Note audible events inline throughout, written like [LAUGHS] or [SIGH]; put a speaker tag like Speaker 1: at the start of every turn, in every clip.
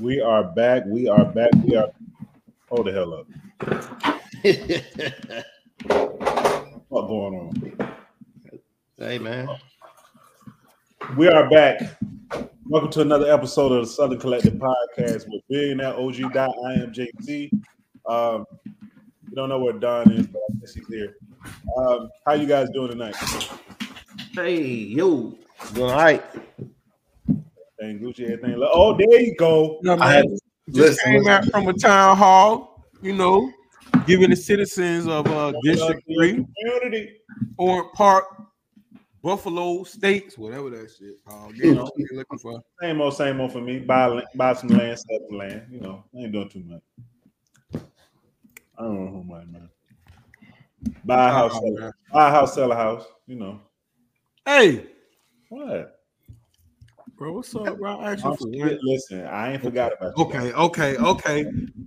Speaker 1: We are back. We are back. We are. Hold the hell up.
Speaker 2: [LAUGHS]
Speaker 1: What going on?
Speaker 2: hey man,
Speaker 1: We are back. Welcome to another episode of the Southern Collective Podcast with billionaire OG. Dot. I am JT. Um, you don't know where Don is, but I guess he's here. Um, how you guys doing tonight?
Speaker 2: hey yo, doing all right.
Speaker 1: And Gucci, everything. lo- Oh, there you go.
Speaker 3: No,
Speaker 2: I had-
Speaker 3: man, just
Speaker 2: Listen,
Speaker 3: came out
Speaker 2: listen,
Speaker 3: from a town hall, you know, giving the citizens of uh, District Three,
Speaker 1: Community.
Speaker 3: Orange Park, Buffalo States, whatever that shit. called, you know, they looking [LAUGHS] for.
Speaker 1: Same old, same old for me. Buy la- buy some land, sell some land. You know, I ain't doing too much. I don't know who might man. Buy a house,
Speaker 3: Oh,
Speaker 1: sell,
Speaker 3: man.
Speaker 1: buy a house, sell a house. You know
Speaker 3: Hey,
Speaker 1: what?
Speaker 3: bro, what's up, bro? I asked you
Speaker 1: I'm
Speaker 3: for
Speaker 1: still-
Speaker 3: one.
Speaker 1: listen, I ain't forgot about you.
Speaker 3: Okay, okay, okay.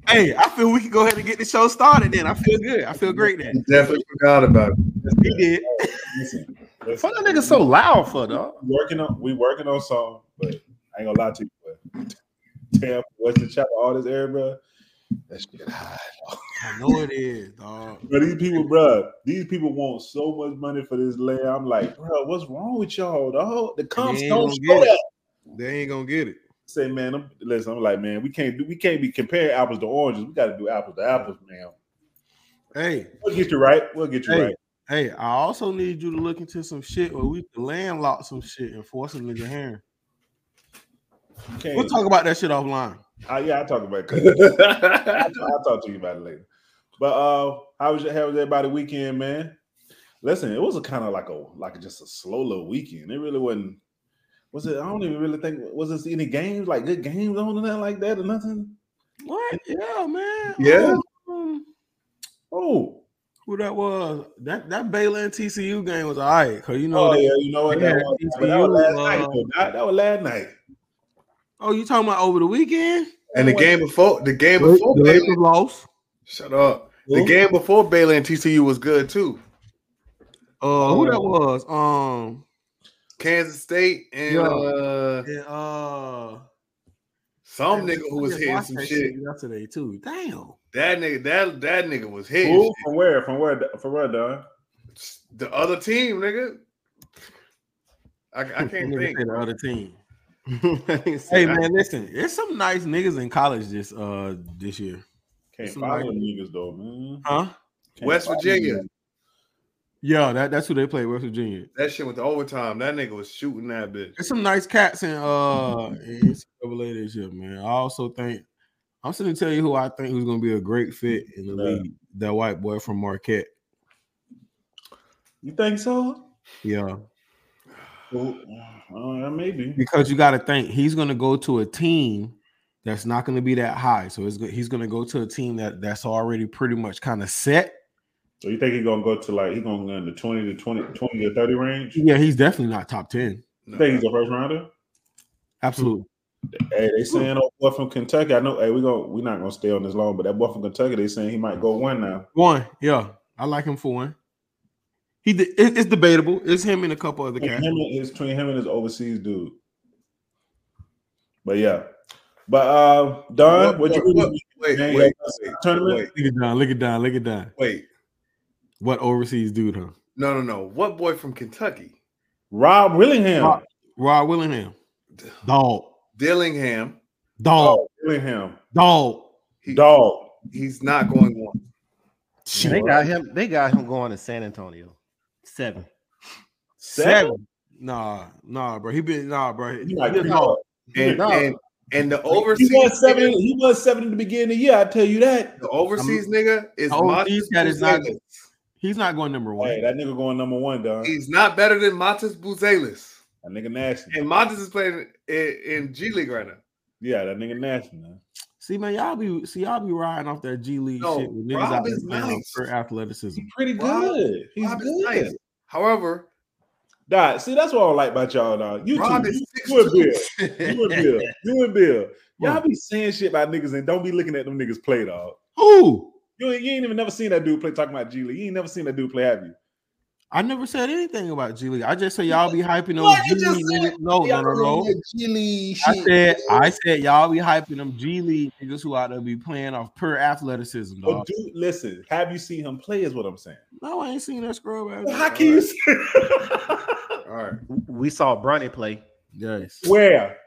Speaker 3: Hey, I feel we can go ahead and get the show started. Then I feel good. I feel great. Then
Speaker 4: You definitely forgot about it.
Speaker 3: we did.
Speaker 1: Listen,
Speaker 2: fuck
Speaker 1: listen,
Speaker 2: that nigga so loud for dog.
Speaker 1: we working on we working on something, but I ain't gonna lie to you. But damn, what's the chapter? All this air, bro. That shit high.
Speaker 3: I know it is, dog.
Speaker 1: But these people, bruh, these people want so much money for this land. I'm like, bruh, what's wrong with y'all? The whole the comps
Speaker 3: ain't
Speaker 1: don't
Speaker 3: gonna
Speaker 1: show
Speaker 3: get it.
Speaker 1: that.
Speaker 3: They ain't gonna get it.
Speaker 1: Say, man, I'm, listen, I'm like, man, we can't do, we can't be comparing apples to oranges. We got to do apples to apples, man.
Speaker 3: Hey,
Speaker 1: We'll get you right. We'll get you
Speaker 3: Hey.
Speaker 1: right.
Speaker 3: Hey, I also need you to look into some shit where we can landlock some shit and force a nigga hand.
Speaker 1: You can't-
Speaker 3: We'll talk about that shit offline.
Speaker 1: I- Uh, yeah, I'll talk about that.
Speaker 4: I
Speaker 1: I'll talk to you about it later. But uh, how was your, how was everybody weekend, man? Listen, it was a kind of like a like just a slow little weekend. It really wasn't. Was it? I don't even really think was this any games like good games on or nothing like that or nothing.
Speaker 3: What? Yeah, man.
Speaker 4: Yeah.
Speaker 3: Um,
Speaker 1: Oh,
Speaker 3: who that was? That that Baylor and TCU game was all right. Cause you know.
Speaker 1: oh
Speaker 3: they-
Speaker 1: yeah, you know what?
Speaker 3: yeah,
Speaker 1: that, was,
Speaker 3: TCU,
Speaker 1: that was last night.
Speaker 3: uh,
Speaker 1: though, Doc. that was last night.
Speaker 3: Oh, you talking about over the weekend?
Speaker 4: And the game before the game
Speaker 3: The
Speaker 4: before Baylor,
Speaker 3: Lakers lost.
Speaker 4: shut up. The game before Baylor and TCU was good too.
Speaker 3: Uh,
Speaker 4: Oh.
Speaker 3: who that was? Um.
Speaker 4: Kansas State and
Speaker 3: Yeah.
Speaker 4: uh,
Speaker 3: And, uh.
Speaker 4: some nigga who was
Speaker 3: I just
Speaker 4: hitting
Speaker 3: watched
Speaker 4: some
Speaker 3: that
Speaker 4: shit.
Speaker 3: yesterday too. Damn.
Speaker 4: That nigga, that that nigga was hitting
Speaker 1: Who?
Speaker 4: shit.
Speaker 1: From where? From where? From where, Don?
Speaker 4: the other team, nigga. I, I
Speaker 3: That
Speaker 4: can't
Speaker 3: nigga
Speaker 4: think.
Speaker 3: said The other team. Hey
Speaker 4: [LAUGHS] hey
Speaker 3: man, listen, there's some nice niggas in college this uh this year.
Speaker 1: Can't
Speaker 3: Somebody.
Speaker 1: follow them niggas though, man.
Speaker 3: Huh?
Speaker 1: Can't
Speaker 4: West
Speaker 1: follow
Speaker 4: Virginia.
Speaker 1: them.
Speaker 3: Yeah, that, that's who they play, West Virginia.
Speaker 4: that shit with the overtime. That nigga was shooting that bitch.
Speaker 3: There's some nice cats in uh in NCAA this year, man. I also think I'm just gonna tell you who I think who's gonna be a great fit in the
Speaker 1: Yeah.
Speaker 3: league. That white boy from Marquette.
Speaker 1: You think so?
Speaker 3: Yeah,
Speaker 1: Well, uh, maybe.
Speaker 3: because you got to think he's gonna go to a team that's not gonna be that high. So it's, go- he's gonna go to a team that that's already pretty much kind of set.
Speaker 1: So you think he's gonna go to like he's gonna go in the 20 to 20, 20 to 30 range?
Speaker 3: Yeah, he's definitely not top ten.
Speaker 4: Mm-hmm.
Speaker 1: You think he's a first rounder?
Speaker 3: Absolutely.
Speaker 1: Hey, they saying old boy from Kentucky. I know hey, we go we're not gonna stay on this long, but that boy from Kentucky, they saying he might go one now.
Speaker 3: One, yeah, I like him for one. He did, it, it's debatable. It's him and a couple other
Speaker 1: Between
Speaker 3: guys.
Speaker 1: him and his between him and his overseas dude. But yeah. But uh Don, what,
Speaker 4: What-
Speaker 1: you do
Speaker 4: what-
Speaker 1: this
Speaker 4: Wait,
Speaker 1: Man,
Speaker 4: wait,
Speaker 1: you
Speaker 4: wait,
Speaker 1: got
Speaker 4: wait,
Speaker 1: tournament?
Speaker 4: wait,
Speaker 3: Look at Don. Look at Don. Look at Don.
Speaker 4: wait.
Speaker 3: What overseas dude, huh?
Speaker 4: No, no, no. What boy from Kentucky?
Speaker 1: Rob Willingham.
Speaker 3: Rob- Rod Willingham. Dog.
Speaker 4: Dillingham.
Speaker 3: Dog.
Speaker 1: Oh, Willingham.
Speaker 3: Dog.
Speaker 4: He-
Speaker 1: Dog.
Speaker 4: He's not going one.
Speaker 2: They got him. They got him going to San Antonio. Seven.
Speaker 3: Seven. Nah, nah, bro. He been nah, bro.
Speaker 1: He
Speaker 3: He
Speaker 1: like
Speaker 3: been
Speaker 1: three
Speaker 3: dog.
Speaker 1: dogs.
Speaker 4: And,
Speaker 2: No.
Speaker 4: and and the
Speaker 1: He
Speaker 4: overseas
Speaker 1: was seven.
Speaker 4: nigga,
Speaker 1: He was seven in the beginning of the year. I tell you that.
Speaker 4: the overseas nigga is
Speaker 3: The overseas
Speaker 4: Matas
Speaker 3: cat is not-
Speaker 4: Buzelis.
Speaker 3: He's not going number one.
Speaker 1: Hey, that nigga going number one, Don.
Speaker 4: He's not better than Matas Buzelis.
Speaker 1: That nigga nasty.
Speaker 4: And Matas is playing in, in G League right now.
Speaker 1: Yeah, that nigga nasty, man.
Speaker 3: See, man, y'all be see, y'all be riding off that G League
Speaker 4: No,
Speaker 3: shit with niggas
Speaker 4: Rob
Speaker 3: out there
Speaker 4: is
Speaker 3: playing on
Speaker 4: nice.
Speaker 3: pure athleticism.
Speaker 1: pretty
Speaker 4: Rob-
Speaker 1: good. He's
Speaker 4: Rob is
Speaker 1: good.
Speaker 4: nice. However,
Speaker 1: Dog, see, that's what I don't like about y'all, dog. You
Speaker 4: Rob
Speaker 1: two,
Speaker 4: is
Speaker 1: you and Bill,
Speaker 4: 6'2".
Speaker 1: you and Bill, you and [LAUGHS] Bill. Y'all
Speaker 3: Huh.
Speaker 1: be saying shit about niggas and don't be looking at them niggas play, dog.
Speaker 3: Who?
Speaker 1: You ain't, you ain't even never seen that dude play. Talking about G League, you ain't never seen that dude play, have you?
Speaker 3: I never said anything about G League. I just said y'all be hyping those
Speaker 5: What?
Speaker 3: G
Speaker 5: You just
Speaker 3: League
Speaker 5: said-
Speaker 3: niggas. No, no, no, no.
Speaker 5: Gilly
Speaker 3: I
Speaker 5: shit.
Speaker 3: said I said y'all be hyping them G League niggas who out there be playing off pure athleticism,
Speaker 5: Oh,
Speaker 1: But
Speaker 3: dog.
Speaker 1: dude, listen, have you seen him play? Is what I'm saying.
Speaker 3: No, I ain't seen that scrub. ass.
Speaker 5: How can [LAUGHS] you say
Speaker 1: All right,
Speaker 2: We saw Bronny play
Speaker 3: Yes.
Speaker 1: where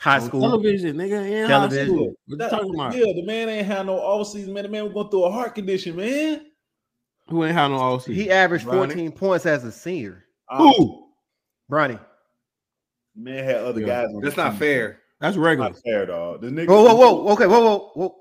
Speaker 2: high
Speaker 3: On
Speaker 2: school.
Speaker 3: television, nigga. In
Speaker 2: Television.
Speaker 3: High school. What you talking about?
Speaker 1: yeah, the man ain't had no all season. Man, the man was going through a heart condition, man.
Speaker 3: Who ain't had no all season?
Speaker 2: He averaged
Speaker 4: Bronny.
Speaker 2: 14 points as a senior.
Speaker 1: Uh,
Speaker 2: Bronny.
Speaker 1: man had other
Speaker 3: Yeah.
Speaker 1: guys. On
Speaker 4: That's
Speaker 1: the
Speaker 4: not
Speaker 1: team.
Speaker 4: fair.
Speaker 3: That's regular.
Speaker 1: Not fair, dog. The nigga.
Speaker 2: Whoa, whoa, whoa. Okay, whoa, whoa, whoa.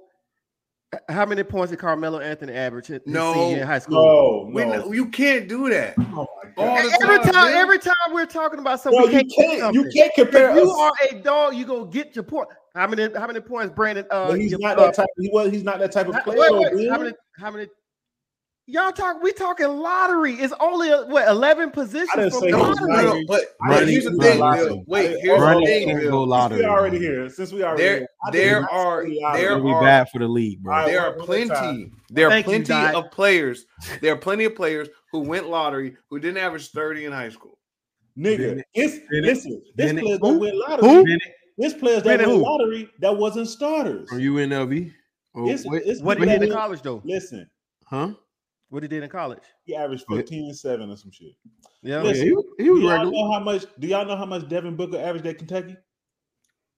Speaker 2: H- How many points did Carmelo Anthony average his
Speaker 4: No.
Speaker 2: senior year in high school?
Speaker 1: No,
Speaker 4: We
Speaker 1: no.
Speaker 4: you can't do that.
Speaker 1: Oh my
Speaker 4: All
Speaker 1: God.
Speaker 4: the
Speaker 2: Every time,
Speaker 4: man.
Speaker 2: every time we're talking about something,
Speaker 1: Bro,
Speaker 2: we
Speaker 1: you
Speaker 2: can't do
Speaker 1: can't. You
Speaker 2: something.
Speaker 1: can't compare.
Speaker 2: If you
Speaker 1: us-
Speaker 2: are a dog, you gonna get your point. How many? How many points, Brandon? Uh,
Speaker 1: But he's
Speaker 2: your-
Speaker 1: not
Speaker 2: uh,
Speaker 1: that type. He was. He's not that type of
Speaker 2: how-
Speaker 1: player.
Speaker 2: wait,
Speaker 1: though,
Speaker 2: wait,
Speaker 1: dude.
Speaker 2: How many? How many? Y'all talk. We talking lottery. It's only uh what eleven positions.
Speaker 1: didn't
Speaker 2: from
Speaker 1: say
Speaker 2: the
Speaker 1: he was
Speaker 2: lottery.
Speaker 1: not.
Speaker 4: No, no, but,
Speaker 1: I
Speaker 4: but
Speaker 1: didn't
Speaker 4: here's
Speaker 1: do
Speaker 4: the
Speaker 1: that
Speaker 4: thing,
Speaker 3: lottery.
Speaker 4: Bill. Wait,
Speaker 1: I-
Speaker 4: here's
Speaker 1: Bronny
Speaker 4: the thing,
Speaker 3: can't
Speaker 4: Bill.
Speaker 3: go
Speaker 1: Since
Speaker 3: lottery.
Speaker 1: we already here. Since we already
Speaker 4: There,
Speaker 1: here, I did
Speaker 4: there
Speaker 1: not
Speaker 4: are,
Speaker 1: say lottery.
Speaker 4: there
Speaker 3: It'll be
Speaker 4: are
Speaker 3: bad for the league, bro.
Speaker 1: All right,
Speaker 4: there are
Speaker 1: one more time.
Speaker 4: plenty. There are
Speaker 2: Thank you,
Speaker 4: plenty
Speaker 2: Doc.
Speaker 4: of players. There are plenty of players who went lottery who didn't average 30 in high school.
Speaker 1: nigga.
Speaker 3: Bennett.
Speaker 1: It's
Speaker 3: Bennett.
Speaker 1: listen. This
Speaker 3: Bennett.
Speaker 1: players
Speaker 3: Who?
Speaker 1: that win lottery.
Speaker 2: Who?
Speaker 1: This players that
Speaker 2: Bennett
Speaker 1: win
Speaker 2: who?
Speaker 1: lottery that wasn't starters.
Speaker 3: From UNLV. Oh,
Speaker 1: It's,
Speaker 3: wait,
Speaker 1: it's
Speaker 2: What
Speaker 1: people
Speaker 2: he did
Speaker 1: that
Speaker 2: in
Speaker 1: win-
Speaker 2: college though?
Speaker 1: Listen,
Speaker 3: huh?
Speaker 2: What he did in college?
Speaker 1: he averaged
Speaker 3: Wait.
Speaker 1: fifteen and seven or some shit.
Speaker 2: Yeah.
Speaker 1: Listen,
Speaker 3: Yeah, he, was- he
Speaker 1: Do
Speaker 3: was
Speaker 1: y'all
Speaker 3: regular.
Speaker 1: know how much? Do y'all know how much Devin Booker averaged at Kentucky?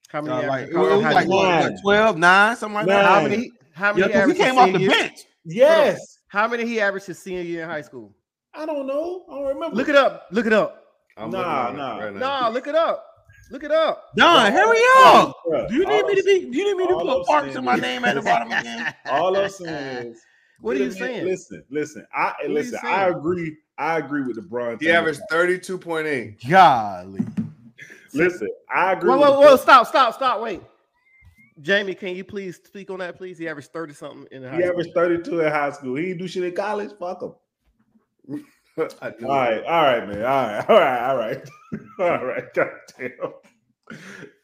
Speaker 2: How many?
Speaker 3: Uh, like,
Speaker 2: average
Speaker 3: it was
Speaker 2: college-
Speaker 3: like, what,
Speaker 1: nine.
Speaker 3: like 12, 9, something like
Speaker 1: Nine.
Speaker 3: that.
Speaker 2: how
Speaker 1: nine.
Speaker 2: many? How
Speaker 3: Yeah,
Speaker 2: many?
Speaker 3: 'cause he
Speaker 2: averaged
Speaker 3: came
Speaker 2: his
Speaker 3: off the
Speaker 2: senior-
Speaker 3: bench.
Speaker 1: Yes.
Speaker 2: How many he averaged his senior year in high school?
Speaker 1: I don't know. I don't remember.
Speaker 2: Look it up. Look it up.
Speaker 4: I'm
Speaker 1: Nah,
Speaker 4: looking at it
Speaker 1: nah.
Speaker 4: right now.
Speaker 2: Nah, look it up. Look it up.
Speaker 3: Don, hurry up.
Speaker 1: Bruh,
Speaker 3: Do you
Speaker 1: all
Speaker 3: need me
Speaker 1: I'm
Speaker 3: to be? Do you need me to
Speaker 1: all I'm
Speaker 3: put parks in
Speaker 1: saying
Speaker 3: my
Speaker 1: is-
Speaker 3: name at the
Speaker 1: [LAUGHS]
Speaker 3: bottom again?
Speaker 1: All I'm saying is,
Speaker 2: [LAUGHS] What are
Speaker 1: wait a
Speaker 2: you
Speaker 1: minute,
Speaker 2: saying?
Speaker 1: Listen, listen. I
Speaker 2: are you
Speaker 1: listen. I
Speaker 2: saying?
Speaker 1: agree. I agree with LeBron.
Speaker 4: He averaged 32.8.
Speaker 3: Golly,
Speaker 1: Listen, I agree.
Speaker 2: Whoa,
Speaker 1: with
Speaker 2: whoa, whoa! Stop, stop, stop! Wait, Jamie, can you please speak on that, please? He averaged thirty something in the
Speaker 1: LeBron.
Speaker 2: high
Speaker 1: He
Speaker 2: school.
Speaker 1: averaged 32 in high school. He didn't do shit in college. Fuck him.
Speaker 4: [LAUGHS] I knew
Speaker 1: All right,
Speaker 4: it.
Speaker 1: all right, man. All right, [LAUGHS] all right, all right, all right.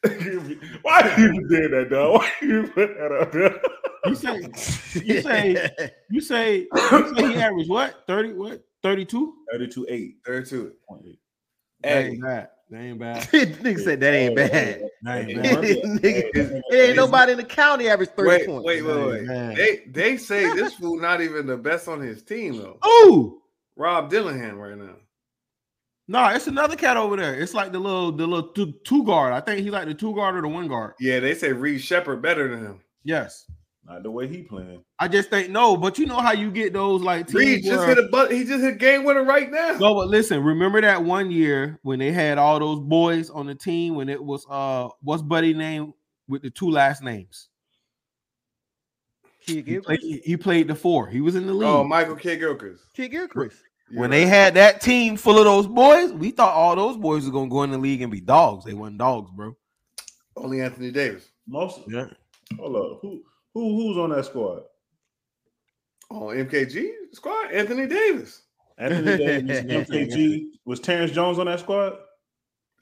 Speaker 1: Goddamn. [LAUGHS] Why you did that, though? Why you put that up
Speaker 2: [LAUGHS]
Speaker 1: there?
Speaker 3: you say you say you say you say he averaged what? Thirty what? Thirty two?
Speaker 1: 32 8.
Speaker 4: 32.
Speaker 3: That
Speaker 4: Hey,
Speaker 3: ain't bad. That ain't bad.
Speaker 2: Nigga said that ain't bad.
Speaker 3: That
Speaker 2: [LAUGHS]
Speaker 3: ain't bad.
Speaker 2: Nigga, It ain't nobody in the county averaged thirty
Speaker 4: wait,
Speaker 2: points.
Speaker 4: wait,
Speaker 3: That
Speaker 4: wait,
Speaker 3: ain't
Speaker 4: wait.
Speaker 3: bad.
Speaker 4: They
Speaker 3: [LAUGHS]
Speaker 4: they say this fool not even the best on his team though.
Speaker 3: Ooh,
Speaker 4: Rob Dillingham right now.
Speaker 3: nah, it's another cat over there. It's like the little the little two, two guard. I think he like the two guard or the one guard.
Speaker 4: Yeah, they say Reed Shepard better than him.
Speaker 3: Yes,
Speaker 1: Not the way he playing.
Speaker 3: I just think no, but you know how you get those like teams
Speaker 4: Reed just
Speaker 3: where-
Speaker 4: hit a but he just hit game winner right now.
Speaker 3: No, but listen, remember that one year when they had all those boys on the team when it was uh what's buddy name with the two last names?
Speaker 2: Kid
Speaker 3: He
Speaker 2: Gilchrist.
Speaker 3: played, he played the four. He was in the league.
Speaker 4: Oh, Michael K. Gilchrist.
Speaker 2: Kid Gilchrist.
Speaker 3: when they had that team full of those boys, we thought all those boys were gonna go in the league and be dogs. They weren't dogs, bro.
Speaker 4: only Anthony Davis.
Speaker 1: Most
Speaker 3: Yeah.
Speaker 1: hold up. Who who who's on that squad?
Speaker 4: Oh, MKG squad, Anthony Davis.
Speaker 1: [LAUGHS] Anthony Davis, MKG. Was Terrence Jones on that squad?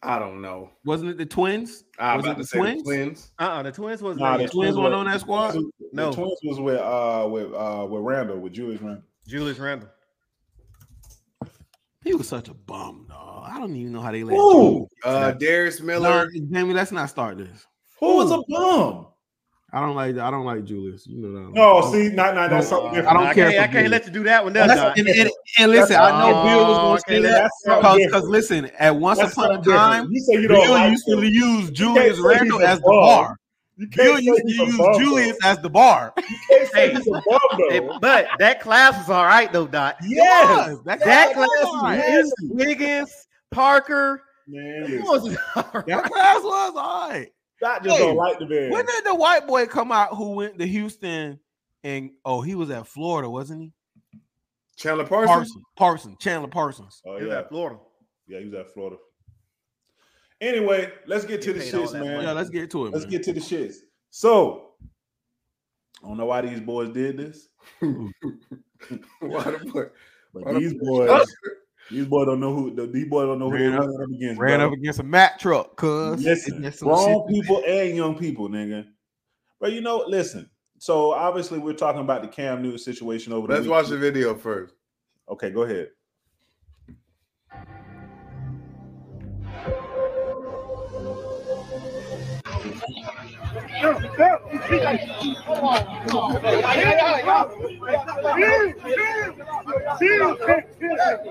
Speaker 4: I don't know.
Speaker 3: Wasn't it the twins?
Speaker 4: I'm
Speaker 3: Was
Speaker 4: about
Speaker 3: it
Speaker 4: to
Speaker 3: the
Speaker 4: say the
Speaker 3: twins?
Speaker 4: twins.
Speaker 2: Uh, uh the twins was
Speaker 1: Nah,
Speaker 2: not
Speaker 1: the
Speaker 3: The twins weren't
Speaker 1: were-
Speaker 3: on that squad.
Speaker 2: No.
Speaker 1: The twins was with uh with uh with Randall with Julius Randall.
Speaker 2: Julius Randle.
Speaker 3: He was such a bum, dog. I don't even know how they let
Speaker 1: Who?
Speaker 4: Uh, Darius
Speaker 3: Nah,
Speaker 4: Miller.
Speaker 3: Jamie, let's not start this.
Speaker 1: Who was a bum?
Speaker 3: I don't like I don't like Julius. You know that. I don't- I
Speaker 1: No,
Speaker 3: don't-
Speaker 1: see, not not that's
Speaker 3: No,
Speaker 1: something
Speaker 3: I
Speaker 1: different.
Speaker 3: don't
Speaker 2: I
Speaker 3: care
Speaker 2: can't,
Speaker 3: for
Speaker 2: I can't
Speaker 3: Julius.
Speaker 2: let you do that one.
Speaker 3: And
Speaker 2: That's
Speaker 3: that's- and, and- and listen,
Speaker 1: That's-
Speaker 3: I know Bill was going
Speaker 2: oh,
Speaker 3: to say
Speaker 2: okay,
Speaker 3: that
Speaker 1: that's something
Speaker 3: because,
Speaker 1: different.
Speaker 3: listen, at once
Speaker 1: That's
Speaker 3: upon a
Speaker 1: something
Speaker 3: time,
Speaker 1: different. you say you don't
Speaker 3: Bill
Speaker 1: like
Speaker 3: used to
Speaker 1: him.
Speaker 3: use
Speaker 1: can't
Speaker 3: Julius
Speaker 1: say
Speaker 3: Randle
Speaker 1: he's a
Speaker 3: as the
Speaker 1: bum.
Speaker 3: bar.
Speaker 1: You can't
Speaker 3: Bill
Speaker 1: say
Speaker 3: used to
Speaker 1: he's a
Speaker 3: use
Speaker 1: bum, though.
Speaker 3: Julius as the bar.
Speaker 1: You can't say
Speaker 2: Hey.
Speaker 1: he's a bum though.
Speaker 2: Hey, but that class was all right though, Doc.
Speaker 1: Yes,
Speaker 3: It was. That,
Speaker 2: That
Speaker 3: class
Speaker 2: class
Speaker 3: was all
Speaker 2: was
Speaker 3: right.
Speaker 2: Wiggins, Wiggins, Parker.
Speaker 1: man.
Speaker 2: Who
Speaker 1: listen,
Speaker 2: else was [LAUGHS] all right?
Speaker 3: That class was all right.
Speaker 1: I just
Speaker 3: Hey.
Speaker 1: don't like the man.
Speaker 3: When did the white boy come out who went to Houston and oh, he was at Florida, wasn't he?
Speaker 4: Chandler Parsons.
Speaker 3: Parsons, Parsons, Chandler Parsons.
Speaker 1: Oh
Speaker 2: He was
Speaker 1: yeah,
Speaker 2: at Florida.
Speaker 1: yeah, he was at Florida. Anyway, let's get to
Speaker 2: He
Speaker 1: the
Speaker 2: paid all
Speaker 1: shits,
Speaker 2: that
Speaker 1: man.
Speaker 2: money.
Speaker 3: Yeah, let's get to it.
Speaker 1: Let's
Speaker 3: man.
Speaker 1: get to the shits. So, I don't know why these boys did this,
Speaker 4: [LAUGHS] Why the fuck?
Speaker 1: but
Speaker 4: Why
Speaker 1: these
Speaker 4: the
Speaker 1: boys,
Speaker 4: fuck?
Speaker 1: these boys don't know who these boys don't know who
Speaker 3: Ran
Speaker 1: they're
Speaker 3: up-
Speaker 1: running up against.
Speaker 3: Ran
Speaker 1: brother.
Speaker 3: up against a Mack truck, cuz.
Speaker 1: Listen,
Speaker 3: It's just some shit.
Speaker 1: grown people and young people, nigga. But you know, listen. So obviously, we're talking about the Cam Newton situation over. the
Speaker 4: Let's
Speaker 1: weekend.
Speaker 4: watch the video first.
Speaker 1: Okay, go ahead.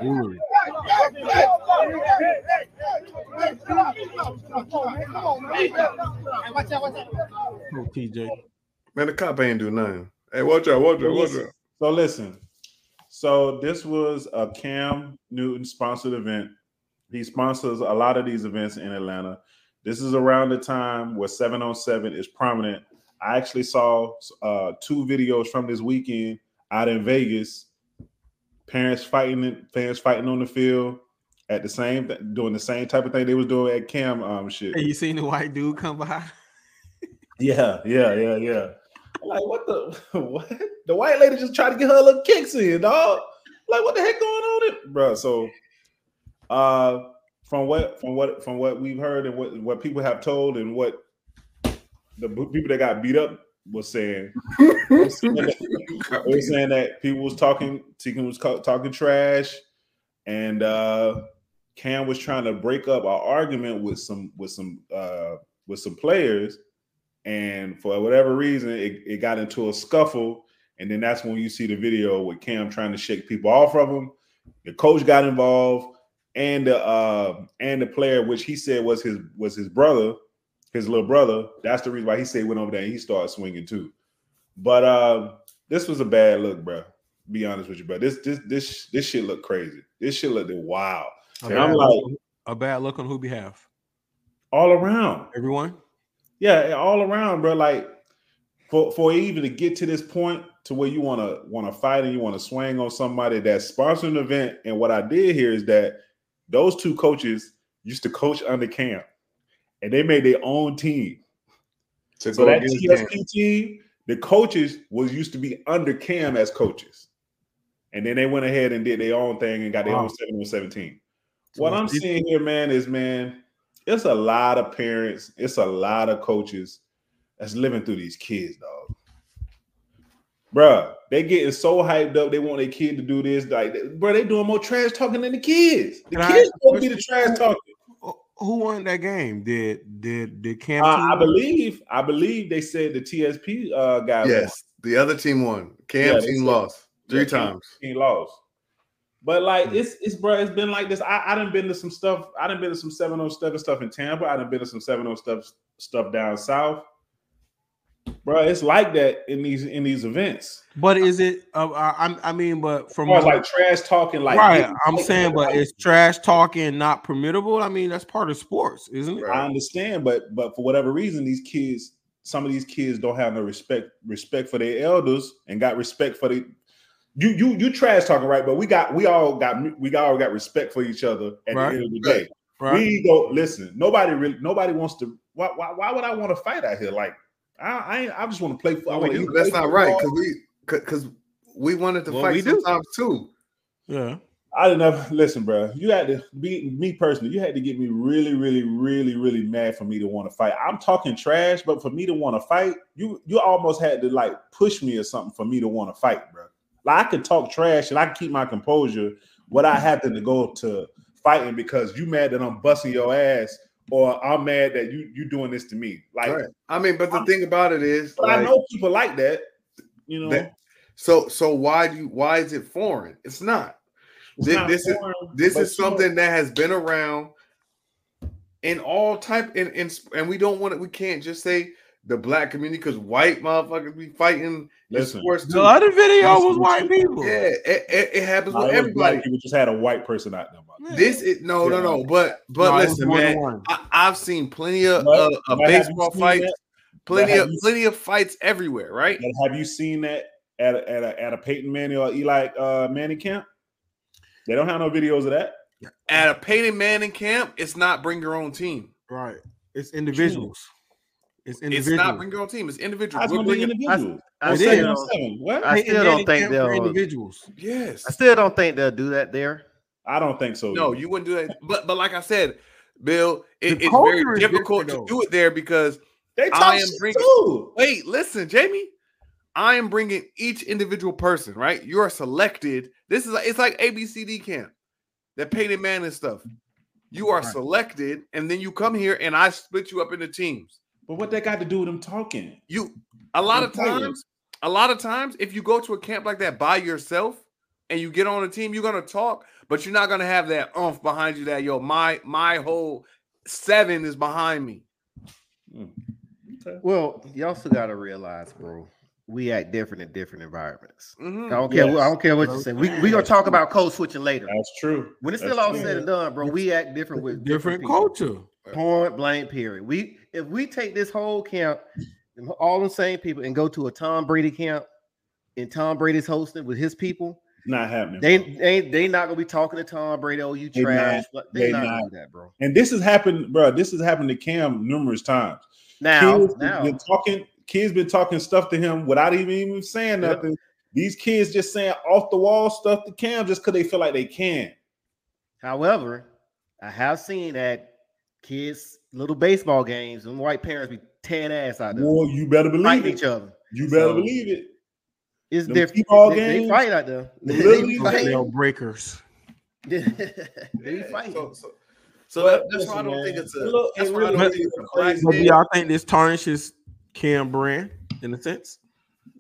Speaker 3: Ooh. Come on, TJ.
Speaker 4: Man, the cop ain't do nothing. Hey, watch out, watch out, watch out.
Speaker 1: So listen, so this was a Cam Newton sponsored event. He sponsors a lot of these events in Atlanta. This is around the time where seven on seven is prominent. I actually saw uh, two videos from this weekend out in Vegas. Parents fighting, fans fighting on the field at the same, doing the same type of thing they was doing at Cam um shit.
Speaker 3: Hey, you seen the white dude come by?
Speaker 1: Yeah, yeah, yeah, yeah. I'm Like what the [LAUGHS] what? The white lady just tried to get her little kicks in, dog. Like what the heck going on, it, bro? So, uh, from what from what from what we've heard and what what people have told and what the b- people that got beat up was saying, they were saying that people was talking, Tegan was ca- talking trash, and uh Cam was trying to break up our argument with some with some uh with some players, and for whatever reason, it, it got into a scuffle, and then that's when you see the video with Cam trying to shake people off of him. The coach got involved, and the uh and the player, which he said was his was his brother, his little brother. That's the reason why he said he went over there and he started swinging too. But uh, this was a bad look, bro. Be honest with you, bro. This this this this shit looked crazy. This shit looked wild.
Speaker 3: A
Speaker 1: And
Speaker 3: bad
Speaker 1: I'm
Speaker 3: look-
Speaker 1: like-
Speaker 3: a bad look on who behalf?
Speaker 1: All around.
Speaker 3: Everyone.
Speaker 1: Yeah, all around, bro. Like for for even to get to this point to where you want to want to fight and you want to swing on somebody that's sponsoring an event. And what I did here is that those two coaches used to coach under camp and they made their own team.
Speaker 4: To
Speaker 1: So
Speaker 4: go
Speaker 1: that
Speaker 4: against Cam.
Speaker 1: TSP team, the coaches was used to be under Cam as coaches, and then they went ahead and did their own thing and got their
Speaker 3: Wow.
Speaker 1: own seven on seventeen.
Speaker 3: So
Speaker 1: what
Speaker 3: it's
Speaker 1: I'm
Speaker 3: deep-
Speaker 1: seeing here, man, is man, it's a lot of parents, it's a lot of coaches that's living through these kids, dog. Bruh, they getting so hyped up. They want their kid to do this. Like, bruh, they doing more trash talking than the kids. The
Speaker 3: Can I
Speaker 1: kids
Speaker 3: ask a
Speaker 1: supposed to be the trash talking.
Speaker 3: Who- Who won that game? Did did did Cam?
Speaker 1: Uh, I
Speaker 3: team?
Speaker 1: believe, I believe they said the TSP uh, guy. won.
Speaker 4: Yes, the other team won. Cam
Speaker 1: Yeah, they
Speaker 4: team
Speaker 1: said-
Speaker 4: lost three
Speaker 1: Yeah, Cam-
Speaker 4: times.
Speaker 1: he lost. But like
Speaker 3: Hmm.
Speaker 1: it's it's bro, it's been like this. I I done been to some stuff. I done been to some 7 stuff and stuff in Tampa. I done been to some 7 stuff stuff down south. Bro, it's like that in these in these events.
Speaker 3: But is it? Uh, I, I'm- I mean, but from
Speaker 1: From like trash talking, like
Speaker 3: right, I'm saying, but it's trash talking not permittable. I mean, that's part of sports, isn't it?
Speaker 4: Right.
Speaker 1: I understand, but but for whatever reason, these kids, some of these kids don't have no respect respect for their elders and got respect for the you you you trash talking right, but we got we all got we all got respect for each other at
Speaker 3: Right.
Speaker 1: the end of the day.
Speaker 3: Right?
Speaker 1: We go listen. Nobody really. Nobody wants to. Why? Why, why would I want to fight out here? Like I, I, ain't, I just want to play. I wanna either
Speaker 4: That's
Speaker 1: play
Speaker 4: not right
Speaker 1: football.
Speaker 4: because we because we wanted to
Speaker 2: Well, we
Speaker 4: fight
Speaker 2: do.
Speaker 4: sometimes too.
Speaker 3: Yeah.
Speaker 1: I didn't have. Listen, bro. You had to be me personally. You had to get me really, really, really, really mad for me to want to fight. I'm talking trash, but for me to want to fight, you you almost had to like push me or something for me to want to fight, bro. Like I could talk trash and I could keep my composure. What I having to go to fighting because you mad that I'm busting your ass, or I'm mad that you you doing this to me. Like
Speaker 4: Right. I mean, but the thing about it is,
Speaker 1: But I
Speaker 4: like,
Speaker 1: know people like that. You know,
Speaker 4: That- so so why do you, why is it foreign? It's not.
Speaker 1: It's
Speaker 4: thi-
Speaker 1: not
Speaker 4: this is-
Speaker 1: foreign,
Speaker 4: This
Speaker 1: but
Speaker 4: is
Speaker 1: you know-
Speaker 4: something that has been around in all type and and, and we don't want it. We can't just say the black community because white motherfuckers be fighting in
Speaker 1: Listen,
Speaker 4: sports
Speaker 3: The
Speaker 4: too.
Speaker 3: other video
Speaker 1: That's
Speaker 3: was
Speaker 1: what
Speaker 3: white
Speaker 1: you-
Speaker 3: people.
Speaker 4: Yeah, it, it, it happens
Speaker 1: I
Speaker 4: with
Speaker 1: always
Speaker 4: everybody.
Speaker 1: like people just had a white person out there. man.
Speaker 3: Yeah.
Speaker 4: This is no, no, no. But but
Speaker 3: No, it was
Speaker 4: listen,
Speaker 3: more than
Speaker 4: man.
Speaker 3: one.
Speaker 4: I, I've seen plenty of
Speaker 1: But-
Speaker 4: uh, of
Speaker 1: but have you
Speaker 4: baseball
Speaker 1: seen
Speaker 4: fights,
Speaker 1: that?
Speaker 4: plenty
Speaker 1: have
Speaker 4: of
Speaker 1: you-
Speaker 4: plenty of fights everywhere, right?
Speaker 1: And have you seen that at a, at a, at a Peyton Manning or Eli uh, Manning camp? They don't have no videos of that.
Speaker 4: At a Peyton Manning camp, it's not bring your own team.
Speaker 3: Right. It's individuals. It's
Speaker 4: It's
Speaker 3: individuals.
Speaker 4: not bring your own team. It's individual.
Speaker 1: That's
Speaker 4: We'll
Speaker 1: gonna
Speaker 4: bring
Speaker 1: be
Speaker 4: it-
Speaker 1: individual.
Speaker 2: I
Speaker 1: Or
Speaker 3: It
Speaker 1: seven
Speaker 3: is.
Speaker 1: on
Speaker 2: still, don't,
Speaker 1: seven. What?
Speaker 2: I
Speaker 3: Peyton
Speaker 2: still don't
Speaker 3: Manning
Speaker 2: think
Speaker 3: camp for
Speaker 2: they'll-
Speaker 3: individuals.
Speaker 2: I
Speaker 4: yes.
Speaker 2: still don't think they'll do that there.
Speaker 1: I don't think so.
Speaker 4: No, you wouldn't do that. But but like I said, Bill, it-
Speaker 3: The
Speaker 4: it's
Speaker 3: culture
Speaker 4: very
Speaker 3: is
Speaker 4: difficult to
Speaker 3: different, though.
Speaker 4: do it there because
Speaker 1: they
Speaker 4: I
Speaker 1: talk
Speaker 4: am
Speaker 1: shit
Speaker 4: bringing-
Speaker 1: too.
Speaker 4: wait, listen, Jamie. I am bringing each individual person, right? You are selected. This is it's like ABCD camp. that Peyton Manning stuff. You are selected, and then you come here, and I split you up into teams.
Speaker 1: But what that got to do with them talking?
Speaker 4: You a lot of
Speaker 1: Them players.
Speaker 4: times, a lot of times, if you go to a camp like that by yourself and you get on a team, you're gonna talk, but you're not gonna have that umph behind you that yo, my my whole seven is behind me.
Speaker 2: Well, you also got to realize, bro, we act different in different environments. I
Speaker 4: Mhm.
Speaker 2: don't care. I don't care what you
Speaker 3: Yes.
Speaker 2: say. We we gonna talk about code switching later.
Speaker 1: That's true.
Speaker 2: When it's
Speaker 1: That's
Speaker 2: still all
Speaker 1: true.
Speaker 2: said and done, bro, we act different with
Speaker 3: different
Speaker 2: people.
Speaker 3: culture.
Speaker 2: Point blank. Period. We if we take this whole camp, them all the same people, and go to a Tom Brady camp, and Tom Brady's hosting with his people,
Speaker 1: Not happening.
Speaker 2: they they they not gonna be talking to Tom Brady. Oh, you
Speaker 1: They not.
Speaker 2: trash. But They,
Speaker 1: They
Speaker 2: not,
Speaker 1: not.
Speaker 2: gonna do that, bro.
Speaker 1: and this has happened, bro. This has happened to Cam numerous times.
Speaker 2: Now,
Speaker 1: kids
Speaker 2: now,
Speaker 1: been talking. Kids been talking stuff to him without even even saying
Speaker 2: Yep.
Speaker 1: nothing. These kids just saying off the wall stuff to Cam just because they feel like they can.
Speaker 2: however, I have seen that kids little baseball games and white parents be tearing ass out there,
Speaker 1: Well, you better believe
Speaker 2: fighting
Speaker 1: it.
Speaker 2: each other.
Speaker 1: You better
Speaker 2: So-
Speaker 1: believe it.
Speaker 2: It's
Speaker 1: Them
Speaker 2: different.
Speaker 1: t-ball
Speaker 2: They, they
Speaker 1: games,
Speaker 2: fight out there.
Speaker 1: the
Speaker 2: [LAUGHS] they
Speaker 1: little
Speaker 2: be
Speaker 1: league
Speaker 3: Nail
Speaker 2: fighting.
Speaker 3: breakers.
Speaker 2: [LAUGHS] they be
Speaker 4: Yeah,
Speaker 2: fighting.
Speaker 4: So, so, so
Speaker 1: Well,
Speaker 4: that, that's why I don't
Speaker 1: listen,
Speaker 4: think
Speaker 1: man.
Speaker 4: it's a.
Speaker 1: It look-
Speaker 4: that's
Speaker 1: it
Speaker 4: why I
Speaker 1: really
Speaker 4: don't
Speaker 1: look
Speaker 4: think it's a
Speaker 1: crazy.
Speaker 4: black
Speaker 3: But do
Speaker 4: thing.
Speaker 3: y'all think this tarnishes Cam Brand in a sense?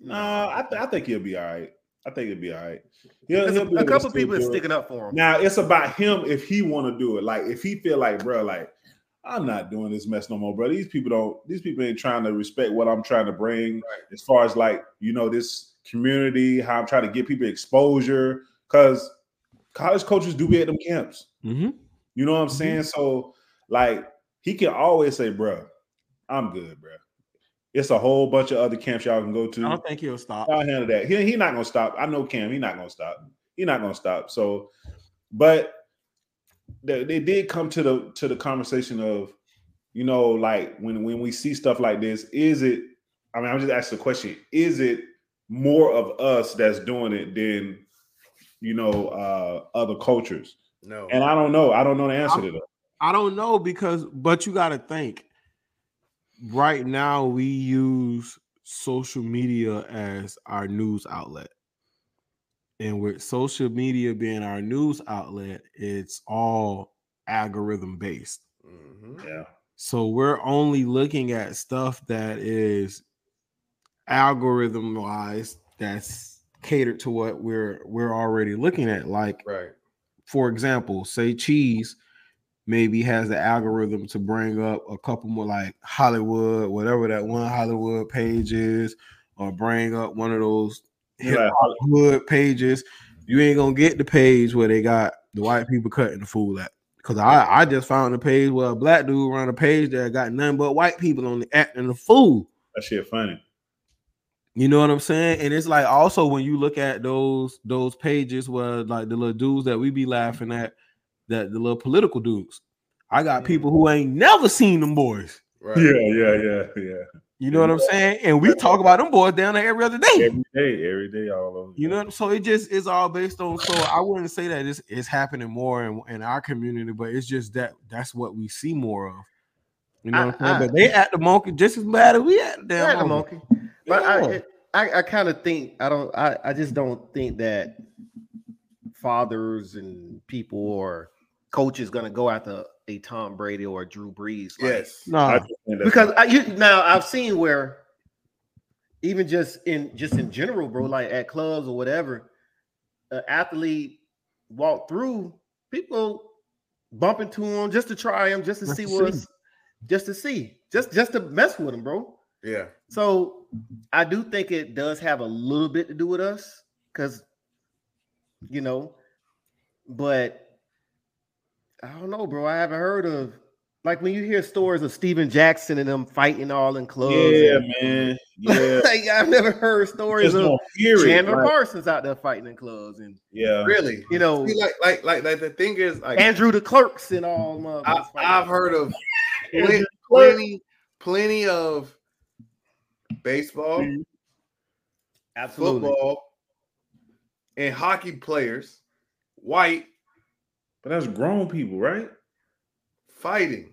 Speaker 4: uh,
Speaker 1: Nah, I, th- I think he'll be all right. I think he'll be all right. He'll,
Speaker 2: There's
Speaker 1: he'll
Speaker 2: a,
Speaker 1: be able
Speaker 2: a
Speaker 1: to
Speaker 2: couple
Speaker 1: still
Speaker 2: people
Speaker 1: do
Speaker 2: is
Speaker 1: it.
Speaker 2: sticking up for him.
Speaker 1: Now it's about him if he want to do it. Like if he feel like, bro, like I'm not doing this mess no more, bro. These people don't. These people ain't trying to respect what I'm trying to bring as far as like you know this community, how I'm trying to get people exposure because college coaches do be at them camps.
Speaker 3: Mm-hmm.
Speaker 1: You know what I'm saying? So like he can always say, bro, I'm good, bro. It's a whole bunch of other camps y'all can go to.
Speaker 3: I don't think he'll stop.
Speaker 1: I'll handle that. He he not gonna stop. I know Cam. He not gonna stop. He not gonna stop. So, but they, they did come to the to the conversation of, you know, like when when we see stuff like this, is it? I mean, I'm just asking the question: Is it more of us that's doing it than, you know, uh other cultures?
Speaker 4: No,
Speaker 1: And I don't know. I don't know the answer to that.
Speaker 3: I don't know because, but you got to think. Right now, we use social media as our news outlet, and with social media being our news outlet, it's all algorithm based.
Speaker 4: Mhm.
Speaker 1: Yeah.
Speaker 3: So we're only looking at stuff that is algorithm wise that's catered to what we're we're already looking at. Like
Speaker 4: right.
Speaker 3: for example, say cheese maybe has the algorithm to bring up a couple more like Hollywood, whatever that one Hollywood page is, or bring up one of those hip
Speaker 1: Yeah.
Speaker 3: Hollywood pages. You ain't gonna get the page where they got the white people cutting the fool at. Cause I, I just found a page where a black dude ran a page that got nothing but white people on the acting the fool.
Speaker 1: That shit funny.
Speaker 3: You know what I'm saying? And it's like also when you look at those those pages where like the little dudes that we be laughing at, that the little political dudes. I got people who ain't never seen them boys.
Speaker 4: Right.
Speaker 1: Yeah, yeah, yeah, yeah.
Speaker 3: You know what I'm saying? And we talk about them boys down there every other day.
Speaker 1: Every day, every day, all over.
Speaker 3: You know, so it just is all based on. So I wouldn't say that it's, it's happening more in, in our community, but it's just that that's what we see more of. You know, what I'm
Speaker 2: I-
Speaker 3: saying?
Speaker 2: I-
Speaker 3: but they at the monkey just as bad as we at the damn
Speaker 2: Yeah, the
Speaker 3: monkey.
Speaker 2: monkey. But I,
Speaker 3: Yeah.
Speaker 2: it- I, I kind of think I don't. I, I just don't think that fathers and people or coaches gonna go after a Tom Brady or a Drew Brees. like-
Speaker 4: Yes.
Speaker 1: I
Speaker 3: Nah,
Speaker 1: just think that's-
Speaker 2: because I, you, now I've seen where even just in just in general, bro, like at clubs or whatever, an athlete walk through people bump into him just to try him, just to
Speaker 3: Just
Speaker 2: see
Speaker 3: to
Speaker 2: what's,
Speaker 3: see.
Speaker 2: just to see, just just to mess with him, bro.
Speaker 4: Yeah.
Speaker 2: So I do think it does have a little bit to do with us because you know, but I don't know, bro. I haven't heard of like when you hear stories of Steven Jackson and them fighting all in clubs.
Speaker 1: yeah,
Speaker 2: and-
Speaker 4: [LAUGHS]
Speaker 1: man. Yeah.
Speaker 2: [LAUGHS] like I've never heard stories
Speaker 1: Just
Speaker 2: of
Speaker 1: more fury.
Speaker 2: Chandler
Speaker 1: like,
Speaker 2: Parsons out there fighting in clubs and
Speaker 1: yeah.
Speaker 4: Really.
Speaker 2: you know
Speaker 4: See, like, like, like, like, the thing is, like,
Speaker 2: Andrew the Clerks and all them.
Speaker 4: I,
Speaker 2: motherfuckers fighting.
Speaker 4: I've heard of
Speaker 1: Andrew
Speaker 4: plen-
Speaker 1: Clark.
Speaker 4: plenty, plenty of baseball,
Speaker 2: absolutely
Speaker 4: football, and hockey players, white
Speaker 1: But that's grown people, right?
Speaker 4: fighting,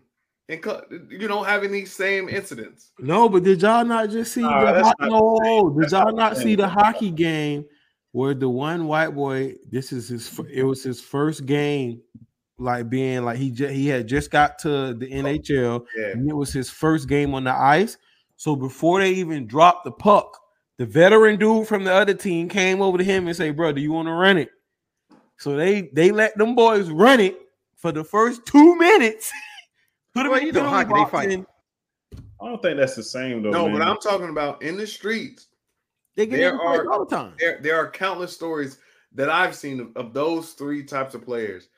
Speaker 4: and co- you don't have any same incidents.
Speaker 3: No, but did y'all not just see?
Speaker 1: Nah,
Speaker 3: the
Speaker 1: that's
Speaker 3: ho-
Speaker 1: not
Speaker 3: no, did
Speaker 1: That's
Speaker 3: y'all
Speaker 1: not
Speaker 3: not
Speaker 1: the
Speaker 3: see
Speaker 1: same.
Speaker 3: the hockey game where the one white boy, this is his, fir- it was his first game, like being like he ju- he had just got to the NHL,
Speaker 1: Yeah.
Speaker 3: and it was his first game on the ice. So before they even dropped the puck, the veteran dude from the other team came over to him and say, "Bro, do you want to run it?" So they they let them boys run it for the first two minutes. [LAUGHS] Put 'em
Speaker 2: Well,
Speaker 3: in
Speaker 2: you know
Speaker 3: penalty
Speaker 2: hockey, they
Speaker 3: box
Speaker 2: fight.
Speaker 3: and
Speaker 1: I don't think that's the same though.
Speaker 4: No,
Speaker 1: man.
Speaker 4: but I'm talking about in the streets.
Speaker 3: They get
Speaker 4: There
Speaker 3: in the fight
Speaker 4: are-
Speaker 3: all the time.
Speaker 4: There, there are countless stories that I've seen of, of those three types of players.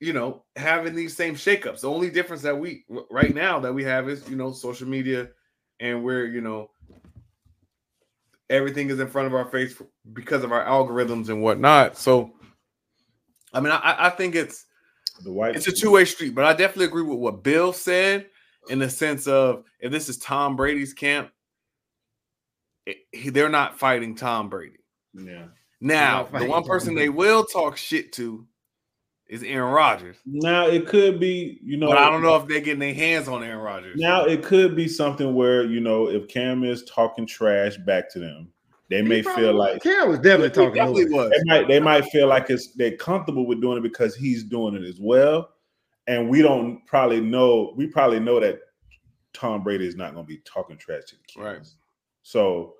Speaker 4: You know, having these same shakeups. The only difference that we right now that we have is you know social media, and we're you know everything is in front of our face because of our algorithms and whatnot. So, I mean, I- I, I think it's
Speaker 1: the white.
Speaker 4: it's a two-way street, but I definitely agree with what Bill said in the sense of if this is Tom Brady's camp, it, he, they're not fighting Tom Brady.
Speaker 1: Yeah.
Speaker 4: Now,
Speaker 2: not
Speaker 4: the
Speaker 2: fighting
Speaker 4: one
Speaker 2: Tom
Speaker 4: person
Speaker 2: Brady.
Speaker 4: they will talk shit to is Aaron Rodgers,
Speaker 1: Now it could be, you know,
Speaker 4: but I don't know if they're getting their hands on Aaron Rodgers.
Speaker 1: Now it could be something where you know if Cam is talking trash back to them, they may feel like
Speaker 2: Cam was
Speaker 4: [LAUGHS]
Speaker 2: definitely
Speaker 4: he
Speaker 2: talking.
Speaker 4: definitely
Speaker 2: over.
Speaker 4: was.
Speaker 1: they might they might feel like it's they're comfortable with doing it because he's doing it as well, and we don't probably know we probably know that Tom Brady is not going to be talking trash to the kids,
Speaker 4: Right.
Speaker 1: So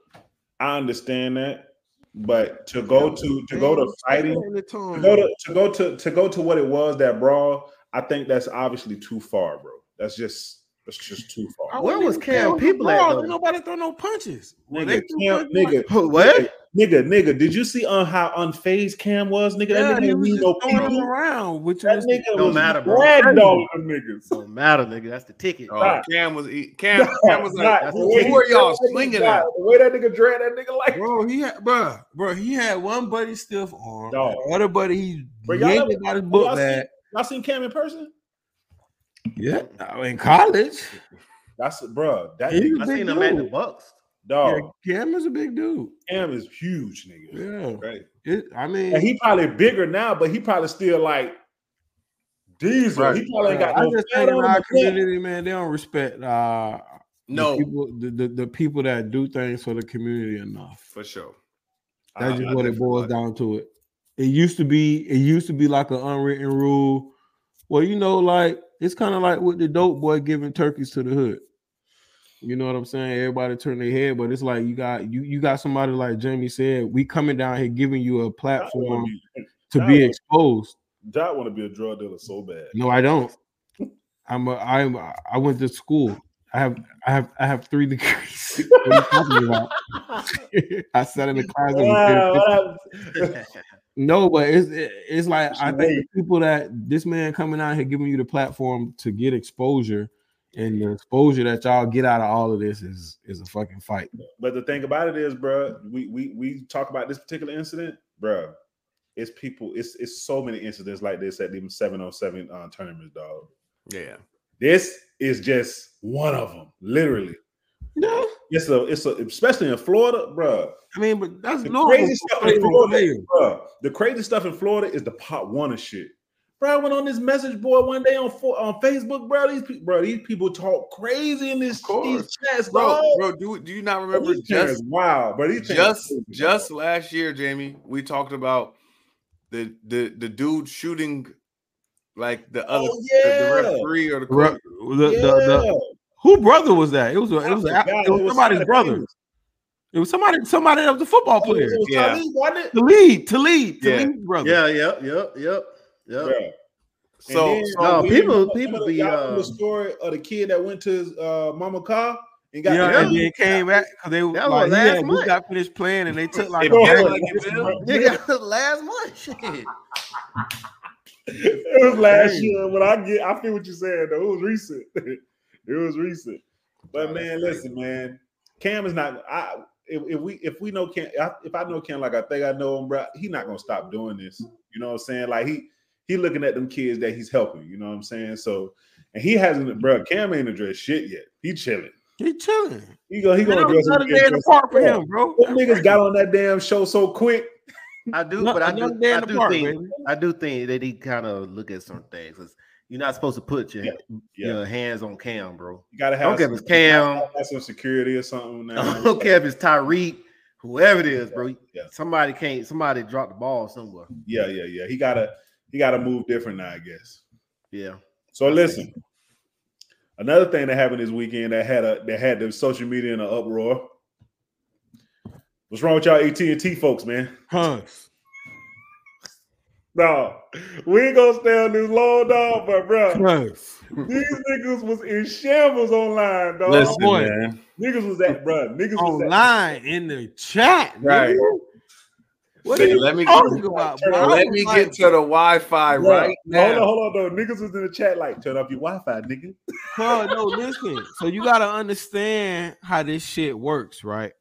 Speaker 1: I understand that, but to go to to go to fighting to go to, to go to to go to what it was that brawl, I think that's obviously too far, bro. That's just that's just too far.
Speaker 2: Where was Cam People at, though?
Speaker 3: Nobody throw no punches. Well,
Speaker 1: Nigga,
Speaker 3: they threw
Speaker 1: Cam,
Speaker 3: punches like-
Speaker 1: nigga,
Speaker 2: What?
Speaker 1: nigga, nigga, did you see on how unfazed Cam was, nigga?
Speaker 3: Yeah,
Speaker 1: that nigga
Speaker 3: he
Speaker 1: didn't
Speaker 3: was
Speaker 1: need
Speaker 3: just
Speaker 1: no
Speaker 3: throwing them
Speaker 1: people.
Speaker 3: around, which
Speaker 1: That
Speaker 3: was
Speaker 1: nigga
Speaker 2: Don't
Speaker 1: was
Speaker 2: matter, bro.
Speaker 1: rag dolling them niggas.
Speaker 2: Don't matter, nigga. That's the ticket.
Speaker 4: Oh,
Speaker 1: Stop.
Speaker 4: Cam was he-
Speaker 1: [LAUGHS]
Speaker 4: Cam, Cam was like,
Speaker 2: that's
Speaker 1: the
Speaker 2: the
Speaker 1: way
Speaker 2: way
Speaker 4: who are
Speaker 1: he-
Speaker 4: y'all
Speaker 1: that nigga
Speaker 4: slinging
Speaker 1: died,
Speaker 4: at?
Speaker 1: The way that nigga dragged that nigga like,
Speaker 3: bro. He had, bro, bro. He had one buddy stiff arm,
Speaker 1: Dog.
Speaker 3: the other buddy he
Speaker 1: Bro, y'all
Speaker 3: yanked
Speaker 1: ever-
Speaker 3: it out his
Speaker 1: y'all
Speaker 3: book
Speaker 1: seen-
Speaker 3: bag.
Speaker 1: y'all seen Cam in person?
Speaker 3: Yeah, I mean, in college.
Speaker 1: That's bro. That
Speaker 3: He-
Speaker 1: nigga,
Speaker 2: I
Speaker 3: Big
Speaker 2: seen him at the
Speaker 3: dude.
Speaker 2: Bucks. [LAUGHS]
Speaker 1: dog.
Speaker 3: Yeah, Cam is a big dude.
Speaker 1: Cam is huge, nigga.
Speaker 3: Yeah,
Speaker 1: Right.
Speaker 3: it, I mean,
Speaker 1: And he probably bigger now, but he probably still like diesel.
Speaker 4: Right.
Speaker 1: He probably ain't got
Speaker 3: I
Speaker 1: no
Speaker 3: just
Speaker 1: fat
Speaker 3: think in
Speaker 1: on
Speaker 3: our
Speaker 1: him. Yeah.
Speaker 3: community, man, they don't respect uh,
Speaker 4: No,
Speaker 3: the people, the, the, the people that do things for the community enough.
Speaker 4: for sure.
Speaker 3: That's
Speaker 1: I-
Speaker 3: just
Speaker 1: I
Speaker 3: what it
Speaker 1: definitely
Speaker 3: boils
Speaker 1: like-
Speaker 3: down to. It. It used to be. It used to be like an unwritten rule. Well, you know, like it's kind of like with the dope boy giving turkeys to the hood. You know what I'm saying? Everybody turn their head, but it's like you got you you got somebody like Jamie said. We coming down here giving you a
Speaker 1: I don't Ah, wanna
Speaker 3: platform
Speaker 1: be-
Speaker 3: to
Speaker 1: I
Speaker 3: be
Speaker 1: would-
Speaker 3: exposed.
Speaker 1: Jot want to be a drug dealer so bad.
Speaker 3: No, I don't. I'm a, I'm a, I went to school. I have I have I have three degrees. [LAUGHS] What are you talking about? [LAUGHS] I sat in the closet. and did
Speaker 1: Wow,
Speaker 3: a
Speaker 1: what up?
Speaker 3: No, but it's it- it's like
Speaker 1: It's
Speaker 3: I think the people that this man coming out here giving you the platform to get exposure, and the exposure that y'all get out of all of this is is a fucking fight.
Speaker 1: But the thing about it is, bro, we we we talk about this particular incident, bro. It's people. It's it's so many incidents like this at them seven on seven uh, tournaments, dog.
Speaker 4: Yeah,
Speaker 1: This is just one of them, literally.
Speaker 3: No,
Speaker 1: It's a it's a especially in Florida, bro.
Speaker 3: I mean, but that's
Speaker 1: The
Speaker 3: normal.
Speaker 1: crazy
Speaker 3: for
Speaker 1: stuff
Speaker 3: players.
Speaker 1: in Florida, bro. The crazy stuff in Florida is the pot one shit. Bro, I went on this message board one day on Fo- on Facebook, bro. These people, bro, these people talk crazy in this these
Speaker 4: course.
Speaker 1: chats,
Speaker 4: bro,
Speaker 1: dog.
Speaker 4: bro. Do do you not
Speaker 1: Bro,
Speaker 4: remember
Speaker 1: these parents
Speaker 4: just
Speaker 1: wild, bro. These parents
Speaker 4: just
Speaker 1: crazy,
Speaker 4: just
Speaker 1: dog.
Speaker 4: last year, Jamie, we talked about the the the dude shooting like the other
Speaker 1: Oh,
Speaker 4: the-
Speaker 1: yeah.
Speaker 4: the, referee or the
Speaker 3: Ru-
Speaker 4: coach.
Speaker 3: The, the, the, who brother was that? It was a, it was, a,
Speaker 1: I forgot.
Speaker 3: it was somebody's
Speaker 1: Tyler
Speaker 3: brother.
Speaker 1: Davis.
Speaker 3: It was somebody somebody that was a football
Speaker 1: Oh,
Speaker 3: player.
Speaker 1: It was
Speaker 4: Yeah.
Speaker 1: Talib, wasn't it?
Speaker 3: Talib, Talib,
Speaker 4: Yeah.
Speaker 3: Talib's brother.
Speaker 2: yeah, yep, yep, yep, yep.
Speaker 1: Bruh. And
Speaker 4: So,
Speaker 1: then,
Speaker 4: so
Speaker 2: No,
Speaker 1: we-
Speaker 2: people-
Speaker 1: remember-
Speaker 2: people
Speaker 1: remember
Speaker 2: be,
Speaker 1: y'all remember the
Speaker 2: uh,
Speaker 1: story of the kid that went to his uh, mama car and got
Speaker 3: Yeah,
Speaker 2: Yeah.
Speaker 3: and then came back because they
Speaker 2: was
Speaker 3: that like,
Speaker 2: last
Speaker 3: yeah, we
Speaker 2: month.
Speaker 3: got finished playing and they took like
Speaker 4: If
Speaker 3: a
Speaker 1: [LAUGHS]
Speaker 4: you
Speaker 3: break.
Speaker 4: like it, Bill,
Speaker 2: Nigga, last month. Shit.
Speaker 1: it was last year, but I get I feel what you're saying though. It was recent. [LAUGHS] it was recent. But
Speaker 4: Nah, that's
Speaker 1: man,
Speaker 4: crazy.
Speaker 1: listen, man. Cam is not I if, if we if we know Cam I, if I know Cam like I think I know him, bro, he not gonna stop doing this. You know what I'm saying? Like he he looking at them kids that he's helping, you know what I'm saying? So and he hasn't bro, Cam ain't addressed shit yet. He chilling.
Speaker 3: He chilling.
Speaker 1: He go he
Speaker 3: He
Speaker 1: gonna
Speaker 3: gonna
Speaker 1: address
Speaker 3: another
Speaker 1: some
Speaker 3: day in the
Speaker 1: kids.
Speaker 3: park for him, bro.
Speaker 1: Them niggas got on that damn show so quick.
Speaker 2: I do,
Speaker 3: No-
Speaker 2: but I
Speaker 3: another
Speaker 2: do,
Speaker 3: day in
Speaker 2: I
Speaker 3: the
Speaker 2: do
Speaker 3: park,
Speaker 2: think,
Speaker 3: baby.
Speaker 2: I do think that he kind of look at certain things. 'cause You're not supposed to put your,
Speaker 1: Yeah, yeah.
Speaker 2: your hands on Cam, bro.
Speaker 1: You gotta
Speaker 2: I don't
Speaker 1: have
Speaker 2: care
Speaker 1: some,
Speaker 2: if it's Cam.
Speaker 1: have some security or something.
Speaker 2: [LAUGHS] I
Speaker 1: Now.
Speaker 2: don't care if it's Tyreek. whoever it is, bro.
Speaker 1: Yeah.
Speaker 2: Somebody can't. Somebody dropped the ball somewhere.
Speaker 1: [LAUGHS] Yeah, yeah, yeah. He gotta he gotta move different now, I guess.
Speaker 2: Yeah.
Speaker 1: So listen, another thing that happened this weekend that had a that had the social media in an uproar. What's wrong with y'all AT and T folks, man?
Speaker 3: Hugs.
Speaker 1: No, we ain't gonna stay on this long, dog. But bro,
Speaker 3: Hugs.
Speaker 1: these niggas was in shambles online, dog.
Speaker 4: Listen,
Speaker 3: boy.
Speaker 4: man.
Speaker 1: Niggas was at, bro. Niggas was at.
Speaker 3: Online in the chat. nigga.
Speaker 4: Right.
Speaker 3: What
Speaker 4: Say,
Speaker 3: are you
Speaker 4: let me
Speaker 3: talking about, bro? I
Speaker 4: let
Speaker 3: was
Speaker 4: me
Speaker 3: like,
Speaker 4: get to the Wi-Fi
Speaker 1: Bruh,
Speaker 4: right now.
Speaker 1: Hold on, hold on, though. Niggas was in the chat like, turn off your Wi-Fi, nigga.
Speaker 3: Huh, no, listen. So you gotta understand how this shit works, right?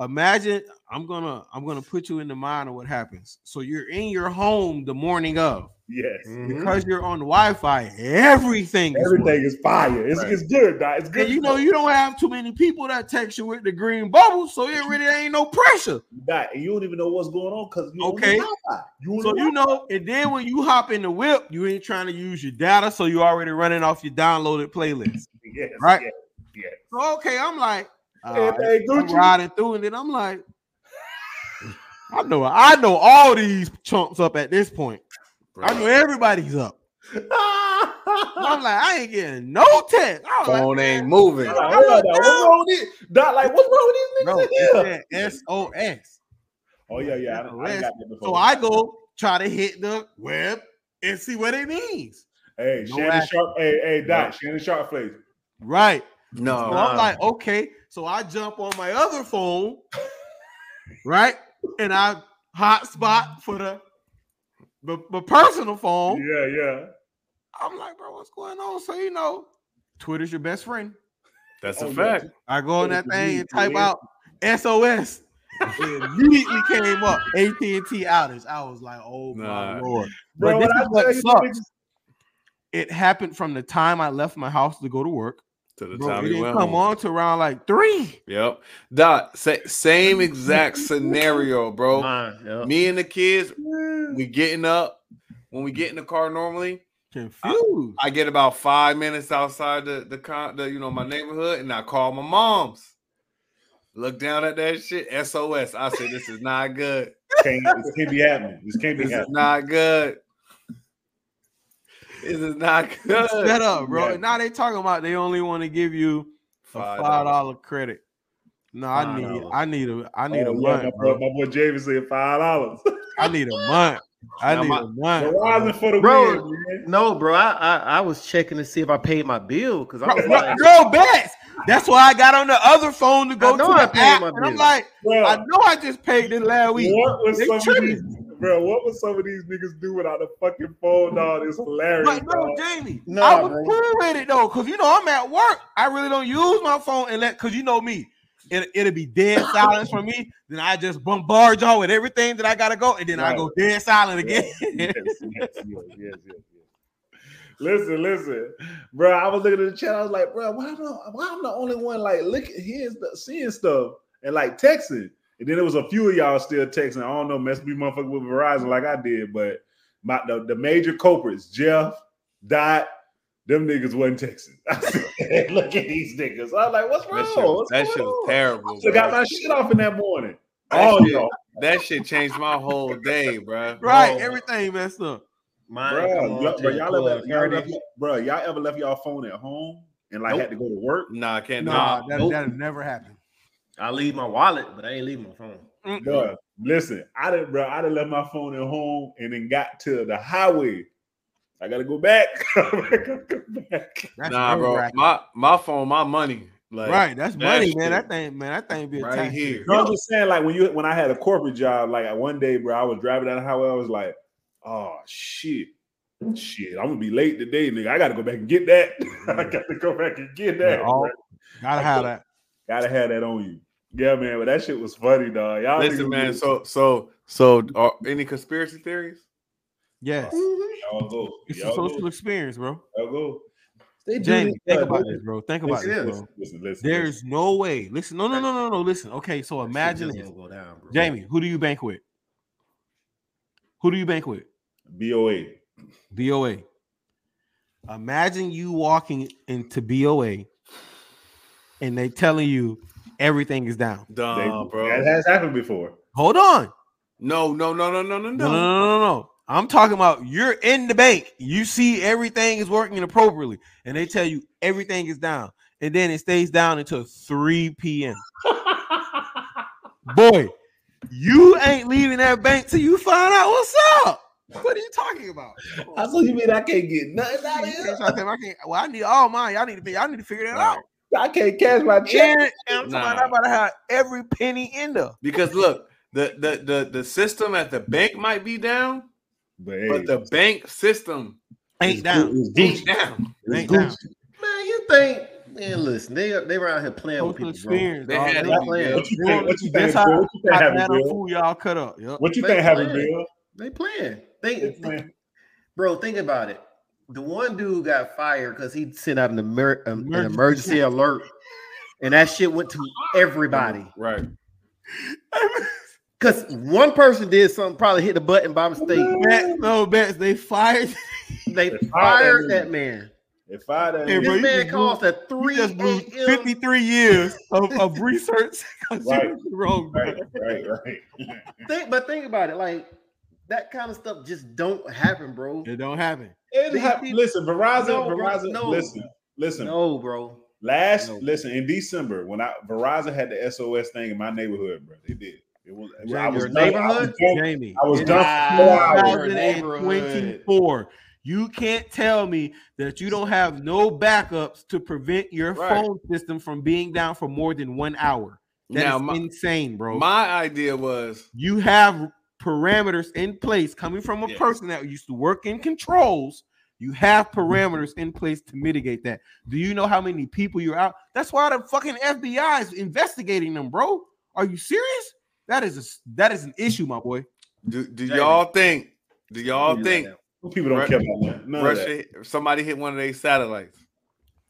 Speaker 3: Imagine I'm gonna I'm gonna put you in the mind of what happens. So you're in your home the morning of
Speaker 1: yes.
Speaker 2: Mm-hmm.
Speaker 3: because you're on Wi-Fi. Everything, is working.
Speaker 1: [LAUGHS] Everything is fire. It's,
Speaker 4: Right.
Speaker 1: it's good, dog. It's good.
Speaker 3: And you know you don't have too many people that text you with the green bubble, so it really ain't no pressure.
Speaker 1: Dog, and you don't even know what's going on because you
Speaker 3: Okay.
Speaker 1: On the Wi-Fi. You on
Speaker 3: So
Speaker 1: the
Speaker 3: you know, and then when you hop in the whip, you ain't trying to use your data, so you already running off your downloaded playlist.
Speaker 1: Wi-Fi. yes,
Speaker 3: Right.
Speaker 1: yes.
Speaker 3: So okay, I'm like,
Speaker 1: Hey,
Speaker 3: all right,
Speaker 1: hey,
Speaker 3: I'm
Speaker 1: Gucci.
Speaker 3: riding through, and then I'm like, [LAUGHS] I know, I know all these chumps up at this point. I know everybody's up. I'm like, I ain't getting no text. I was like,
Speaker 4: Phone ain't moving.
Speaker 1: Dog, hold on, dog. What's wrong with this? Dog, like, what's wrong with these
Speaker 3: bro,
Speaker 1: niggas in here?
Speaker 3: it said SOS.
Speaker 1: Oh yeah, yeah. I, done- I done got that before.
Speaker 3: So I go try to hit the web and see what it means.
Speaker 1: hey,
Speaker 3: No
Speaker 1: Shannon
Speaker 3: action.
Speaker 1: Sharp. Hey, hey, Doc. Shannon Sharp plays.
Speaker 3: Right.
Speaker 4: No, uh,
Speaker 3: So I'm like, okay. So I jump on my other phone, right? And I hotspot for the the, the personal phone.
Speaker 1: Yeah, yeah.
Speaker 3: I'm like, bro, what's going on? So you know, Twitter's your best friend.
Speaker 4: that's
Speaker 1: Oh,
Speaker 4: a fact.
Speaker 3: I go on that
Speaker 1: Twitter's
Speaker 3: thing
Speaker 1: your
Speaker 3: and type
Speaker 1: best
Speaker 3: out SOS. It immediately came up AT and T outage. I was like, oh my
Speaker 4: Nah.
Speaker 3: lord!
Speaker 1: Bro,
Speaker 3: But this
Speaker 1: when I
Speaker 3: is what
Speaker 1: tell you
Speaker 3: sucks.
Speaker 1: niggas-
Speaker 3: It happened from the time I left my house to go to work.
Speaker 4: To the
Speaker 3: Bro,
Speaker 4: time
Speaker 3: it
Speaker 4: he
Speaker 3: didn't
Speaker 4: went
Speaker 3: come
Speaker 4: home.
Speaker 3: on to around like three.
Speaker 4: Yep. Dot. Sa- same exact scenario, bro.
Speaker 2: Mine, yeah.
Speaker 4: Me and the kids, we getting up. When we get in the car normally,
Speaker 3: Confused.
Speaker 4: I get about five minutes outside the the, con- the you know my neighborhood, and I call my mom's. Look down at that shit. SOS. I said, this is not good.
Speaker 1: Can't, this can't be happening. This can't be
Speaker 4: This is
Speaker 1: happening.
Speaker 4: not good. This is not good.
Speaker 3: Set up, bro.
Speaker 1: Yeah.
Speaker 3: And now they talking about they only want to give you a
Speaker 4: Five
Speaker 3: five
Speaker 4: dollars.
Speaker 3: dollar credit. No, I
Speaker 2: Five
Speaker 3: need,
Speaker 2: dollars.
Speaker 3: I need a, I need
Speaker 1: Oh,
Speaker 3: a
Speaker 1: yeah,
Speaker 3: month,
Speaker 1: my,
Speaker 3: bro.
Speaker 1: boy, my boy Javis said five dollars.
Speaker 3: I need a month. I
Speaker 4: Now
Speaker 3: need
Speaker 4: my-
Speaker 3: a month.
Speaker 1: Verizon for the
Speaker 2: Bro,
Speaker 1: win, man.
Speaker 2: No, bro. I, I I was checking to see if I paid my bill because I was
Speaker 3: Bro,
Speaker 2: like,
Speaker 3: bro, bets. That's why I got on the other phone to go
Speaker 2: I know
Speaker 3: to
Speaker 2: I
Speaker 3: the
Speaker 2: paid
Speaker 3: app,
Speaker 2: my
Speaker 3: and I'm
Speaker 2: bill.
Speaker 3: like,
Speaker 1: Bro,
Speaker 3: I know I just paid this last week.
Speaker 1: what was
Speaker 3: They
Speaker 1: some of these,
Speaker 3: tripping.
Speaker 1: bro? What would some of these niggas do without a fucking phone? Dog, it's hilarious.
Speaker 3: But
Speaker 1: dog.
Speaker 3: no, Jamie,
Speaker 2: Nah,
Speaker 3: I was
Speaker 2: bro.
Speaker 3: cool with it though, cause you know I'm at work. I really don't use my phone and let, cause you know me. It, it'll be
Speaker 4: [LAUGHS]
Speaker 3: dead silence for me. Then I just bombard y'all with everything that I gotta go, and then I go dead silent again.
Speaker 1: [LAUGHS]
Speaker 3: [LAUGHS]
Speaker 1: yes, yes, yes, yes, yes. Listen, listen, bro. I was looking at the chat. I was like, bro, why am I, why I'm the only one like looking, here's the seeing stuff and like texting. And then there was a few of y'all still texting. I don't know, mess me motherfucker with Verizon like I did, but my the, the major culprits, Jeff, Dot, them niggas wasn't texting. [LAUGHS] I said, look at these niggas. I was like, what's wrong?
Speaker 4: That
Speaker 1: What's going
Speaker 4: shit, was- that shit was
Speaker 1: on?
Speaker 4: terrible.
Speaker 1: Shoulda got
Speaker 4: bro.
Speaker 1: my shit off in that morning. Oh,
Speaker 4: That
Speaker 1: All
Speaker 4: shit-
Speaker 1: y'all,
Speaker 4: That shit changed my whole day, bro.
Speaker 3: right,
Speaker 2: Bro.
Speaker 3: everything messed up.
Speaker 2: mine, come
Speaker 1: bro,
Speaker 2: on,
Speaker 1: y'all, bro,
Speaker 2: take
Speaker 1: y'all ever, y'all ever,
Speaker 2: 12.30.
Speaker 1: bro, y'all ever left y'all phone at home and like
Speaker 4: Nope.
Speaker 1: had to go to work?
Speaker 4: Nah, I can't.
Speaker 3: Nah,
Speaker 4: Nah,
Speaker 3: that
Speaker 2: nope.
Speaker 3: that never happened.
Speaker 2: I leave my wallet, but I ain't leave my phone.
Speaker 3: Mm-mm.
Speaker 1: Bro, listen, I didn't, bro, I done left my phone at home and then got to the highway. I gotta go back. [LAUGHS] I gotta go back.
Speaker 3: That's
Speaker 4: nah, bro.
Speaker 3: nerve-wracking.
Speaker 4: My my phone, my money. Like
Speaker 3: right, that's
Speaker 4: that
Speaker 3: money,
Speaker 4: shit
Speaker 3: man. That thing, man, that thing be a
Speaker 4: right
Speaker 3: tax.
Speaker 4: here.
Speaker 1: You know, I'm just saying, like when you when I had a corporate job, like one day, bro, I was driving down the highway. I was like, oh shit, shit, I'm gonna be late today, nigga. I gotta go back and get that. [LAUGHS] I gotta go back and get that.
Speaker 3: Man, all-
Speaker 1: bro.
Speaker 3: Gotta have that.
Speaker 1: Gotta have that on you. Yeah, man, but that shit was funny, dog. Y'all
Speaker 4: Listen,
Speaker 1: niggas
Speaker 4: man.
Speaker 1: was-
Speaker 4: So so so, are any conspiracy theories?
Speaker 3: Yes,
Speaker 1: y'all go.
Speaker 3: it's a
Speaker 1: Y'all
Speaker 3: social
Speaker 1: go.
Speaker 3: experience, bro.
Speaker 1: Y'all go. They do
Speaker 3: Jamie,
Speaker 1: this,
Speaker 3: think
Speaker 1: uh,
Speaker 3: about
Speaker 1: they-
Speaker 3: this, bro. Think about
Speaker 1: listen,
Speaker 3: this,
Speaker 1: listen,
Speaker 3: bro.
Speaker 1: Listen, listen.
Speaker 3: There's no way. Listen, no, no, no, no, no. Listen. Okay, so
Speaker 2: That shit
Speaker 3: imagine
Speaker 2: just
Speaker 3: this.
Speaker 2: won't go down, bro.
Speaker 3: Jamie, who do you bank with? Who do you bank with?
Speaker 1: BOA.
Speaker 3: BOA. Imagine you walking into BOA and they telling you everything is down.
Speaker 4: Dumb,
Speaker 1: They-
Speaker 4: bro.
Speaker 1: That has happened before.
Speaker 3: Hold on.
Speaker 4: No, no, no, no, no, no,
Speaker 3: No, no,
Speaker 4: no.
Speaker 3: no, no, no. I'm talking about you're in the bank. You see everything is working appropriately, and they tell you everything is down, and then it stays down until 3 p.m. Boy, you ain't leaving that bank till you find out what's up. What are you talking about?
Speaker 5: I saw you mean I can't get nothing out of
Speaker 3: That's
Speaker 5: it.
Speaker 3: why I said I can't- well, I need all mine. Y'all need to figure. Y'all need to figure that out.
Speaker 5: I can't cash my check.
Speaker 3: And, and I'm talking about,
Speaker 4: Nah.
Speaker 3: I about to have every penny in there.
Speaker 4: Because look, the, the the the system at the bank might be down,
Speaker 1: But, hey,
Speaker 4: but the bank system
Speaker 1: it's
Speaker 3: Ain't down.
Speaker 1: Gucci- it's
Speaker 4: ain't
Speaker 1: Gucci.
Speaker 4: down.
Speaker 1: It's
Speaker 3: Ain't
Speaker 1: Gucci.
Speaker 3: down.
Speaker 2: Man, you think? Man, listen, they they were out here playing with people, bro.
Speaker 3: Experience,
Speaker 4: They
Speaker 3: dog.
Speaker 4: had
Speaker 3: They-
Speaker 4: it,
Speaker 2: playing.
Speaker 4: Bill.
Speaker 1: What you think? What you think?
Speaker 3: That's how-
Speaker 1: Bill? What you think
Speaker 3: I
Speaker 1: happened,
Speaker 3: had a
Speaker 1: Bill?
Speaker 3: fool y'all cut up. Yup.
Speaker 1: What you
Speaker 2: They
Speaker 1: think happened,
Speaker 2: playing.
Speaker 1: Bill?
Speaker 2: They playing. They,
Speaker 1: They playing.
Speaker 2: bro, think about it. The one dude got fired because he sent out an, emer- um, an
Speaker 3: Emergency.
Speaker 2: emergency alert, and that shit went to everybody.
Speaker 4: Right.
Speaker 2: Because one person did something, probably hit the button by mistake.
Speaker 3: Bet- no bets. They fired. [LAUGHS]
Speaker 1: They
Speaker 2: They
Speaker 1: fired
Speaker 2: fired
Speaker 1: that
Speaker 2: that man.
Speaker 1: If I done,
Speaker 3: Hey, bro,
Speaker 2: This
Speaker 3: you
Speaker 2: man
Speaker 3: just
Speaker 2: calls at
Speaker 3: You
Speaker 2: three
Speaker 3: just blew
Speaker 2: a.m.
Speaker 3: 53 years of, of research. [LAUGHS] 'cause you
Speaker 1: Right.
Speaker 3: was wrong, bro.
Speaker 1: right, right, right.
Speaker 2: Think, but think about it, like that kind of stuff just don't happen, bro.
Speaker 3: It don't happen.
Speaker 1: It hap- listen, Verizon,
Speaker 2: No, bro,
Speaker 1: Verizon,
Speaker 2: no.
Speaker 1: listen, listen.
Speaker 2: No, bro.
Speaker 1: Last,
Speaker 2: No.
Speaker 1: listen, in December when I Verizon had the SOS thing in my neighborhood, bro, they did. It was I was
Speaker 3: Your
Speaker 1: done- I was
Speaker 2: neighborhood?
Speaker 1: done-
Speaker 3: Jamie.
Speaker 1: I was
Speaker 3: in
Speaker 1: done for four
Speaker 5: Wow.
Speaker 1: hours.
Speaker 3: 2024. You can't tell me that you don't have no backups to prevent your
Speaker 4: Right.
Speaker 3: phone system from being down for more than one hour. That's
Speaker 4: now my,
Speaker 3: insane, bro.
Speaker 4: my idea was
Speaker 3: you have parameters in place coming from a
Speaker 4: Yes.
Speaker 3: person that used to work in controls. You have parameters in place to mitigate that. Do you know how many people you're out? That's why the fucking FBI is investigating them, bro. Are you serious? That is a s- that is an issue, my boy.
Speaker 4: do, do
Speaker 2: Jamie.
Speaker 4: y'all think do y'all
Speaker 2: Yeah.
Speaker 4: think
Speaker 1: People don't
Speaker 4: Right.
Speaker 1: care about that. None of that.
Speaker 4: Russia somebody hit one of their satellites?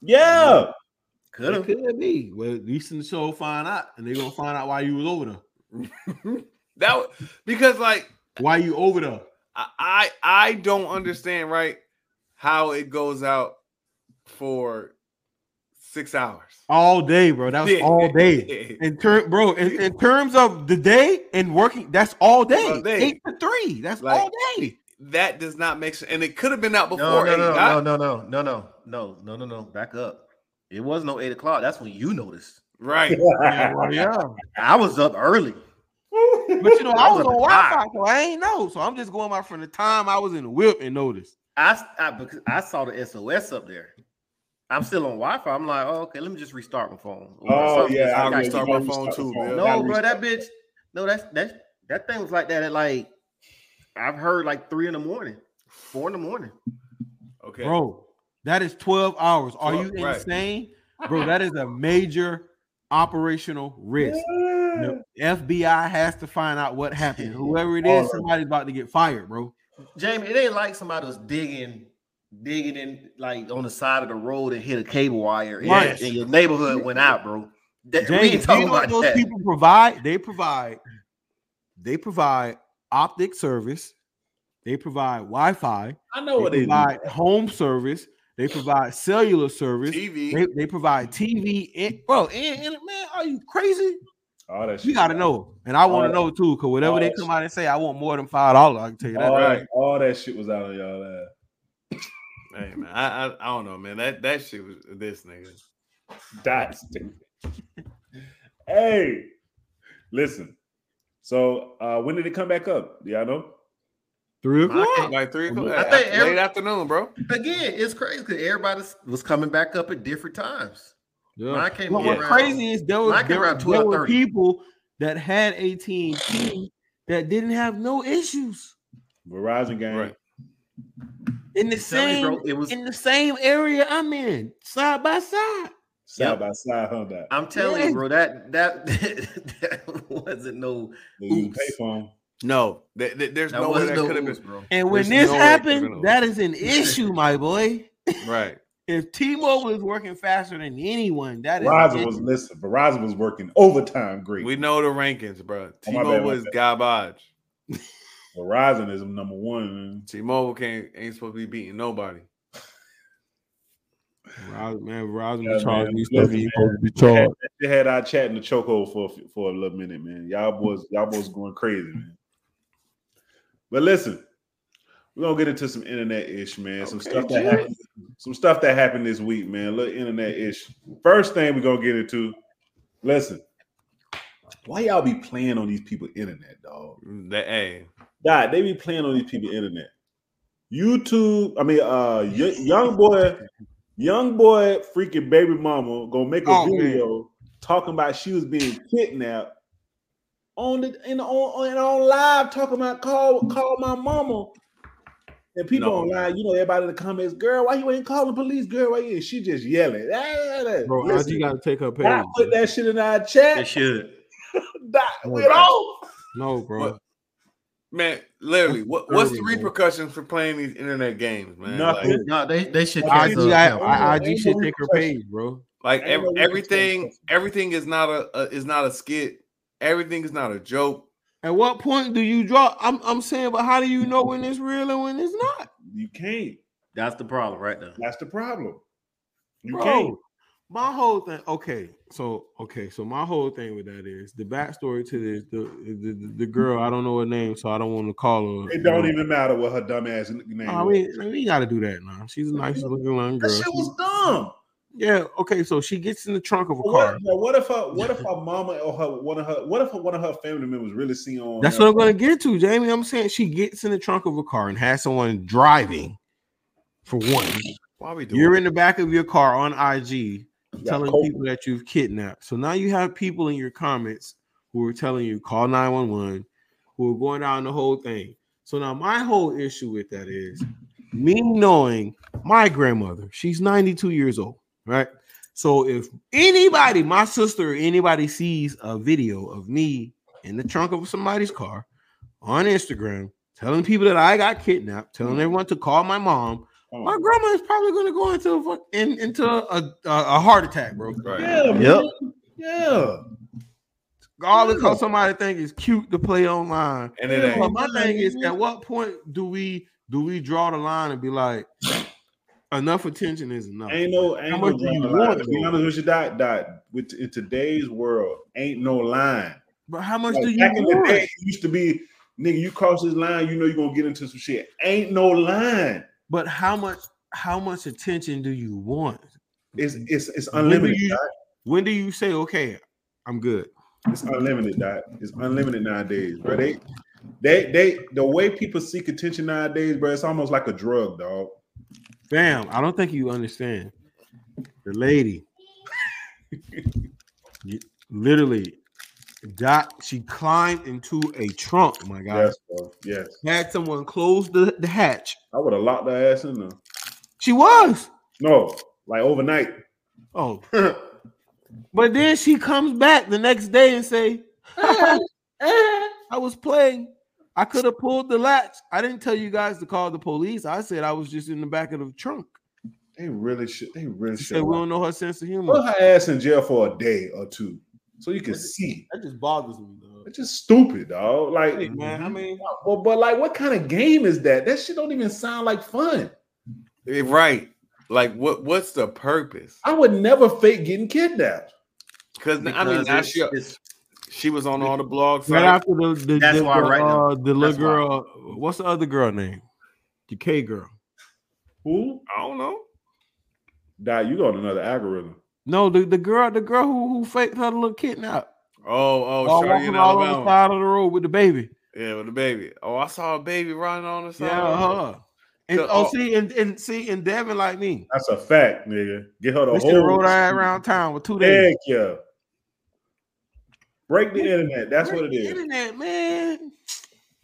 Speaker 1: Yeah,
Speaker 2: Could have.
Speaker 3: could be. Well, at least in the show, find out, and they're gonna find out why you was over there.
Speaker 4: That wa- because like
Speaker 3: Why you over there?
Speaker 4: I I, I don't understand right how it goes out for six hours.
Speaker 3: All day, bro. That was
Speaker 4: [LAUGHS] Yeah.
Speaker 3: all day. In term, bro, in, in terms of the day and working, that's all day.
Speaker 4: All day.
Speaker 3: Eight to three. That's
Speaker 4: Like-
Speaker 3: all day.
Speaker 4: that does not make sense. And it could have been out
Speaker 2: No,
Speaker 4: before.
Speaker 2: no,
Speaker 4: eight,
Speaker 2: no,
Speaker 4: I-
Speaker 2: no, no, no, no, no, no, no, no, no. Back up. It was no eight o'clock. That's when you noticed.
Speaker 4: Right.
Speaker 3: yeah, well, Oh, yeah.
Speaker 2: I was up early.
Speaker 3: But you know, I was on
Speaker 2: Wow.
Speaker 3: Wi-Fi, so I ain't know. So I'm just going by from the time I was in the whip and noticed.
Speaker 2: I I, because I saw the SOS up there. I'm still on Wi-Fi. I'm like, oh, okay, let me just restart my phone. or
Speaker 1: Oh
Speaker 2: something.
Speaker 1: yeah,
Speaker 2: I
Speaker 1: I
Speaker 2: got-
Speaker 4: restart
Speaker 1: you
Speaker 4: my
Speaker 1: know,
Speaker 4: phone
Speaker 1: restart
Speaker 4: too,
Speaker 1: the phone. I
Speaker 4: Bill.
Speaker 2: No, bro,
Speaker 1: restart-
Speaker 2: that bitch. No, that's that's that thing was like that at like I've heard like three in the morning, four in the morning.
Speaker 4: [LAUGHS] Okay.
Speaker 3: Bro, that is 12 hours. Are you
Speaker 4: Twelve, right.
Speaker 3: insane? Bro, that is a major operational risk. The FBI has to find out what happened. Whoever it
Speaker 1: All
Speaker 3: is,
Speaker 1: right.
Speaker 3: somebody's about to get fired, bro.
Speaker 2: Jamie, it ain't like somebody was digging, digging in like on the side of the road and hit a cable wire, and,
Speaker 3: Yes.
Speaker 2: and your neighborhood went out, bro. That, we
Speaker 3: James,
Speaker 2: ain't
Speaker 3: do you
Speaker 2: talking
Speaker 3: know what
Speaker 2: about
Speaker 3: those
Speaker 2: that.
Speaker 3: people provide? They provide, they provide optic service, they provide Wi-Fi,
Speaker 1: I know what
Speaker 3: they
Speaker 1: they do.
Speaker 3: provide home service, they provide cellular service.
Speaker 4: TV.
Speaker 3: They, they provide TV, and, bro. And, and man, are you crazy?
Speaker 1: All that
Speaker 3: You
Speaker 1: shit.
Speaker 3: gotta know, and I want to
Speaker 2: uh,
Speaker 1: Oh.
Speaker 3: know too. Cause whatever
Speaker 1: Oh,
Speaker 3: they
Speaker 1: that's-
Speaker 3: come out and say, I want more than five dollars. I can tell you
Speaker 2: uh,
Speaker 3: that.
Speaker 1: All
Speaker 4: right.
Speaker 1: that, all that shit was out on y'all. ass.
Speaker 4: Hey, man, I, I I don't know, man. That that shit was this nigga.
Speaker 1: That's stupid. hey, listen. So uh when did it come back up? Do y'all know?
Speaker 3: Three
Speaker 2: My-
Speaker 3: o'clock.
Speaker 4: Like three o'clock.
Speaker 2: I think
Speaker 4: late
Speaker 2: every-
Speaker 4: afternoon, bro.
Speaker 2: Again, it's crazy because everybody was coming back up at different times.
Speaker 3: Yeah.
Speaker 2: Mine came
Speaker 3: But
Speaker 2: up
Speaker 3: what
Speaker 2: around-
Speaker 3: crazy is there was
Speaker 2: Mine came
Speaker 3: there,
Speaker 2: around
Speaker 3: there were
Speaker 2: 12:30.
Speaker 3: people that had AT and T that didn't have no issues
Speaker 1: Verizon game.
Speaker 4: Right.
Speaker 3: in the
Speaker 2: I'm telling you,
Speaker 3: same
Speaker 2: bro, it was.
Speaker 3: in the same area I'm in, side by side.
Speaker 1: Side
Speaker 2: Yep.
Speaker 1: by side Hyundai.
Speaker 2: I'm telling
Speaker 3: Yeah.
Speaker 2: you, bro. That that [LAUGHS] that wasn't no.
Speaker 1: They use
Speaker 2: Oops.
Speaker 1: payphone.
Speaker 4: No, th- th- there's
Speaker 2: That
Speaker 4: no way
Speaker 2: wasn't
Speaker 4: that
Speaker 2: no
Speaker 4: could
Speaker 2: [LAUGHS]
Speaker 4: have
Speaker 2: ooze,
Speaker 4: been
Speaker 2: bro.
Speaker 3: And when
Speaker 4: There's
Speaker 3: this
Speaker 4: no way it could've been
Speaker 3: happened,
Speaker 4: over.
Speaker 3: that is an [LAUGHS] issue, my boy.
Speaker 4: right.
Speaker 3: If T-Mobile is working faster than anyone, that is an
Speaker 1: Verizon was
Speaker 3: issue.
Speaker 1: listen. Verizon was working overtime great.
Speaker 4: We know the rankings, bro.
Speaker 1: Oh,
Speaker 4: T
Speaker 1: my bad,
Speaker 4: Mobile
Speaker 1: my
Speaker 4: is garbage.
Speaker 1: Verizon is number one.
Speaker 4: T Mobile can't ain't supposed to be beating nobody.
Speaker 3: Verizon, man, Verizon
Speaker 1: Yeah,
Speaker 3: be charging
Speaker 1: man.
Speaker 3: me stuff.
Speaker 1: Listen,
Speaker 3: You supposed to be
Speaker 1: Had,
Speaker 3: charged.
Speaker 1: they had our chat in the chokehold for a few- for a little minute, man. Y'all boys, y'all boys going crazy, man. But listen, we're gonna get into some internet ish, man. Some
Speaker 4: Okay,
Speaker 1: stuff that
Speaker 4: Jay.
Speaker 1: happened, some stuff that happened this week, man. Little internet ish. First thing we're gonna get into. Listen, why y'all be playing on these people internet, dog?
Speaker 4: Mm, That hey,
Speaker 1: God, they be playing on these people internet. YouTube, I mean, uh, y- young boy, young boy, freaking baby mama gonna make a
Speaker 3: Oh, man.
Speaker 1: video talking about she was being kidnapped on the in the- on, on, on live talking about call call my mama. And people
Speaker 4: No,
Speaker 1: online, you know, everybody in the comments, girl, why you ain't calling police, girl? Why you? ain't-" She just yelling. Ah, ah, ah.
Speaker 3: Bro,
Speaker 1: Listen,
Speaker 3: IG got to take her page.
Speaker 1: Doc put that shit in our chat.
Speaker 6: They should.
Speaker 1: Doc, we all.
Speaker 3: No, bro.
Speaker 4: What? man, literally, what, what's the
Speaker 3: Early, bro.
Speaker 4: repercussions for playing these internet games, man?
Speaker 1: Nothing.
Speaker 4: Like,
Speaker 6: No, they they should.
Speaker 1: I
Speaker 3: IG,
Speaker 6: cancel
Speaker 3: got,
Speaker 6: account.
Speaker 3: I, IG
Speaker 1: Ain't
Speaker 3: should
Speaker 1: no
Speaker 3: take her
Speaker 1: repercussions.
Speaker 3: page, bro.
Speaker 4: like
Speaker 1: I ain't
Speaker 4: ev-
Speaker 1: no repercussions.
Speaker 4: everything, everything is not a, a is not a skit. Everything is not a joke.
Speaker 3: At what point do you draw? I'm, I'm saying, but how do you know when it's real and when it's not,
Speaker 1: You can't.
Speaker 6: That's the problem right there.
Speaker 1: That's the problem. You
Speaker 3: bro?
Speaker 1: can't.
Speaker 3: My whole thing. Okay, so okay, so my whole thing with that is the backstory to this. The the, the, the girl, I don't know her name, so I don't want to call her.
Speaker 1: It don't even matter what her dumb ass name
Speaker 3: I
Speaker 1: was.
Speaker 3: mean, Oh, we gotta do that now. She's a nice looking young
Speaker 1: That
Speaker 3: girl.
Speaker 1: shit
Speaker 3: [LAUGHS]
Speaker 1: was dumb.
Speaker 3: yeah. Okay. So she gets in the trunk of a
Speaker 1: But
Speaker 3: car.
Speaker 1: What, Oh, but what if her what if her mama or her one of her what if one of her family members really seen on
Speaker 3: That's what I'm gonna get to, Jamie. I'm saying she gets in the trunk of a car and has someone driving. For one,
Speaker 4: Why are we doing?
Speaker 3: you're in the back of your car on IG
Speaker 1: You got
Speaker 3: telling
Speaker 1: coke.
Speaker 3: people that you've kidnapped. So now you have people in your comments who are telling you call 911, who are going down the whole thing. So now my whole issue with that is me knowing my grandmother, she's 92 years old, right? So if anybody, my sister, or anybody sees a video of me in the trunk of somebody's car on Instagram telling people that I got kidnapped, telling
Speaker 1: Mm-hmm.
Speaker 3: everyone to call my mom,
Speaker 1: Come
Speaker 3: my
Speaker 1: on.
Speaker 3: grandma is probably gonna go into a, fuck- in, into a, a, a heart attack, bro.
Speaker 4: Right.
Speaker 1: Yeah, man. Yeah.
Speaker 3: All because somebody think it's cute to play online.
Speaker 4: And it
Speaker 3: But
Speaker 4: ain't.
Speaker 3: my thing is, at what point do we do we draw the line and be like, enough attention is enough?
Speaker 1: Ain't no ain't
Speaker 3: much
Speaker 1: no
Speaker 3: do you
Speaker 1: drama line.
Speaker 3: want,
Speaker 1: To be
Speaker 3: though?
Speaker 1: honest with you, dot dot. With in today's world, ain't no line.
Speaker 3: But how much
Speaker 1: Like,
Speaker 3: do you
Speaker 1: back in the
Speaker 3: want?
Speaker 1: day, it used to be nigga, you cross this line, you know you're gonna get into some shit. Ain't no line.
Speaker 3: But how much how much attention do you want?
Speaker 1: It's it's it's
Speaker 3: When do
Speaker 1: unlimited.
Speaker 3: you-
Speaker 1: Doc.
Speaker 3: When do you say, okay, I'm good?
Speaker 1: It's unlimited, Doc. It's unlimited nowadays, bro. They, they, they, the way people seek attention nowadays, bro, it's almost like a drug, dog.
Speaker 3: Bam. I don't think you understand. The lady. [LAUGHS] You- Literally, dot she climbed into a trunk, my guy.
Speaker 1: Yes, bro. Yes.
Speaker 3: Had someone close the, the hatch.
Speaker 1: I would have locked their ass in there.
Speaker 3: She was.
Speaker 1: No, like overnight.
Speaker 3: Oh. [LAUGHS] but then she comes back the next day and say, I was playing. I could have pulled the latch. I didn't tell you guys to call the police. I said I was just in the back of the trunk.
Speaker 1: They really should. They really
Speaker 3: She
Speaker 1: should.
Speaker 3: said we don't know her sense of humor.
Speaker 1: Put her ass in jail for a day or two, so you can see.
Speaker 3: That just bothers me, dog.
Speaker 1: It's just stupid, dog. Like,
Speaker 3: Hey, man, I mean,
Speaker 1: well, but like, what kind of game is that? That shit don't even sound like fun.
Speaker 4: Eh, Right. Like what? What's the purpose?
Speaker 1: I would never fake getting kidnapped.
Speaker 4: Because I mean,
Speaker 6: Because
Speaker 4: now
Speaker 6: it's-
Speaker 4: she
Speaker 6: it's-
Speaker 4: she was on all the blogs.
Speaker 3: right after the the,
Speaker 6: That's
Speaker 3: the,
Speaker 6: why right now-
Speaker 3: uh, the little
Speaker 6: that's why.
Speaker 3: girl, what's the other girl name? The K girl.
Speaker 1: Who?
Speaker 4: I don't know.
Speaker 1: Nah, you got another algorithm.
Speaker 3: No, the, the girl, the girl who, who faked her little kidnap.
Speaker 4: Oh, oh,
Speaker 3: Oh,
Speaker 4: Shorty in
Speaker 3: walking all on the
Speaker 4: Alabama.
Speaker 3: side of the road with the baby.
Speaker 4: Yeah, with the baby. Oh, I saw a baby running on the side.
Speaker 3: Yeah, uh-huh. her. And
Speaker 4: The-
Speaker 3: oh,
Speaker 4: oh.
Speaker 3: see, and, and see, and Devin like me.
Speaker 1: That's a fact, nigga. Get her the
Speaker 3: We should
Speaker 1: whole
Speaker 3: have rode her around town with two days.
Speaker 1: Heck yeah. Break the internet. That's what it is.
Speaker 3: Internet, man.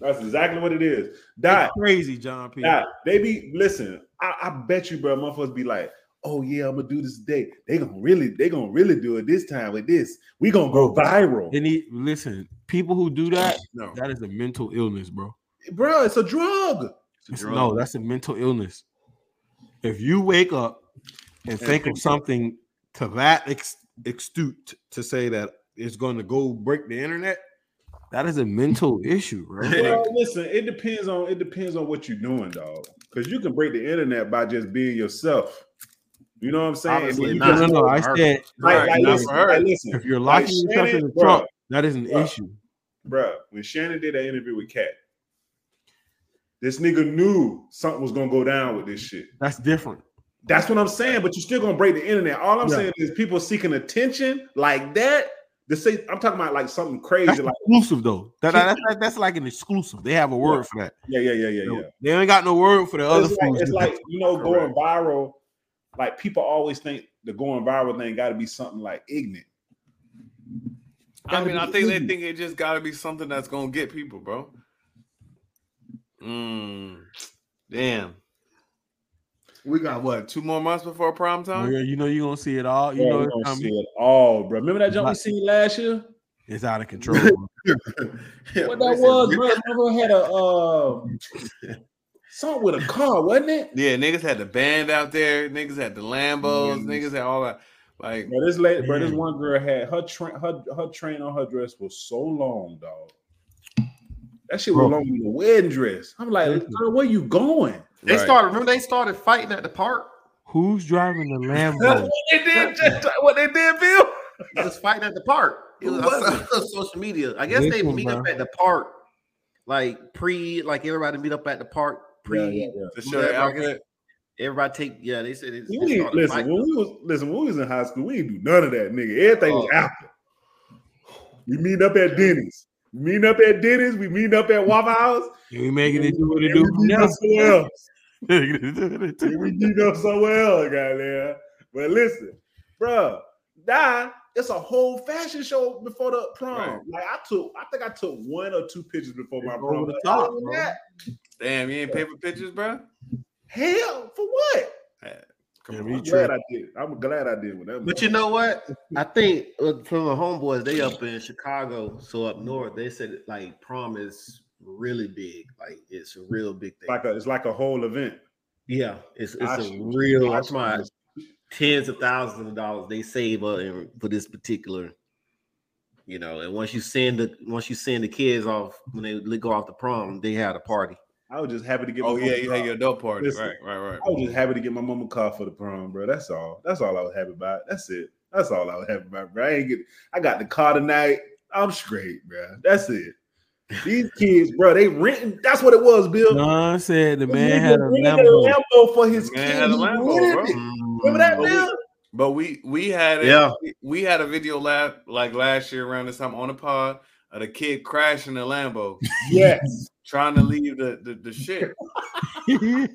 Speaker 1: That's exactly what it is. Dot.
Speaker 3: It's crazy, John P.
Speaker 1: Dot. They be listen. I, I bet you, bro, motherfuckers be like, oh yeah, I'm gonna do this today. They gonna really, they gonna really do it this time with this. We gonna go viral.
Speaker 3: They need listen. People who do that,
Speaker 4: No.
Speaker 3: that is a mental illness, bro.
Speaker 1: Bro, it's a drug.
Speaker 3: It's- no, that's a mental illness. If you wake up and think of something to that ex- extent to say that it's going to go break the internet, that is a mental
Speaker 1: [LAUGHS]
Speaker 3: issue, bro.
Speaker 1: Bro, listen, it depends on it depends on what you're doing, dog. Because you can break the internet by just being yourself. You know what I'm saying?
Speaker 6: Honestly,
Speaker 1: And you
Speaker 6: nah.
Speaker 1: can-
Speaker 3: No, no, I said
Speaker 1: like, like,
Speaker 4: not
Speaker 1: listen,
Speaker 4: for her.
Speaker 1: like, listen,
Speaker 3: if you're
Speaker 1: Like
Speaker 3: locking yourself
Speaker 1: Shannon,
Speaker 3: in the
Speaker 1: bruh.
Speaker 3: trunk, that is an
Speaker 1: Bruh.
Speaker 3: issue.
Speaker 1: bruh, when Shannon did that interview with Cat, this nigga knew something was gonna go down with this shit.
Speaker 3: That's different.
Speaker 1: That's what I'm saying, but you're still gonna break the internet. All I'm
Speaker 3: Yeah.
Speaker 1: saying is people seeking attention like that. To say, I'm talking about like something crazy,
Speaker 3: That's
Speaker 1: like
Speaker 3: exclusive though. That, that- that's, that's like an exclusive. They have a word for that.
Speaker 1: yeah, yeah, yeah, yeah, yeah.
Speaker 3: They ain't got no word for the other
Speaker 1: it's like,
Speaker 3: foods.
Speaker 1: it's like you know, going viral. Like people always think the going viral thing got to be something like ignorant.
Speaker 4: I mean, I think they think it just got to be something that's gonna get people, bro. Mm, damn. We
Speaker 2: [LAUGHS]
Speaker 4: got what two more months before prime time?
Speaker 3: Nigga, you know you're gonna see it all. You
Speaker 1: Bro,
Speaker 3: know
Speaker 1: we
Speaker 3: it's,
Speaker 1: don't
Speaker 3: coming.
Speaker 1: see it all, bro. Remember that jump we
Speaker 3: Like-
Speaker 1: seen last year?
Speaker 3: it's out of control.
Speaker 1: [LAUGHS]
Speaker 3: bro.
Speaker 4: Yeah,
Speaker 1: What
Speaker 4: they
Speaker 1: that
Speaker 4: said-
Speaker 1: was, bro? Remember had a
Speaker 3: [LAUGHS]
Speaker 1: um, something with a car, wasn't it?
Speaker 4: Yeah, niggas had the band out there. Niggas had the Lambos.
Speaker 1: Mhm.
Speaker 4: Niggas had all that. Like,
Speaker 1: Bro, this lady, bro, this
Speaker 3: Man.
Speaker 1: one girl had her train, her her train on her dress was so long, dog. That shit was
Speaker 3: Bro.
Speaker 1: longer than a wedding dress. I'm like,
Speaker 3: Listen.
Speaker 1: girl, where you going?
Speaker 6: They
Speaker 4: Right.
Speaker 6: started. Remember, they started fighting at the park.
Speaker 3: Who's driving the
Speaker 4: That's
Speaker 1: [LAUGHS]
Speaker 3: Lambo?
Speaker 4: what they did. Just like what they did, Bill.
Speaker 6: It was fighting at the park. It was,
Speaker 4: What?
Speaker 6: I saw it on social media. I guess they
Speaker 3: Listen,
Speaker 6: meet
Speaker 3: bro.
Speaker 6: up at the park, like pre, like everybody meet up at the park pre.
Speaker 1: Yeah, yeah, yeah.
Speaker 4: The shirt outfit.
Speaker 6: Everybody take. Yeah, they said. It's,
Speaker 1: We ain't, listen, when we was listen, when we was in high school, we didn't do none of that, nigga. Everything was
Speaker 6: Oh.
Speaker 1: after. We meet up at Denny's. We meet up at Denny's. We meet up at Waffle House.
Speaker 3: Can we making it do what it
Speaker 1: and
Speaker 3: do
Speaker 1: we meet up
Speaker 3: [LAUGHS]
Speaker 1: somewhere else. And we
Speaker 3: now?
Speaker 1: meet up somewhere else, goddamn. But listen, bruh, nah, it's a whole fashion show before the prom.
Speaker 4: Right.
Speaker 1: Like I took, I think I took one or two pictures before my
Speaker 3: Over
Speaker 1: prom.
Speaker 3: the
Speaker 1: But
Speaker 3: top,
Speaker 1: other than
Speaker 3: bro.
Speaker 1: that,
Speaker 4: Damn, you ain't pay for pictures, bro.
Speaker 1: hell, for what?
Speaker 4: Come
Speaker 3: Yeah,
Speaker 4: on.
Speaker 3: me
Speaker 1: I'm
Speaker 3: too.
Speaker 1: glad I did. I'm glad I did with that.
Speaker 6: But you know what? I think uh, from the homeboys, they up in Chicago, so up north, they said like prom is really big. Like it's a real big thing.
Speaker 1: it's like a, it's like a whole event.
Speaker 6: yeah, it's it's
Speaker 1: I
Speaker 6: a
Speaker 1: should-
Speaker 6: real.
Speaker 1: I
Speaker 6: That's
Speaker 1: should
Speaker 6: my
Speaker 1: just-
Speaker 6: tens of thousands of dollars they save up in- for this particular. You know, and once you send the once you send the kids off when they li- go off to prom, they had a party.
Speaker 1: I was just happy to get.
Speaker 4: Oh
Speaker 1: my
Speaker 4: yeah,
Speaker 1: mama
Speaker 4: you
Speaker 1: car.
Speaker 4: had your adult party.
Speaker 1: Listen.
Speaker 4: Right, right, right.
Speaker 1: I was just happy to get my mama car for the prom, bro. That's all. That's all I was happy about. That's it. That's all I was happy about, bro. I ain't get. I got the car tonight. I'm straight, bro. That's it. These kids, bro, they renting. That's what it was, Bill.
Speaker 3: Don said the
Speaker 1: The
Speaker 3: man
Speaker 1: nigga
Speaker 3: had a
Speaker 1: rented
Speaker 3: Lambo. [LAUGHS]
Speaker 1: Lambo for his
Speaker 4: Man
Speaker 1: kids.
Speaker 4: had a
Speaker 1: He
Speaker 4: Lambo,
Speaker 1: rented
Speaker 4: bro.
Speaker 1: it. Remember that,
Speaker 6: Mm. [LAUGHS]
Speaker 1: Bill?
Speaker 4: But we we had it.
Speaker 6: Yeah.
Speaker 4: We had a video lab like last year around this time on the pod of the kid crashing the Lambo,
Speaker 1: Yes.
Speaker 4: trying to leave the the, the shit.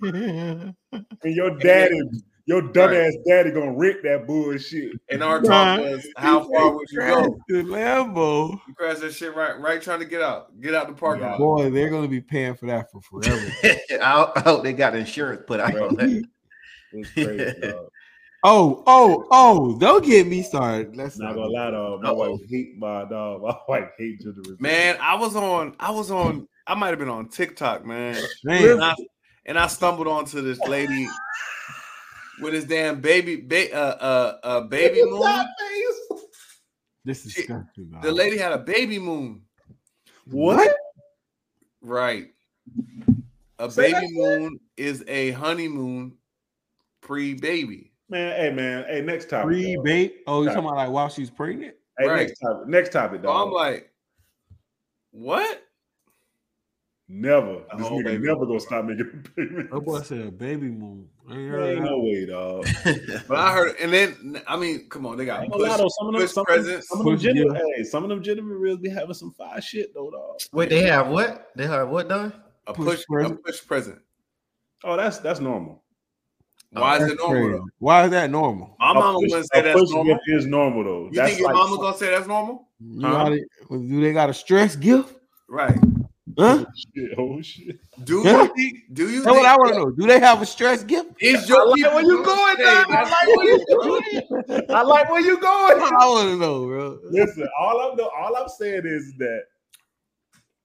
Speaker 1: And
Speaker 4: [LAUGHS]
Speaker 1: your daddy, your dumbass daddy, gonna rent that bullshit.
Speaker 4: And our talk was, how far would you go?
Speaker 3: the Lambo.
Speaker 4: You crash that shit right, right, trying to get out, get out the parking lot.
Speaker 3: Boy, they're gonna be paying for that for forever.
Speaker 6: out, out, they got insurance put out on that.
Speaker 1: It's crazy, dog.
Speaker 3: oh, oh, oh! Don't get me started. Let's
Speaker 1: Not
Speaker 3: not.
Speaker 1: gonna lie, dog. My
Speaker 6: Uh-oh.
Speaker 1: wife hate my dog. My wife hate Jinder. Mahal.
Speaker 4: Man, I was on, I was on, I might have been on TikTok, man.
Speaker 3: Man,
Speaker 4: And I, and I stumbled onto this lady with his damn baby, ba- uh, uh,
Speaker 1: [LAUGHS]
Speaker 4: uh, baby moon.
Speaker 3: this is disgusting.
Speaker 4: The lady had a baby moon,
Speaker 1: What?
Speaker 4: right? A
Speaker 1: Say
Speaker 4: baby
Speaker 1: that
Speaker 4: moon is a honeymoon pre-baby.
Speaker 1: Man, hey man, hey, next topic.
Speaker 3: Free
Speaker 1: dog.
Speaker 3: bait. Oh, you talking about like while she's pregnant?
Speaker 1: Hey,
Speaker 4: Right.
Speaker 1: next topic. Next topic,
Speaker 4: So
Speaker 1: dog.
Speaker 4: I'm like, what?
Speaker 1: never.
Speaker 4: The
Speaker 1: This
Speaker 4: whole
Speaker 1: nigga
Speaker 4: baby.
Speaker 1: never gonna stop making [LAUGHS] payments.
Speaker 3: That Oh, boy said a baby moon. I ain't heard
Speaker 1: Ain't
Speaker 3: that.
Speaker 1: no way,
Speaker 4: [LAUGHS]
Speaker 1: dog.
Speaker 4: But I heard, and then I mean, come on, they got
Speaker 1: Ain't gonna
Speaker 4: push,
Speaker 1: lie, though, some of them,
Speaker 4: push
Speaker 1: some, of them-
Speaker 4: presents.
Speaker 1: some of them,
Speaker 3: Push
Speaker 1: gentlemen,
Speaker 3: deal.
Speaker 1: hey, some of them gentlemen really be having some fire shit though, dog.
Speaker 6: [LAUGHS] Wait, they have what? They have what done?
Speaker 4: a
Speaker 3: Push
Speaker 4: push,
Speaker 3: present.
Speaker 4: a push present.
Speaker 1: Oh, that's that's normal.
Speaker 4: Why is
Speaker 3: That's
Speaker 4: it normal?
Speaker 3: crazy.
Speaker 4: though?
Speaker 3: Why is that normal?
Speaker 4: My
Speaker 1: A
Speaker 4: mama
Speaker 1: push-
Speaker 4: wouldn't
Speaker 1: a
Speaker 4: say that's
Speaker 1: push
Speaker 4: normal.
Speaker 1: gift is normal though.
Speaker 4: You
Speaker 1: that's
Speaker 4: think your
Speaker 1: like
Speaker 4: mama gonna say that's normal?
Speaker 3: You,
Speaker 1: Huh?
Speaker 3: gotta- do they got a stress gift?
Speaker 4: Right.
Speaker 3: Huh?
Speaker 1: [LAUGHS] shit, oh shit.
Speaker 4: Do
Speaker 3: Yeah.
Speaker 4: you think? Do you
Speaker 3: That's what
Speaker 4: think?
Speaker 3: I want to know. Do they have a stress gift?
Speaker 4: Is your
Speaker 5: like
Speaker 4: people
Speaker 5: where you
Speaker 4: gonna
Speaker 5: going,
Speaker 4: say
Speaker 5: dog. I
Speaker 4: that's
Speaker 5: like where you
Speaker 4: normal, bro?
Speaker 5: I like where you
Speaker 4: Oh,
Speaker 5: going.
Speaker 3: I want to know, bro.
Speaker 1: Listen, all I'm know- all I'm saying is that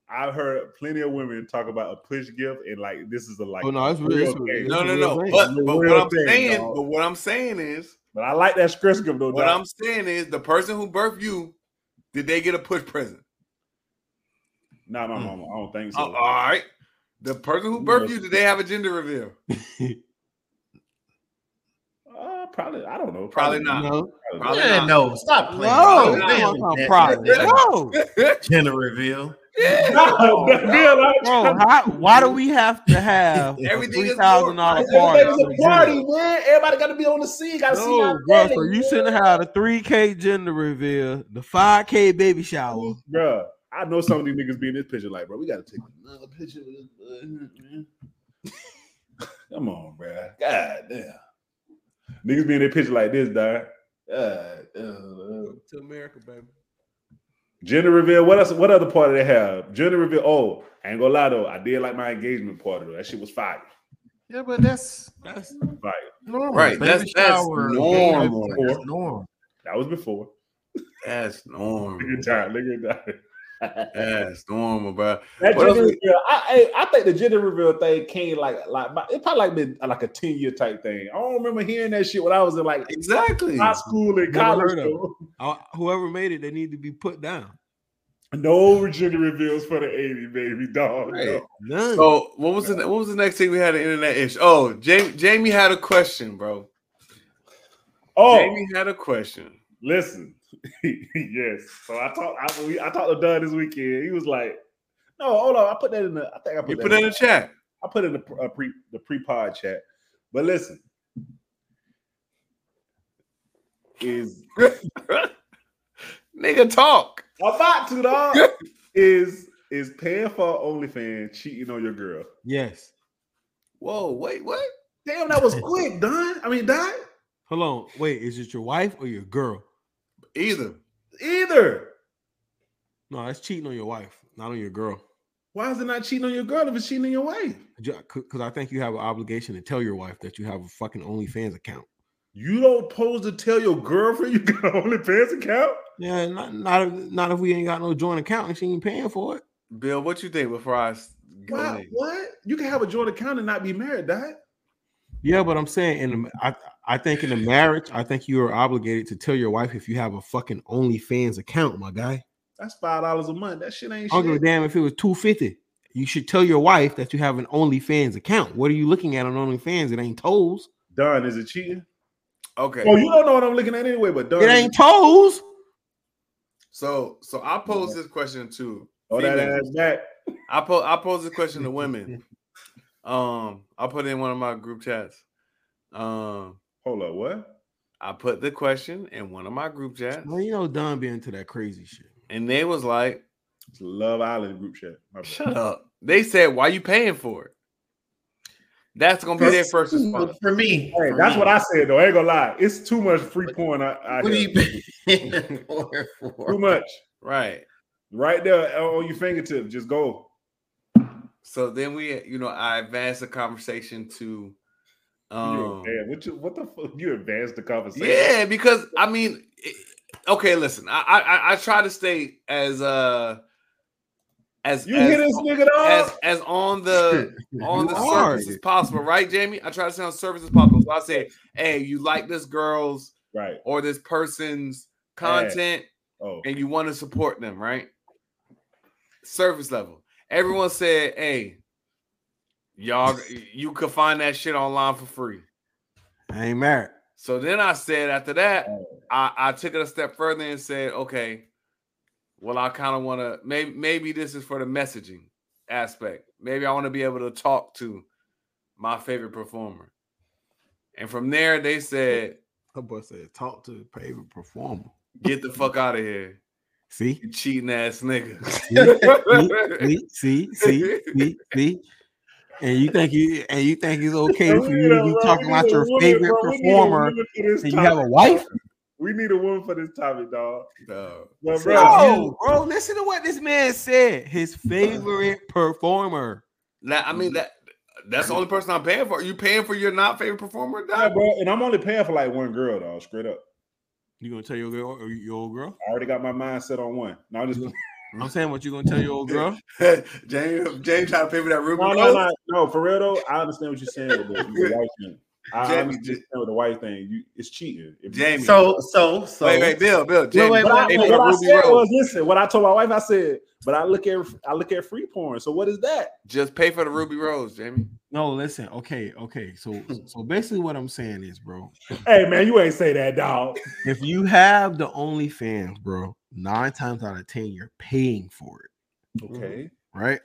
Speaker 1: I've heard plenty of women talk about a push gift and like this is a like.
Speaker 3: Oh no, it's real. It's
Speaker 1: real thing.
Speaker 3: real.
Speaker 4: No,
Speaker 3: it's
Speaker 4: no,
Speaker 3: a
Speaker 4: no.
Speaker 3: real thing.
Speaker 4: But,
Speaker 1: It's a
Speaker 4: but
Speaker 1: real
Speaker 4: what I'm
Speaker 1: thing,
Speaker 4: saying,
Speaker 1: dog.
Speaker 4: but what I'm saying is,
Speaker 1: But I like that stress gift though.
Speaker 4: what
Speaker 1: dog.
Speaker 4: I'm saying is, the person who birthed you, did they get a push present?
Speaker 1: Nah, my
Speaker 3: Mm.
Speaker 1: mama. I don't think so.
Speaker 4: Uh, all right. The person who birthed you, did they have a gender reveal?
Speaker 1: Uh, Probably, I don't know.
Speaker 4: Probably
Speaker 1: [LAUGHS]
Speaker 4: not.
Speaker 3: No,
Speaker 4: Probably
Speaker 7: Yeah,
Speaker 4: not.
Speaker 7: no, stop playing.
Speaker 3: no,
Speaker 7: Stop playing with that.
Speaker 3: probably.
Speaker 7: That- that
Speaker 3: no,
Speaker 7: Gender reveal.
Speaker 1: No, that- Bill, I-
Speaker 3: bro. How, why do we have to have
Speaker 4: Everything
Speaker 3: three
Speaker 4: is
Speaker 3: thousand dollar
Speaker 1: [LAUGHS]
Speaker 4: more-
Speaker 3: party?
Speaker 5: It's a party, man. Everybody got to be on the scene. Got to see
Speaker 3: No, bro. So you shouldn't have the three K gender reveal, the five K baby shower.
Speaker 1: Bruh, I know some of these niggas be in this picture like, bro, we got to take
Speaker 5: another picture with this bud.
Speaker 1: [LAUGHS] Come on, bruh. God damn. Niggas be in their picture like this, dog. God damn.
Speaker 4: To America, baby.
Speaker 1: Gender reveal. What else? What other party they have? Gender reveal. Oh, I ain't gonna lie though. I did like my engagement party though. That shit was fire.
Speaker 7: Yeah, but that's that's
Speaker 1: Fire.
Speaker 7: normal.
Speaker 4: Right,
Speaker 7: Baby
Speaker 4: that's- that's
Speaker 7: shower,
Speaker 4: normal.
Speaker 7: engagement, That's normal.
Speaker 1: That was before.
Speaker 4: That's normal.
Speaker 1: Nigga time. Nigga time.
Speaker 4: That's normal, bro.
Speaker 1: That
Speaker 4: What
Speaker 1: gender
Speaker 4: else
Speaker 1: reveal. I, I I think the gender reveal thing came like like my- it probably like been like a ten year type thing. I don't remember hearing that shit when I was in like
Speaker 4: Exactly.
Speaker 1: high school and
Speaker 3: Never
Speaker 1: college.
Speaker 3: heard of
Speaker 1: though.
Speaker 3: Uh, whoever made it, they need to be put down.
Speaker 1: [LAUGHS] No gender reveals for the eighty baby dog.
Speaker 4: Right.
Speaker 1: No.
Speaker 3: None.
Speaker 4: So what was the what was the next thing we had an internet issue? Oh, Jamie, Jamie had a question, bro.
Speaker 1: Oh,
Speaker 4: Jamie had a question.
Speaker 1: Listen, [LAUGHS] yes. So I talked. I, we- I talked to Dunn this weekend. He was like, "No, hold on. I put that in the. I think I put,
Speaker 4: You
Speaker 1: that,
Speaker 4: put that in
Speaker 1: in.
Speaker 4: the chat.
Speaker 1: I put it in the pr- uh, pre the pre pod chat." But listen, is
Speaker 4: Nigga talk.
Speaker 1: about to
Speaker 3: [LAUGHS]
Speaker 1: dog is is paying for OnlyFans cheating on your girl?
Speaker 3: yes.
Speaker 4: Whoa, wait, what?
Speaker 1: Damn, that was quick, Don. I mean, Don.
Speaker 3: Hold on. Wait, is it your wife or your girl?
Speaker 4: Either.
Speaker 1: Either.
Speaker 3: No, that's cheating on your wife, not on your girl.
Speaker 1: Why is it not cheating on your girl if it's cheating on your wife?
Speaker 3: Because I think you have an obligation to tell your wife that you have a fucking OnlyFans account.
Speaker 1: You don't pose to tell your girlfriend you got an OnlyFans account.
Speaker 3: Yeah, not not if, not if we ain't got no joint account and she ain't paying for it.
Speaker 4: Bill, what you think before I s- go
Speaker 1: Wow,
Speaker 4: in?
Speaker 1: what? You can have a joint account and not be married, Dad.
Speaker 3: Yeah, but I'm saying, in the, I I think in a marriage, I think you are obligated to tell your wife if you have a fucking OnlyFans account, my guy.
Speaker 1: That's five dollars a month. That shit ain't
Speaker 3: I don't give a
Speaker 1: shit.
Speaker 3: damn if it was two fifty. You should tell your wife that you have an OnlyFans account. What are you looking at on OnlyFans? It ain't toes.
Speaker 1: Done is it cheating?
Speaker 4: Okay.
Speaker 1: Oh, you don't know what I'm looking at anyway, but done.
Speaker 3: It ain't toes.
Speaker 4: So so I posed this question to
Speaker 1: Oh, that
Speaker 4: females.
Speaker 1: ass back.
Speaker 4: I po- I posed a question to women.
Speaker 1: [LAUGHS]
Speaker 4: Um, I put it in one of my group chats. Um,
Speaker 1: Hold up, what?
Speaker 4: I put the question in one of my group chats,
Speaker 3: Well, you know, Don be into that crazy shit.
Speaker 4: and they was like,
Speaker 1: It's Love Island group chat. My bad.
Speaker 4: [LAUGHS] "Shut up." They said, "Why you paying for it?" That's gonna be their first response.
Speaker 7: For me,
Speaker 1: Hey,
Speaker 7: for
Speaker 1: that's
Speaker 7: me.
Speaker 1: what I said though. I ain't gonna lie. It's too much free porn out, out
Speaker 7: What
Speaker 6: [LAUGHS]
Speaker 7: are
Speaker 1: here.
Speaker 7: [LAUGHS] you paying for?
Speaker 1: Too much.
Speaker 4: Right.
Speaker 1: Right there on your fingertips. Just go.
Speaker 4: So then we, you know, I advanced the conversation to,
Speaker 3: Oh.
Speaker 4: um,
Speaker 1: Man, what you what the fuck? You advanced the conversation.
Speaker 4: yeah, because I mean, it- okay, listen, I I I- I try to stay as uh as
Speaker 1: You
Speaker 4: as,
Speaker 1: hear this nigga dog?
Speaker 4: as as on the on
Speaker 3: You
Speaker 4: the
Speaker 3: are.
Speaker 4: surface as possible, right, Jamie? I try to sound surface as possible. So I say, hey, you like this girl's
Speaker 1: Right.
Speaker 4: or this person's content
Speaker 1: Oh,
Speaker 4: and you want to support them, right? Surface level. Everyone said, hey, y'all you could find that shit online for free.
Speaker 3: I ain't married.
Speaker 4: So then I said after that, I, I took it a step further and said, okay, well, I kind of want to maybe maybe this is for the messaging aspect. Maybe I want to be able to talk to my favorite performer. And from there, they said,
Speaker 3: Her boy said, talk to the favorite performer.
Speaker 4: get the fuck out of here,
Speaker 3: See?
Speaker 4: you cheating ass [LAUGHS] nigga.
Speaker 3: see, see, see, see, see. And you think you and you think it's okay for you to be talking about your favorite performer and you have a wife?
Speaker 1: We need a woman for this topic, dog.
Speaker 4: No.
Speaker 1: But
Speaker 3: Bro,
Speaker 1: bro,
Speaker 3: bro, listen to what this man said. His favorite performer.
Speaker 4: That- I mean that that's the only person I'm paying for. You paying for your not favorite [LAUGHS] performer?
Speaker 1: Yeah,
Speaker 4: Dog?
Speaker 1: bro, and I'm only paying for like one girl, dog. Straight up,
Speaker 3: You gonna tell your girl or your old girl?
Speaker 1: I already got my mind set on one. Now I'm just no,
Speaker 3: I'm saying what you gonna tell your old girl.
Speaker 4: James, James trying to pay for that room.
Speaker 1: no, no, no. For real though, I understand what you're saying. With this. I
Speaker 4: Jamie
Speaker 1: Jamie, just with the white thing, you, it's cheating. If
Speaker 4: Jamie.
Speaker 6: So so so.
Speaker 4: wait, wait, Bill, Bill, Jamie.
Speaker 2: wait,
Speaker 1: But I, but
Speaker 4: Jamie from
Speaker 1: what I
Speaker 4: Ruby
Speaker 1: said
Speaker 4: Road.
Speaker 1: was, listen. What I told my wife, I said, but I look at I look at free porn. So what is that?
Speaker 4: Just pay for the Ruby Rose, Jamie.
Speaker 3: No, listen. Okay, okay. So, so basically, what I'm saying is, bro,
Speaker 1: Hey man, you ain't say that, dog.
Speaker 3: if you have the OnlyFans, bro, nine times out of ten, you're paying for it,
Speaker 1: Okay.
Speaker 3: right?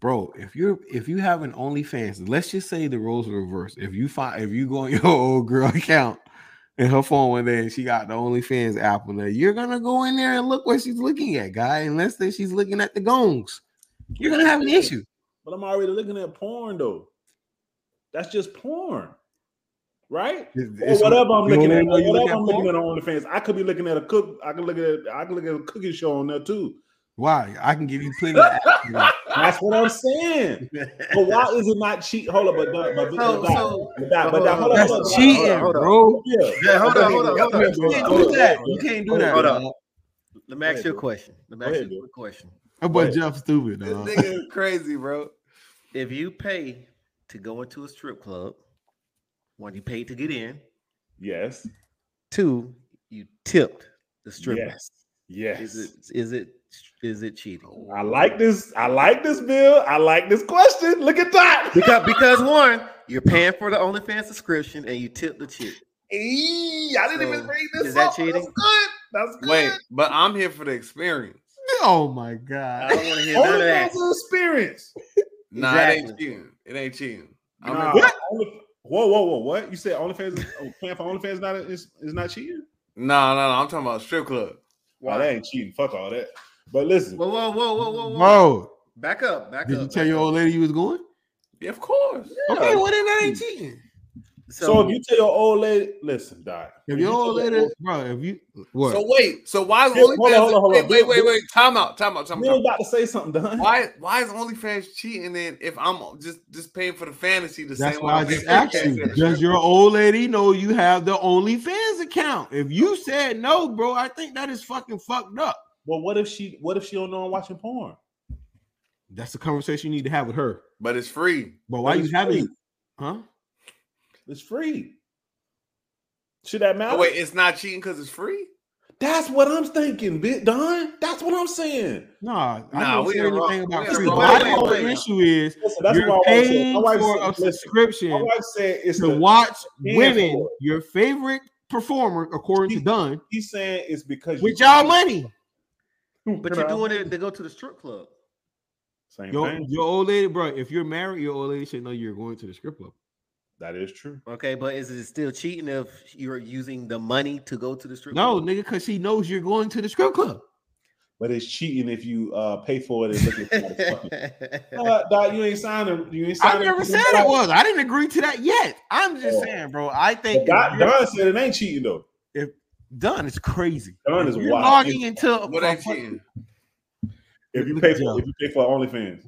Speaker 3: Bro, if you're if you have an OnlyFans, let's just say the roles are reversed. If you find if you go on [LAUGHS] your old girl account and her phone one day and she got the OnlyFans app on there, you're gonna go in there and look what she's looking at, guy. Unless that she's looking at the gongs, you're gonna have an issue.
Speaker 1: But I'm already looking at porn though. That's just porn, right? Or
Speaker 3: It's-
Speaker 1: whatever I'm
Speaker 3: you
Speaker 1: looking
Speaker 3: only
Speaker 1: at,
Speaker 3: know you look
Speaker 1: whatever
Speaker 3: at
Speaker 1: I'm looking
Speaker 3: porn?
Speaker 1: at on OnlyFans, I could be looking at a cook. I can look at. I can look at a cooking show on there too.
Speaker 3: Why? I can give you plenty.
Speaker 6: [LAUGHS]
Speaker 3: Of apps.
Speaker 1: That's what I'm saying. But why is it not cheat? Hold up, but but but,
Speaker 6: So,
Speaker 1: but,
Speaker 6: so
Speaker 1: but, but, but hold up,
Speaker 3: That's
Speaker 1: hold up,
Speaker 3: cheating,
Speaker 6: hold on.
Speaker 3: bro.
Speaker 1: Yeah.
Speaker 6: yeah, hold on, hold on, hold on.
Speaker 3: You can't do that. You can't do that.
Speaker 6: Hold
Speaker 3: dog.
Speaker 6: on. Let me ask you a question. Let me
Speaker 1: Go
Speaker 6: ask you a
Speaker 1: ahead, Bill.
Speaker 6: quick question.
Speaker 3: That boy Jeff stupid.
Speaker 4: This
Speaker 3: dog.
Speaker 4: nigga is crazy, bro.
Speaker 6: If you pay to go into a strip club, one you paid to get in,
Speaker 1: Yes.
Speaker 6: two you tipped the stripper.
Speaker 1: Yes. Yes. Oh,
Speaker 6: Is it is it is it cheating?
Speaker 1: I like this. I like this, Bill. I like this question. Look at that.
Speaker 6: Because because one, you're paying for the OnlyFans subscription and you tip the chick.
Speaker 1: Eee, I didn't
Speaker 6: So,
Speaker 1: even read this.
Speaker 6: is that
Speaker 1: up.
Speaker 6: cheating?
Speaker 1: That's good. That's good.
Speaker 4: Wait, but I'm here for the experience.
Speaker 3: [LAUGHS] Oh my
Speaker 6: I
Speaker 3: god.
Speaker 6: don't want to hear none of
Speaker 1: Only
Speaker 6: that.
Speaker 1: fans are experience.
Speaker 4: Nah, it ain't
Speaker 6: Exactly.
Speaker 4: cheating. It ain't cheating. I'm
Speaker 1: Nah,
Speaker 4: here-
Speaker 1: what? Only- Whoa, whoa, whoa! What you said? OnlyFans is- oh, paying for OnlyFans not is, is not cheating.
Speaker 4: nah, nah, nah. I'm talking about strip club.
Speaker 1: Well, that ain't cheating. Fuck all that. But listen,
Speaker 6: Whoa, whoa, whoa, whoa, whoa, whoa.
Speaker 3: Bro,
Speaker 6: Back up, back
Speaker 3: did
Speaker 6: up.
Speaker 3: you tell
Speaker 6: back
Speaker 3: your
Speaker 6: up.
Speaker 3: old lady you was going?
Speaker 4: Yeah, of course.
Speaker 3: Okay, well then that ain't cheating.
Speaker 1: so, if you tell your old lady, listen, Doc.
Speaker 3: If
Speaker 1: you
Speaker 3: your old
Speaker 1: tell your
Speaker 3: lady, bro, if you what?
Speaker 4: So wait, so why is
Speaker 1: Bill, hold on,
Speaker 4: OnlyFans?
Speaker 1: hold on, hold
Speaker 4: wait,
Speaker 1: on.
Speaker 4: wait,
Speaker 1: Bill,
Speaker 4: wait,
Speaker 1: Bill.
Speaker 4: wait. Time out, time out, time out.
Speaker 1: You
Speaker 4: Time out.
Speaker 1: about to say something, Don.
Speaker 4: Why, why is OnlyFans cheating then if I'm just just paying for the fantasy the
Speaker 3: That's
Speaker 4: same
Speaker 3: why I
Speaker 4: way? I'm
Speaker 3: just
Speaker 4: paying for
Speaker 3: asked
Speaker 4: the
Speaker 3: you.
Speaker 4: fantasy?
Speaker 3: Does your old lady know you have the OnlyFans account? If
Speaker 1: Oh.
Speaker 3: you said no, bro, I think that is fucking fucked up.
Speaker 1: Well, what if she? What if she don't know I'm watching porn?
Speaker 3: That's the conversation you need to have with her.
Speaker 4: But it's free.
Speaker 3: But why
Speaker 1: But
Speaker 3: you
Speaker 1: it's
Speaker 3: having
Speaker 1: free.
Speaker 3: Huh?
Speaker 1: It's free. Should that matter?
Speaker 4: Oh, wait, it's not cheating because it's free.
Speaker 1: That's what I'm thinking, bit Don. That's what I'm saying.
Speaker 3: Nah, I
Speaker 4: Nah,
Speaker 3: didn't
Speaker 4: we
Speaker 3: say
Speaker 4: in the wrong-
Speaker 3: anything about
Speaker 4: we in the
Speaker 3: free.
Speaker 4: wrong
Speaker 3: My
Speaker 4: way,
Speaker 3: whole
Speaker 4: man.
Speaker 3: issue is
Speaker 1: Listen, that's
Speaker 3: you're
Speaker 1: what I always said.
Speaker 3: paying
Speaker 1: My wife
Speaker 3: for
Speaker 1: said,
Speaker 3: a
Speaker 1: listen, my
Speaker 3: subscription
Speaker 1: wife said it's
Speaker 3: to
Speaker 1: the,
Speaker 3: watch
Speaker 1: paying for
Speaker 3: women,
Speaker 1: it.
Speaker 3: your favorite performer, according to Dunn,
Speaker 1: He's saying it's because
Speaker 3: with y'all money.
Speaker 6: but you're doing it to go to the strip club.
Speaker 1: Same
Speaker 3: Your,
Speaker 1: thing.
Speaker 3: your old lady, bro. If you're married, your old lady should know you're going to the strip club.
Speaker 1: That is true.
Speaker 6: Okay, but is it still cheating if you're using the money to go to the strip?
Speaker 3: No,
Speaker 6: club?
Speaker 3: nigga, because she knows you're going to the strip club.
Speaker 1: But it's cheating if you uh pay for it and look at
Speaker 2: [LAUGHS]
Speaker 1: it.
Speaker 6: [LAUGHS]
Speaker 1: uh, Doc, you ain't signing. You ain't
Speaker 3: I
Speaker 1: signing.
Speaker 3: never said it was. I didn't agree to that yet. I'm just
Speaker 1: Oh.
Speaker 3: saying, bro. I think
Speaker 1: But Doc, Don said it ain't cheating though.
Speaker 3: Dunn is crazy.
Speaker 1: Don is
Speaker 3: You're
Speaker 1: wild.
Speaker 3: logging
Speaker 1: If,
Speaker 3: into a,
Speaker 4: What ain't cheating?
Speaker 1: if you pay for if you pay for OnlyFans,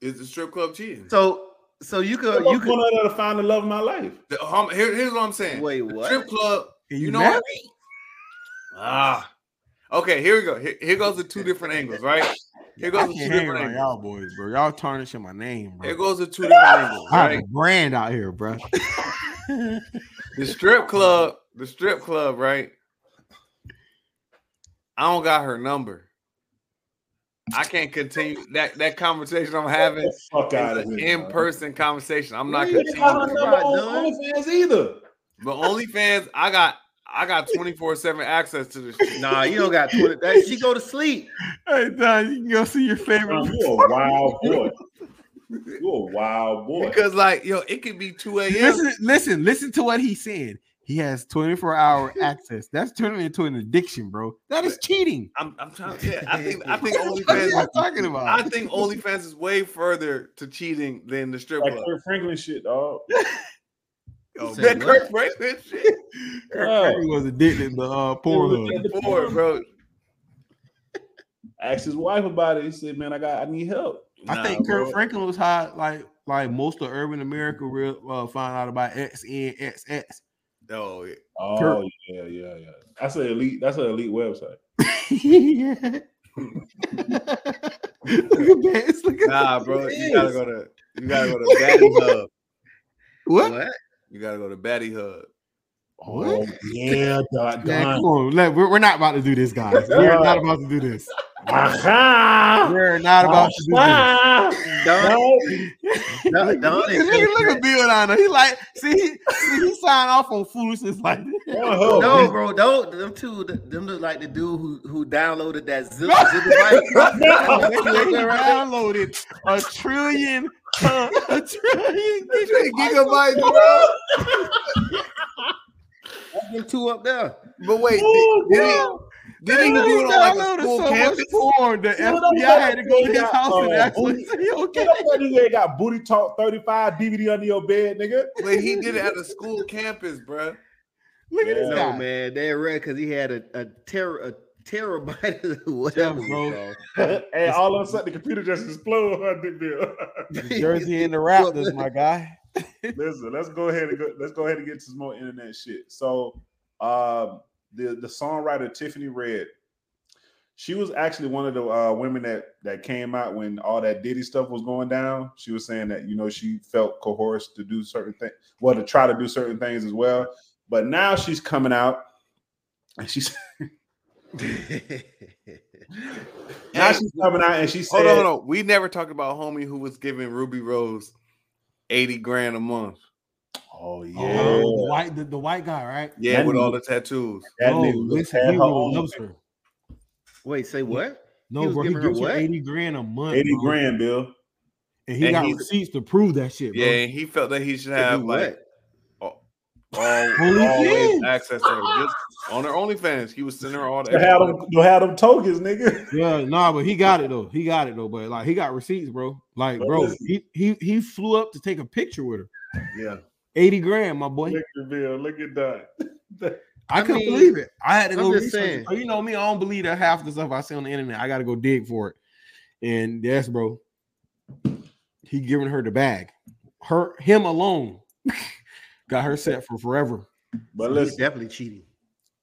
Speaker 4: Is the strip club cheating?
Speaker 6: So so you could
Speaker 1: you
Speaker 6: you
Speaker 1: going
Speaker 6: could
Speaker 1: out there to find the love of my life.
Speaker 4: The- hum- here- here's what I'm saying.
Speaker 6: wait
Speaker 4: The
Speaker 6: what?
Speaker 4: Strip club.
Speaker 3: and
Speaker 4: You,
Speaker 3: you
Speaker 4: know
Speaker 3: married?
Speaker 4: what? Ah. Okay, here we go. Here, here goes the two different angles, right? Here
Speaker 3: I
Speaker 4: goes
Speaker 3: can't
Speaker 4: the two
Speaker 3: hang
Speaker 4: different
Speaker 3: around
Speaker 4: angles.
Speaker 3: y'all boys, bro. Y'all tarnishing my name,
Speaker 4: Here
Speaker 3: bro.
Speaker 4: goes the two different angles,
Speaker 3: I have
Speaker 4: right?
Speaker 3: a brand out here, bro.
Speaker 4: The strip club, the strip club, right? I don't got her number. I can't continue that that conversation I'm having.
Speaker 1: Get the fuck out of
Speaker 4: It's
Speaker 1: here.
Speaker 4: an
Speaker 1: Don.
Speaker 4: in-person conversation. I'm not
Speaker 1: You ain't got
Speaker 4: continuing.
Speaker 1: her
Speaker 4: it.
Speaker 1: number on OnlyFans either.
Speaker 4: But OnlyFans, I got I got 24-7 access to this shit.
Speaker 6: Nah, you don't got twenty. That, she go to sleep.
Speaker 3: [LAUGHS] Hey, Don, you can go see your favorite. [LAUGHS]
Speaker 1: Tom, you a wild boy. You a wild boy.
Speaker 4: Because like yo, it could be 2 a.m.
Speaker 3: Listen, listen, listen to what he's saying. He has 24 hour access. That's turning into an addiction, bro. That is cheating.
Speaker 4: I'm, I'm trying to yeah, I think I
Speaker 1: [LAUGHS]
Speaker 4: think
Speaker 3: What are
Speaker 4: OnlyFans
Speaker 3: you talking
Speaker 4: I
Speaker 3: about?
Speaker 4: think OnlyFans is way further to cheating than the strip
Speaker 1: Like
Speaker 4: club. Oh,
Speaker 1: Kirk Franklin shit, dog.
Speaker 4: Yo,
Speaker 6: Say
Speaker 4: that [LAUGHS]
Speaker 6: what?
Speaker 4: Kirk Franklin shit
Speaker 1: Yeah.
Speaker 3: He was addicted to uh, Pornhub.
Speaker 4: before,
Speaker 1: [LAUGHS]
Speaker 4: bro.
Speaker 1: Asked his wife about it. He said, "Man, I got, I need help."
Speaker 3: I think
Speaker 4: Nah, bro.
Speaker 3: Kurt Franklin was high, like like most of urban America real uh, find out about XNXX. [LAUGHS]
Speaker 4: Oh, yeah.
Speaker 1: Oh
Speaker 3: Kirk.
Speaker 1: yeah, yeah, yeah. That's an elite. That's an elite website.
Speaker 3: look at this, look at
Speaker 4: [LAUGHS] nah, bro. You gotta go to you gotta go to Daddy Hub.
Speaker 3: What?
Speaker 4: You gotta go to Batty [LAUGHS] Hub.
Speaker 1: Oh, yeah, Don.
Speaker 3: [LAUGHS] Man,
Speaker 1: Don.
Speaker 3: come on, let- we're, we're not about to do this, guys. We're not about to do this.
Speaker 1: Aha!
Speaker 3: We're not about to do this.
Speaker 1: Aha!
Speaker 2: Don,
Speaker 1: No.
Speaker 2: Don, Don
Speaker 3: Look
Speaker 2: is
Speaker 3: at- look, at- look at Bill down there. He like, see, he, see, he signed off on foolishness like this.
Speaker 1: Pornhub.
Speaker 2: No, bro, don't. Them two, them look like the dude who who downloaded that Zip [LAUGHS] Zip
Speaker 1: [LAUGHS]
Speaker 3: They downloaded a trillion, [LAUGHS] ton- a trillion
Speaker 4: [LAUGHS] Gigabyte,
Speaker 2: Them two up there.
Speaker 4: But wait,
Speaker 1: Oh,
Speaker 4: did, did,
Speaker 1: God.
Speaker 4: he, did he do it on like a school campus?
Speaker 3: porn. The
Speaker 1: Dude, I'm
Speaker 3: FBI had to go to
Speaker 1: like,
Speaker 3: his house and
Speaker 1: uh,
Speaker 3: actually say,
Speaker 1: You
Speaker 3: okay.
Speaker 1: know that nigga ain't got booty talk 35 DVD under your bed, nigga.
Speaker 4: But he did it at a school campus, bruh.
Speaker 3: Look at this
Speaker 1: Yeah.
Speaker 2: No
Speaker 3: guy.
Speaker 2: man, they red because he had a a, ter- a terabyte of [LAUGHS] whatever.
Speaker 3: Yeah, bro.
Speaker 2: bro.
Speaker 1: and all of a sudden the computer just exploded. huh, Big Bill? [LAUGHS]
Speaker 3: Jersey and the Raptors, my guy. [LAUGHS]
Speaker 1: Listen, let's go ahead and go, let's go ahead and get to some more internet shit. So, um, the the songwriter Tiffany Red, she was actually one of the uh, women that that came out when all that Diddy stuff was going down. She was saying that you know she felt coerced to do certain things, well to try to do certain things as well. But now she's coming out and she's [LAUGHS] now
Speaker 4: Hey,
Speaker 1: she's coming out and she said,
Speaker 4: Hold on, hold on. We never talked about homie who was giving Ruby Rose 80 grand a month.
Speaker 1: "Oh yeah,
Speaker 3: Oh, the white, the, the white guy, right?
Speaker 4: Yeah,
Speaker 1: That
Speaker 4: with
Speaker 1: nigga-
Speaker 4: all the tattoos.
Speaker 1: that
Speaker 3: no,
Speaker 1: nigga was
Speaker 3: listen,
Speaker 1: had
Speaker 3: he
Speaker 1: her
Speaker 3: really
Speaker 1: own
Speaker 3: loves her.
Speaker 2: [LAUGHS] Wait, say what?
Speaker 3: [LAUGHS] No,
Speaker 2: He was
Speaker 3: bro, he
Speaker 2: giving her
Speaker 3: gives her
Speaker 2: what?
Speaker 3: eighty grand a month.
Speaker 1: 80
Speaker 3: bro.
Speaker 1: grand, Bill."
Speaker 3: and he
Speaker 4: And
Speaker 3: got
Speaker 4: he's-
Speaker 3: receipts to prove that shit, bro.
Speaker 4: Yeah, and he felt that he should
Speaker 2: To
Speaker 4: have
Speaker 2: do
Speaker 4: like
Speaker 2: what?
Speaker 4: all,
Speaker 3: Holy
Speaker 4: always
Speaker 3: shit.
Speaker 4: access to her. Just on her OnlyFans, he was sending her all
Speaker 1: You had them,
Speaker 4: that.
Speaker 1: you had them tokens, nigga.
Speaker 3: Yeah, nah, but he got it though. He got it though, but like he got receipts, bro. Like,
Speaker 1: But
Speaker 3: bro,
Speaker 1: listen.
Speaker 3: he he he flew up to take a picture with her.
Speaker 1: Yeah.
Speaker 3: Eighty grand, my
Speaker 1: [LAUGHS]
Speaker 3: boy.
Speaker 1: Look at Bill. Look at that.
Speaker 3: I,
Speaker 2: I
Speaker 3: couldn't
Speaker 2: mean,
Speaker 3: believe it. I had to
Speaker 2: I'm
Speaker 3: go
Speaker 2: just
Speaker 3: research. it.
Speaker 2: saying.
Speaker 3: So, Oh, You know me, I don't believe that half the stuff I see on the internet. I got to go dig for it. And yes, bro, he giving her the bag. Her him alone [LAUGHS] got her set for forever.
Speaker 1: But
Speaker 2: He's
Speaker 1: listen,
Speaker 2: definitely cheating.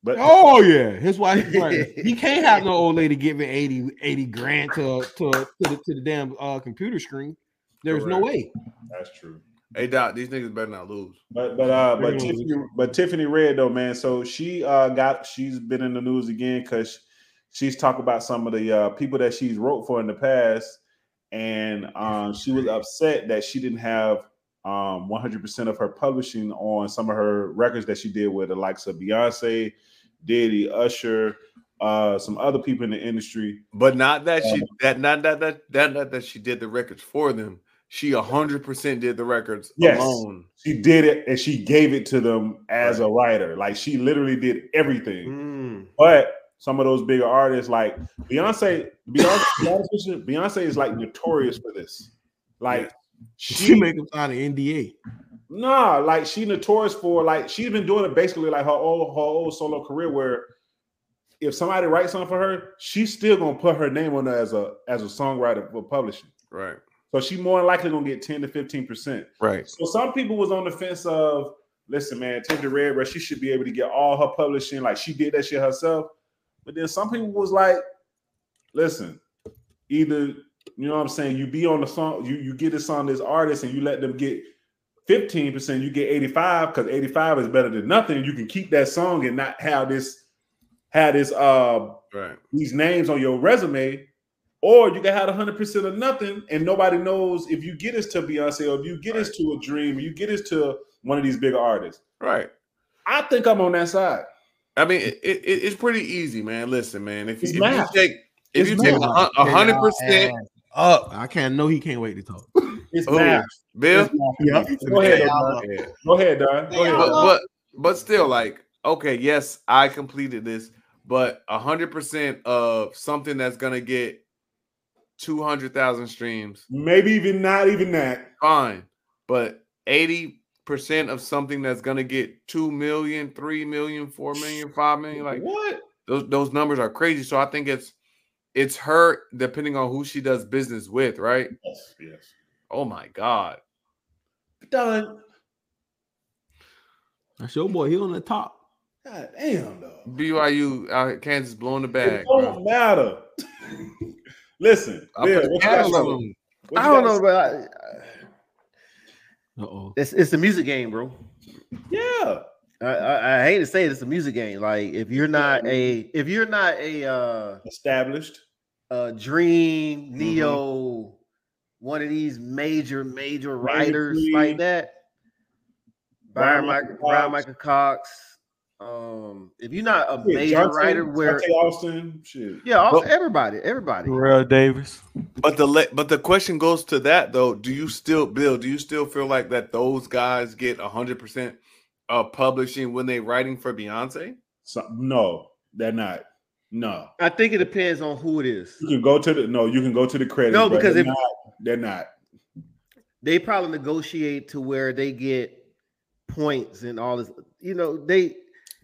Speaker 1: but
Speaker 3: Oh yeah, his wife. [LAUGHS] Right. He can't have no old lady giving 80, 80 grand to to to the, to the damn uh, computer screen. There's no
Speaker 4: Correct.
Speaker 3: way.
Speaker 1: that's true.
Speaker 4: Hey Doc, these niggas better not lose.
Speaker 1: But but uh
Speaker 3: They're
Speaker 1: but
Speaker 3: gonna
Speaker 1: Tiffany but Tiffany Red though, man. So she uh got she's been in the news again because she's talking about some of the uh people that she's wrote for in the past, and um she was upset that she didn't have um 100% of her publishing on some of her records that she did with the likes of Beyonce, Diddy, Usher, uh some other people in the industry.
Speaker 4: But not that she that not that that that not that she did the records for them. She hundred percent did the records
Speaker 1: Yes.
Speaker 4: alone.
Speaker 1: she did it and she gave it to them as a writer. Like she literally did everything.
Speaker 2: Mm.
Speaker 1: But some of those bigger artists, like Beyonce, Beyonce, [LAUGHS] to be honest with you, Beyonce is like notorious for this. Like
Speaker 3: She
Speaker 1: she,
Speaker 3: make him sign an NDA.
Speaker 1: nah, like she notorious for like she's been doing it basically like her old her old solo career where if somebody writes something for her, she's still gonna put her name on it as a as a songwriter for publishing.
Speaker 4: Right.
Speaker 1: So she more than likely gonna get ten to fifteen percent.
Speaker 4: Right.
Speaker 1: So some people was on the fence of, listen, man, Tiffany Redbreast, she should be able to get all her publishing, like she did that shit herself. But then some people was like, listen, either you know what I'm saying, you be on the song, you you get this on this artist, and you let them get. 15% you get 85 because 85 is better than nothing you can keep that song and not have this have this uh
Speaker 4: Right.
Speaker 1: these names on your resume, or you can have 100% of nothing and nobody knows if you get this to Beyonce or if you get this to a dream, or you get this to one of these bigger artists.
Speaker 4: Right.
Speaker 1: I think I'm on that side.
Speaker 4: I mean, it, it, it's pretty easy, man. Listen, man. If,
Speaker 1: It's
Speaker 4: if you
Speaker 1: math.
Speaker 4: take if
Speaker 1: It's
Speaker 4: you take a hun- a hundred percent,
Speaker 3: Up. I can't know he can't wait to talk.
Speaker 1: It's
Speaker 4: Oh,
Speaker 1: math.
Speaker 4: Bill.
Speaker 1: It's math. Go ahead, Don.
Speaker 4: Yeah.
Speaker 1: Go ahead, Don. Go
Speaker 4: But,
Speaker 1: ahead.
Speaker 4: but but still, like, okay, yes, I completed this, but a hundred percent of something that's gonna get two hundred thousand streams,
Speaker 1: Maybe even not even that.
Speaker 4: fine. But eighty percent of something that's gonna get two million, three million, four million, five million, like
Speaker 1: what?
Speaker 4: those those numbers are crazy. So I think it's it's her depending on who she does business with, right?
Speaker 1: Yes, yes.
Speaker 4: Oh my god.
Speaker 1: Don,
Speaker 3: That's your boy. He on the top.
Speaker 1: God damn, though.
Speaker 4: BYU out uh, Kansas blowing the
Speaker 1: It
Speaker 4: bag.
Speaker 1: don't
Speaker 4: bro.
Speaker 1: matter. [LAUGHS] Listen,
Speaker 4: I
Speaker 1: Bill,
Speaker 4: put
Speaker 1: what you
Speaker 4: cash
Speaker 1: got-
Speaker 4: on
Speaker 1: what
Speaker 4: them.
Speaker 1: you
Speaker 2: I don't
Speaker 1: got-
Speaker 2: know, but I,
Speaker 3: oh.
Speaker 2: It's it's a music game, bro.
Speaker 1: Yeah.
Speaker 2: I, I, I hate to say it, it's a music game. Like if you're not a if you're not a uh
Speaker 1: Established.
Speaker 2: uh Dream, Neo, one of these major, major writers
Speaker 1: Green.
Speaker 2: like that. Brian,
Speaker 1: Brian
Speaker 2: Michael,
Speaker 1: Michael
Speaker 2: Brian
Speaker 1: Cox.
Speaker 2: Michael Cox. Um, if you're not a
Speaker 1: Yeah,
Speaker 2: major
Speaker 1: Jonte-
Speaker 2: writer, where
Speaker 1: Jonte Austin. Shit.
Speaker 2: yeah, all,
Speaker 4: Well-
Speaker 2: everybody, everybody.
Speaker 3: Terrell Davis.
Speaker 4: But the le- but the question goes to that though. Do you still, Bill? Do you still feel like that those guys get hundred percent uh publishing when they writing for Beyonce?
Speaker 1: So, no, they're not. No.
Speaker 2: I think it depends on who it is.
Speaker 1: You can go to the no, you can go to the credits.
Speaker 2: No,
Speaker 1: but
Speaker 2: because
Speaker 1: they're
Speaker 2: if-
Speaker 1: not, they're not.
Speaker 2: They probably negotiate to where they get points and all this. You know, they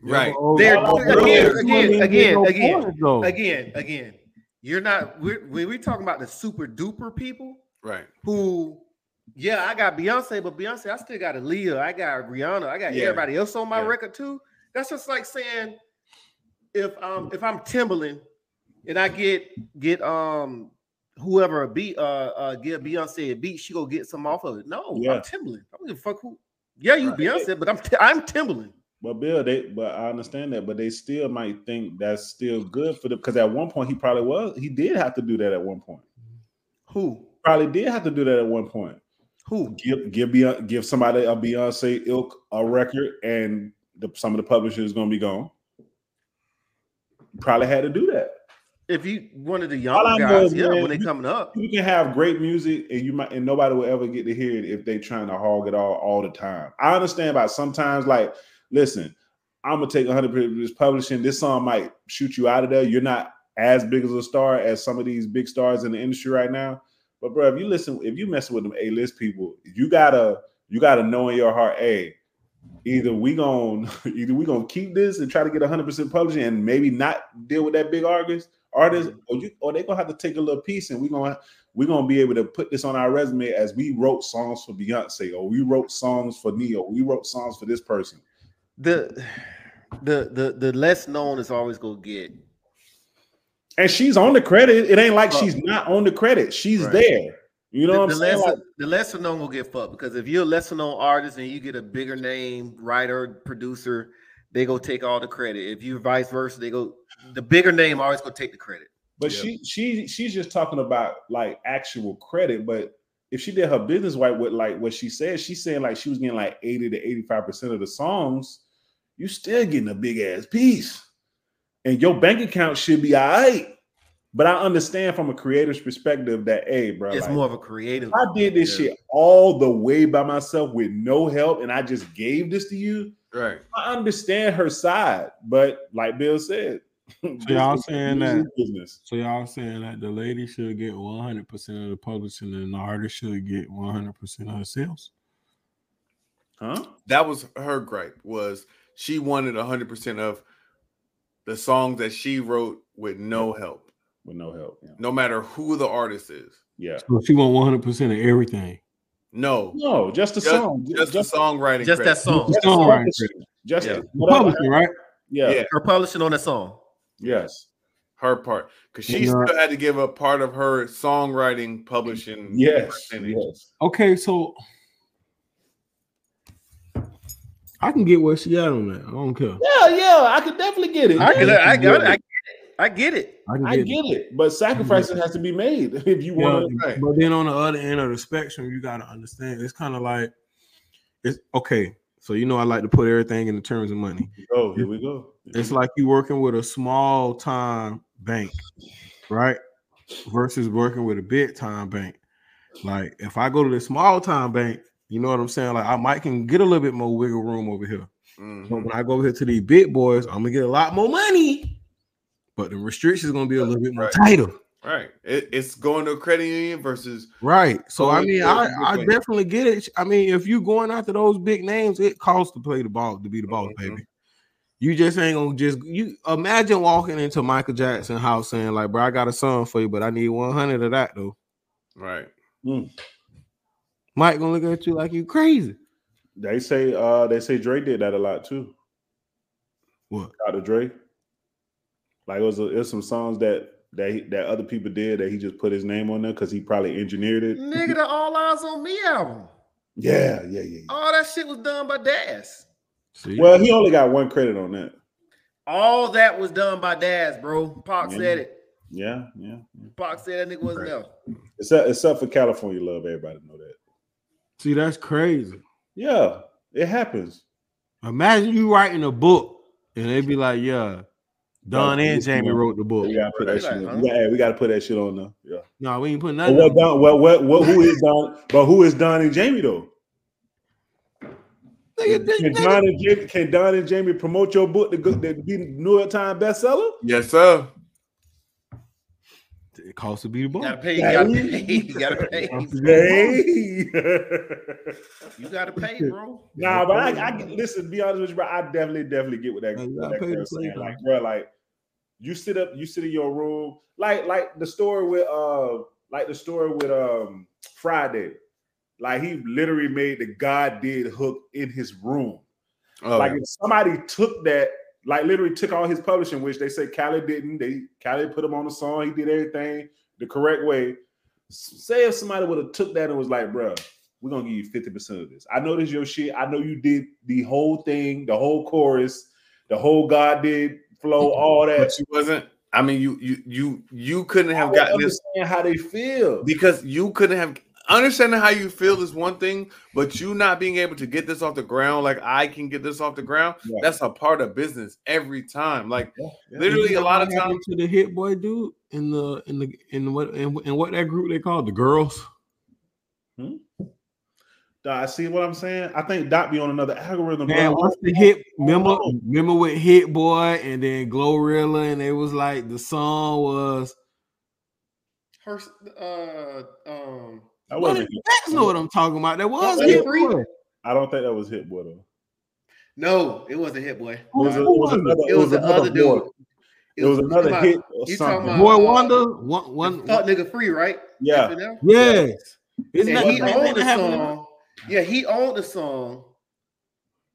Speaker 4: Right.
Speaker 2: they're
Speaker 1: Oh,
Speaker 2: again,
Speaker 1: bro,
Speaker 2: again, again, again.
Speaker 3: though.
Speaker 2: again, again, you're not. We're, when we're talking about the super duper people
Speaker 4: Right.
Speaker 2: who, yeah, I got Beyonce, but Beyonce, I still got Aaliyah, I got Rihanna, I got
Speaker 4: Yeah.
Speaker 2: everybody else on my
Speaker 4: Yeah.
Speaker 2: record too. That's just like saying if um if I'm Timbaland and I get get um whoever a beat uh uh give Beyonce a beat, she go get some off of it. No,
Speaker 1: Yeah.
Speaker 2: I'm Timbaland. I don't give a fuck who. Yeah, you
Speaker 1: Right.
Speaker 2: Beyonce, but I'm Ti- I'm Timbaland.
Speaker 1: But Bill, they but I understand that, but they still might think that's still good for them because at one point he probably was he did have to do that at one point.
Speaker 2: Who
Speaker 1: Probably did have to do that at one point.
Speaker 2: who?
Speaker 1: Give give Beyonce, give somebody a Beyonce ilk a record, and the, some of the publishers is gonna be gone. Probably had to do that.
Speaker 2: If you one of the
Speaker 1: All I
Speaker 2: young
Speaker 1: know
Speaker 2: guys,
Speaker 1: is,
Speaker 2: yeah,
Speaker 1: man,
Speaker 2: when they
Speaker 1: you-
Speaker 2: coming up,
Speaker 1: You can have great music, and you might, and nobody will ever get to hear it if they trying to hog it all all the time. I understand about sometimes, like, listen, I'm gonna take 100 percent of this publishing. This song might shoot you out of there. You're not as big as a star as some of these big stars in the industry right now. But bro, if you listen, if you messing with them A list people, you gotta you gotta know in your heart, hey, either we gonna [LAUGHS] either we gonna keep this and try to get 100 percent publishing and maybe not deal with that big artist artist, or you or they gonna have to take a little piece and we gonna we gonna be able to put this on our resume as we wrote songs for Beyonce or we wrote songs for Neo, we wrote songs for this person.
Speaker 2: the the the the less known is always gonna get.
Speaker 1: And she's on the credit. It ain't like she's not on the credit. She's
Speaker 4: Right.
Speaker 1: there. You know
Speaker 2: the,
Speaker 1: what
Speaker 2: the
Speaker 1: I'm saying?
Speaker 2: lesser
Speaker 1: Like,
Speaker 2: the lesser known will get fucked because if you're a lesser known artist and you get a bigger name writer producer, they go take all the credit. If you're vice versa, they go the bigger name always gonna take the credit.
Speaker 1: but she she she's just talking about like actual credit. But if she did her business right with like what she said, she's saying like she was getting like 80 to 85 percent of the songs, you still getting a big ass piece. And your bank account should be all right. But I understand from a creator's perspective that hey, bro,
Speaker 2: It's
Speaker 1: like,
Speaker 2: more of a creative.
Speaker 1: I did this
Speaker 2: Yeah.
Speaker 1: shit all the way by myself with no help, and I just gave this to you.
Speaker 4: Right.
Speaker 1: I understand her side, but like Bill said, [LAUGHS] business
Speaker 3: y'all
Speaker 1: is
Speaker 3: saying
Speaker 1: business
Speaker 3: that-
Speaker 1: is business.
Speaker 3: So y'all saying that the lady should get 100 percent of the publishing and the artist should get 100 percent of the sales.
Speaker 1: huh?
Speaker 4: That was her gripe was she wanted hundred percent of the songs that she wrote with no help,
Speaker 1: With no help. Yeah.
Speaker 4: no matter who the artist is.
Speaker 1: Yeah.
Speaker 3: So she want 100 percent of everything.
Speaker 4: No,
Speaker 1: No, just the
Speaker 4: Just-
Speaker 1: song.
Speaker 4: just the songwriting.
Speaker 2: Just that
Speaker 4: credit.
Speaker 2: song,
Speaker 1: just the
Speaker 3: Songwriting
Speaker 1: publishing. Just
Speaker 4: Yeah.
Speaker 1: what I-
Speaker 3: Publishing, right?
Speaker 1: yeah.
Speaker 4: Yeah.
Speaker 2: her publishing on that song.
Speaker 1: Yes.
Speaker 4: her part because she
Speaker 3: You're not-
Speaker 4: still had to give up part of her songwriting, publishing.
Speaker 1: Yes.
Speaker 4: percentage.
Speaker 1: Yes.
Speaker 3: Okay, so I can get where she at on that. I don't care.
Speaker 1: Yeah. Yeah. I could definitely get it.
Speaker 2: I, can,
Speaker 1: Yeah.
Speaker 2: I got it. I get it. I get it.
Speaker 3: I can
Speaker 1: I
Speaker 3: get,
Speaker 1: get it, but sacrifices has to be made [LAUGHS] if you want to.
Speaker 3: Yeah,
Speaker 4: right.
Speaker 3: But then on the other end of the spectrum, you gotta understand it's kind of like it's okay. So you know I like to put everything in the terms of money.
Speaker 1: Oh, here we go.
Speaker 3: It's like you working with a small time bank, right? Versus working with a big time bank. Like if I go to the small time bank, you know what I'm saying? Like I might can get a little bit more wiggle room over here. But
Speaker 4: Mhm.
Speaker 3: when I go over here to these big boys, I'm gonna get a lot more money. But the restrictions gonna be a little bit more
Speaker 4: Right.
Speaker 3: tighter.
Speaker 4: Right. It, it's going to a credit union versus
Speaker 3: Right. So I
Speaker 4: Totally
Speaker 3: mean,
Speaker 4: agree.
Speaker 3: I, I
Speaker 4: Agree.
Speaker 3: definitely get it. I mean, if you going after those big names, it costs to play the ball to be the boss,
Speaker 4: Mhm.
Speaker 1: Mm-hmm.
Speaker 3: baby. You just ain't gonna just you imagine walking into Michael Jackson house saying, like, bro, I got a song for you, but I need 100 of that though.
Speaker 4: right.
Speaker 3: Mike gonna look at you like you crazy.
Speaker 1: They say uh they say Dre did that a lot too.
Speaker 3: What?
Speaker 1: Dr. Dre. Like it was a, it's some songs that that he, that other people did that he just put his name on there because he probably engineered it.
Speaker 2: Nigga, the All Eyes on Me album.
Speaker 1: Yeah, yeah, yeah.
Speaker 2: All that shit was done by Daz.
Speaker 3: See,
Speaker 1: Well, he only got one credit on that.
Speaker 2: All that was done by Daz, bro. Pac
Speaker 1: Yeah.
Speaker 2: said it.
Speaker 1: Yeah, yeah.
Speaker 2: Pac said that nigga wasn't there.
Speaker 1: Except except for California love, everybody know that.
Speaker 3: see, that's crazy.
Speaker 1: Yeah, it happens.
Speaker 3: Imagine you writing a book and they be like, "Yeah, Don
Speaker 1: Yeah,
Speaker 3: and
Speaker 1: it's
Speaker 3: Jamie
Speaker 1: cool.
Speaker 3: wrote the book."
Speaker 1: We gotta put that
Speaker 2: Like,
Speaker 1: shit.
Speaker 2: huh?
Speaker 1: On. Yeah, we gotta put that shit on there. Yeah.
Speaker 3: No, we ain't putting
Speaker 1: But
Speaker 3: nothing.
Speaker 1: what Don? What what what? Who is Don? But who is Don and Jamie though?
Speaker 3: Nigga, this
Speaker 1: Can
Speaker 3: nigga-
Speaker 1: Don and Jamie, can Don and Jamie promote your book to, go, to be New York Times bestseller?
Speaker 4: Yes, sir.
Speaker 3: It costs to be the book.
Speaker 2: Gotta pay, you gotta pay, you gotta
Speaker 1: [LAUGHS]
Speaker 2: pay.
Speaker 1: Hey.
Speaker 2: You gotta pay, bro.
Speaker 1: nah, but I, I get- listen. Be honest with you, bro. I definitely, definitely get what that,
Speaker 3: Like, you
Speaker 1: what
Speaker 3: gotta
Speaker 1: that
Speaker 3: pay to
Speaker 1: girl's
Speaker 3: play,
Speaker 1: saying.
Speaker 3: bro.
Speaker 1: Like, bro, like you sit up, you sit in your room, like, like the story with, uh, like the story with, um, Friday. Like he literally made the God did hook in his room.
Speaker 4: Oh,
Speaker 1: Like if somebody took that, like literally took all his publishing, which they say Khaled didn't. They Khaled put him on the song. He did everything the correct way. S- Say if somebody would have took that and was like, "Bruh, we're gonna give you fifty percent of this. I know this is your shit. I know you did the whole thing, the whole chorus, the whole God did
Speaker 4: [LAUGHS]
Speaker 1: flow, all that."
Speaker 4: but you wasn't. I mean, you you you you couldn't
Speaker 1: I
Speaker 4: have
Speaker 1: don't
Speaker 4: gotten this
Speaker 1: understand how they feel.
Speaker 4: because you couldn't have understanding how you feel is one thing, but you not being able to get this off the ground like I can get this off the ground.
Speaker 1: Yeah.
Speaker 4: That's a part of business every time. Like
Speaker 1: yeah.
Speaker 4: literally, a lot of
Speaker 3: What happened
Speaker 4: times.
Speaker 3: to the hit boy dude in the in the in what in, in what that group they called the girls.
Speaker 1: Nah, I see what I'm saying. I think Dot be on another algorithm.
Speaker 3: Man,
Speaker 1: bro.
Speaker 3: what's the hit? Remember, remember with Hit Boy and then Glorilla, and it was like the song was.
Speaker 2: Her, uh, um,
Speaker 1: That
Speaker 3: What
Speaker 1: wasn't
Speaker 3: is,
Speaker 1: hit.
Speaker 3: that's know what I'm talking about. That was
Speaker 2: Wasn't it
Speaker 3: Hit
Speaker 2: free?
Speaker 3: Boy.
Speaker 1: I don't think that was Hit Boy though.
Speaker 2: no, it wasn't Hit Boy.
Speaker 1: It was, a- it
Speaker 3: Who
Speaker 1: was
Speaker 3: was it?
Speaker 1: another.
Speaker 2: It was the other
Speaker 1: boy.
Speaker 2: dude.
Speaker 1: It was another
Speaker 2: you talking
Speaker 1: hit.
Speaker 2: about-
Speaker 1: Or
Speaker 2: you
Speaker 1: something.
Speaker 2: talking about-
Speaker 3: Boy
Speaker 2: Uh,
Speaker 3: Wonder, one one.
Speaker 2: Fuck nigga free, right?
Speaker 1: yeah,
Speaker 2: After them?
Speaker 3: yeah, isn't
Speaker 2: And
Speaker 3: that
Speaker 2: he
Speaker 3: the thing
Speaker 2: owned
Speaker 3: that
Speaker 2: the
Speaker 3: happened?
Speaker 2: song. Yeah, he owned the song.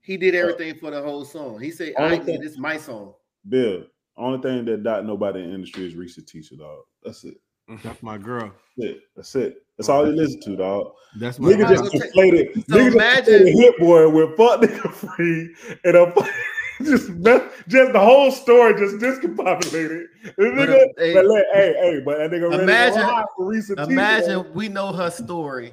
Speaker 2: He
Speaker 1: Oh.
Speaker 2: did everything for the whole song. He said,
Speaker 1: Only
Speaker 2: "I
Speaker 1: thing-
Speaker 2: did this my song."
Speaker 1: Bill. Only thing that not nobody in the industry is Reese's teacher, dog. That's it.
Speaker 3: [LAUGHS] That's my girl.
Speaker 1: That's it. That's it. That's all you listen to, dog.
Speaker 3: That's my
Speaker 1: Nigga
Speaker 3: girl.
Speaker 1: just
Speaker 2: God.
Speaker 1: conflated.
Speaker 2: So
Speaker 1: nigga just conflated
Speaker 2: imagine-
Speaker 1: hit boy with fuck nigga free and a [LAUGHS] fuck- just just the whole story just discombobulated. The nigga,
Speaker 2: But, uh, hey,
Speaker 1: but look, hey, hey, but that nigga
Speaker 2: Imagine-
Speaker 1: ran for Reese's teacher.
Speaker 2: Imagine we know her story.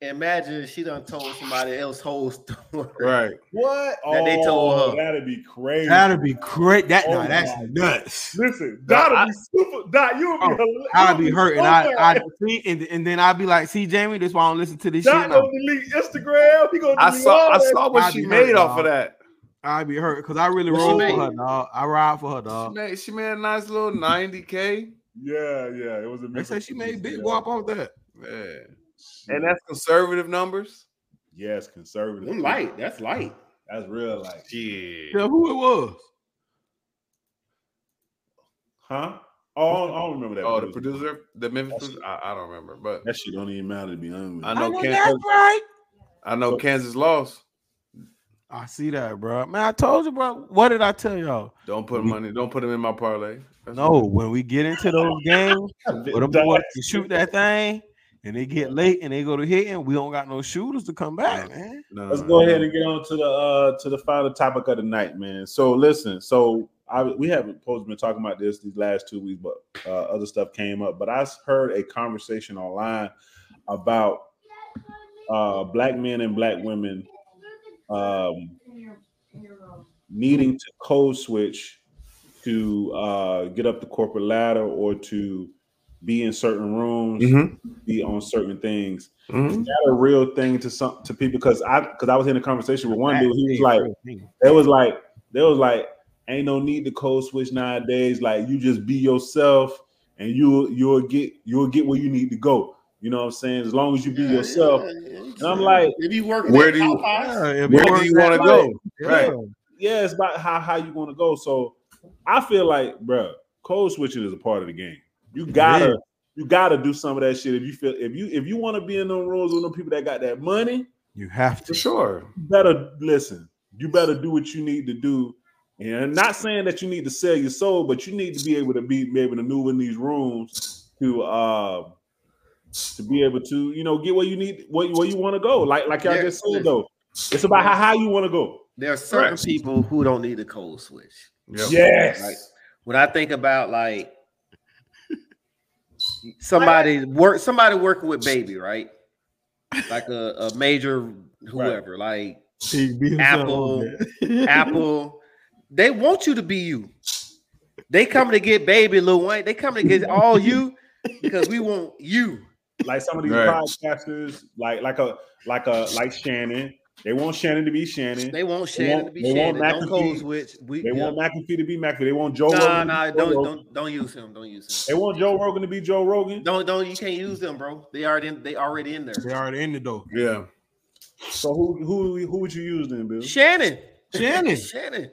Speaker 2: Imagine she done told somebody else whole [LAUGHS] story.
Speaker 4: Right.
Speaker 1: what
Speaker 2: that they told
Speaker 1: Oh,
Speaker 2: her.
Speaker 1: That'd be crazy.
Speaker 3: That'd be great. That
Speaker 1: Oh
Speaker 3: nah, that's
Speaker 1: my
Speaker 3: nuts.
Speaker 1: Listen,
Speaker 4: Nah,
Speaker 1: Dot'll be super. Dot, you would be.
Speaker 3: Oh,
Speaker 1: hilarious. Oh,
Speaker 3: I'd be hurting. I
Speaker 1: Somewhere.
Speaker 3: I see, and, and then I'd be like, "See, Jamie, this why I don't listen to this
Speaker 1: Dot
Speaker 3: shit." now."
Speaker 1: gonna delete Instagram. He gonna delete
Speaker 4: I saw
Speaker 1: all
Speaker 4: I
Speaker 1: that.
Speaker 4: saw what
Speaker 3: I'd
Speaker 4: she
Speaker 3: be
Speaker 4: made
Speaker 3: hurt,
Speaker 4: off of
Speaker 3: dog.
Speaker 4: that.
Speaker 3: I'd be hurt because I really
Speaker 2: What she
Speaker 3: roll for
Speaker 2: made?
Speaker 3: her, dog. I ride for her,
Speaker 4: She
Speaker 3: dog.
Speaker 4: made she made a nice little ninety k.
Speaker 1: Yeah, yeah, it was a.
Speaker 3: They say she made big guap off that.
Speaker 4: Man. And
Speaker 1: And
Speaker 4: that's conservative numbers.
Speaker 1: yes, conservative.
Speaker 2: Them light. That's light.
Speaker 1: That's real light.
Speaker 4: Yeah.
Speaker 3: Yeah, who it was?
Speaker 1: Huh? Oh, I don't- I don't remember that.
Speaker 4: Oh, the
Speaker 1: movie.
Speaker 4: producer, the Memphis producer. I, I don't remember, but
Speaker 1: That shit don't even matter to be honest. With.
Speaker 4: I
Speaker 1: you.
Speaker 4: know
Speaker 3: know
Speaker 4: Kansas.
Speaker 3: right.
Speaker 4: I know Kansas lost.
Speaker 3: I see that, bro. Man, I told you, bro. What did I tell y'all?
Speaker 4: Don't put money. Don't put him in my parlay. That's
Speaker 3: No, when we get into those
Speaker 4: [LAUGHS]
Speaker 3: games, where them
Speaker 1: Dot-
Speaker 3: boys can shoot that thing, and they get late and they go to hitting, we don't got no shooters to come back, man.
Speaker 4: No,
Speaker 1: Let's
Speaker 4: no,
Speaker 1: go
Speaker 4: no.
Speaker 1: ahead and get on to the uh to the final topic of the night, man. So listen, so I we haven't supposed to been talking about this these last two weeks, but uh, other stuff came up. But I s- heard a conversation online about uh black men and black women um needing to code switch to uh get up the corporate ladder or to be in certain rooms,
Speaker 3: Mm-hmm,
Speaker 4: Mhm.
Speaker 1: be on certain things
Speaker 4: Mhm.
Speaker 1: that a real thing to some to people because I because I was in a conversation with one dude. He was like, they was like, they was like, ain't no need to code switch nowadays. Like you just be yourself and you you'll get you'll get where you need to go. You know what I'm saying? As long as you be yourself. And I'm like,
Speaker 2: if you work,
Speaker 4: Where
Speaker 2: at
Speaker 4: do you-
Speaker 2: Popeyes,
Speaker 3: Yeah, if
Speaker 4: Where
Speaker 3: you
Speaker 4: do you
Speaker 3: want
Speaker 4: want to
Speaker 1: that
Speaker 4: go?
Speaker 3: that-
Speaker 4: Right.
Speaker 3: yeah.
Speaker 1: yeah, it's about how how you want to go. So I feel like, bruh, code switching is a part of the game. You gotta
Speaker 3: Yeah.
Speaker 1: you gotta do some of that shit if you feel if you if you want to be in them rooms with them people that got that money.
Speaker 3: You have
Speaker 4: For
Speaker 3: to.
Speaker 4: sure.
Speaker 1: you better listen. You better do what you need to do. And I'm not saying that you need to sell your soul, but you need to be able to be, be able to move in these rooms to uh, to be able to, you know, get where you need, where, where you want to go. Like like y'all
Speaker 2: Yeah,
Speaker 1: just said
Speaker 2: listen.
Speaker 1: though, it's about how high you want to go.
Speaker 2: There are certain
Speaker 1: Correct.
Speaker 2: people who don't need a code switch.
Speaker 1: Yes.
Speaker 2: Like, when I think about like somebody work somebody working with baby, right? Like a, a major whoever,
Speaker 3: He beat himself
Speaker 2: Apple.
Speaker 3: up, man.
Speaker 2: like Apple, they want you to be you. They coming to get baby Lil Wayne. They coming to get all you because we want you.
Speaker 1: like some of these
Speaker 4: Right.
Speaker 1: podcasters, like like a like a like Shannon. They want Shannon to be Shannon. They,
Speaker 2: They want Shannon to
Speaker 1: want-
Speaker 2: be
Speaker 1: they want
Speaker 2: Shannon. Don't
Speaker 1: McAfee.
Speaker 2: code switch. We, yeah.
Speaker 1: want McAfee to be McAfee. They want Joe.
Speaker 2: Nah,
Speaker 1: Rogan
Speaker 2: nah,
Speaker 1: to be Joe
Speaker 2: don't
Speaker 1: Rogan.
Speaker 2: don't don't use him. Don't use
Speaker 1: They
Speaker 2: him.
Speaker 1: want Joe Rogan to be Joe Rogan.
Speaker 2: Don't don't you can't use them, bro. They already in, they already in
Speaker 3: They
Speaker 2: there.
Speaker 3: already in the door.
Speaker 4: Yeah.
Speaker 1: So who who who would you use then, Bill?
Speaker 2: Shannon, [LAUGHS]
Speaker 3: Shannon.
Speaker 2: Shannon,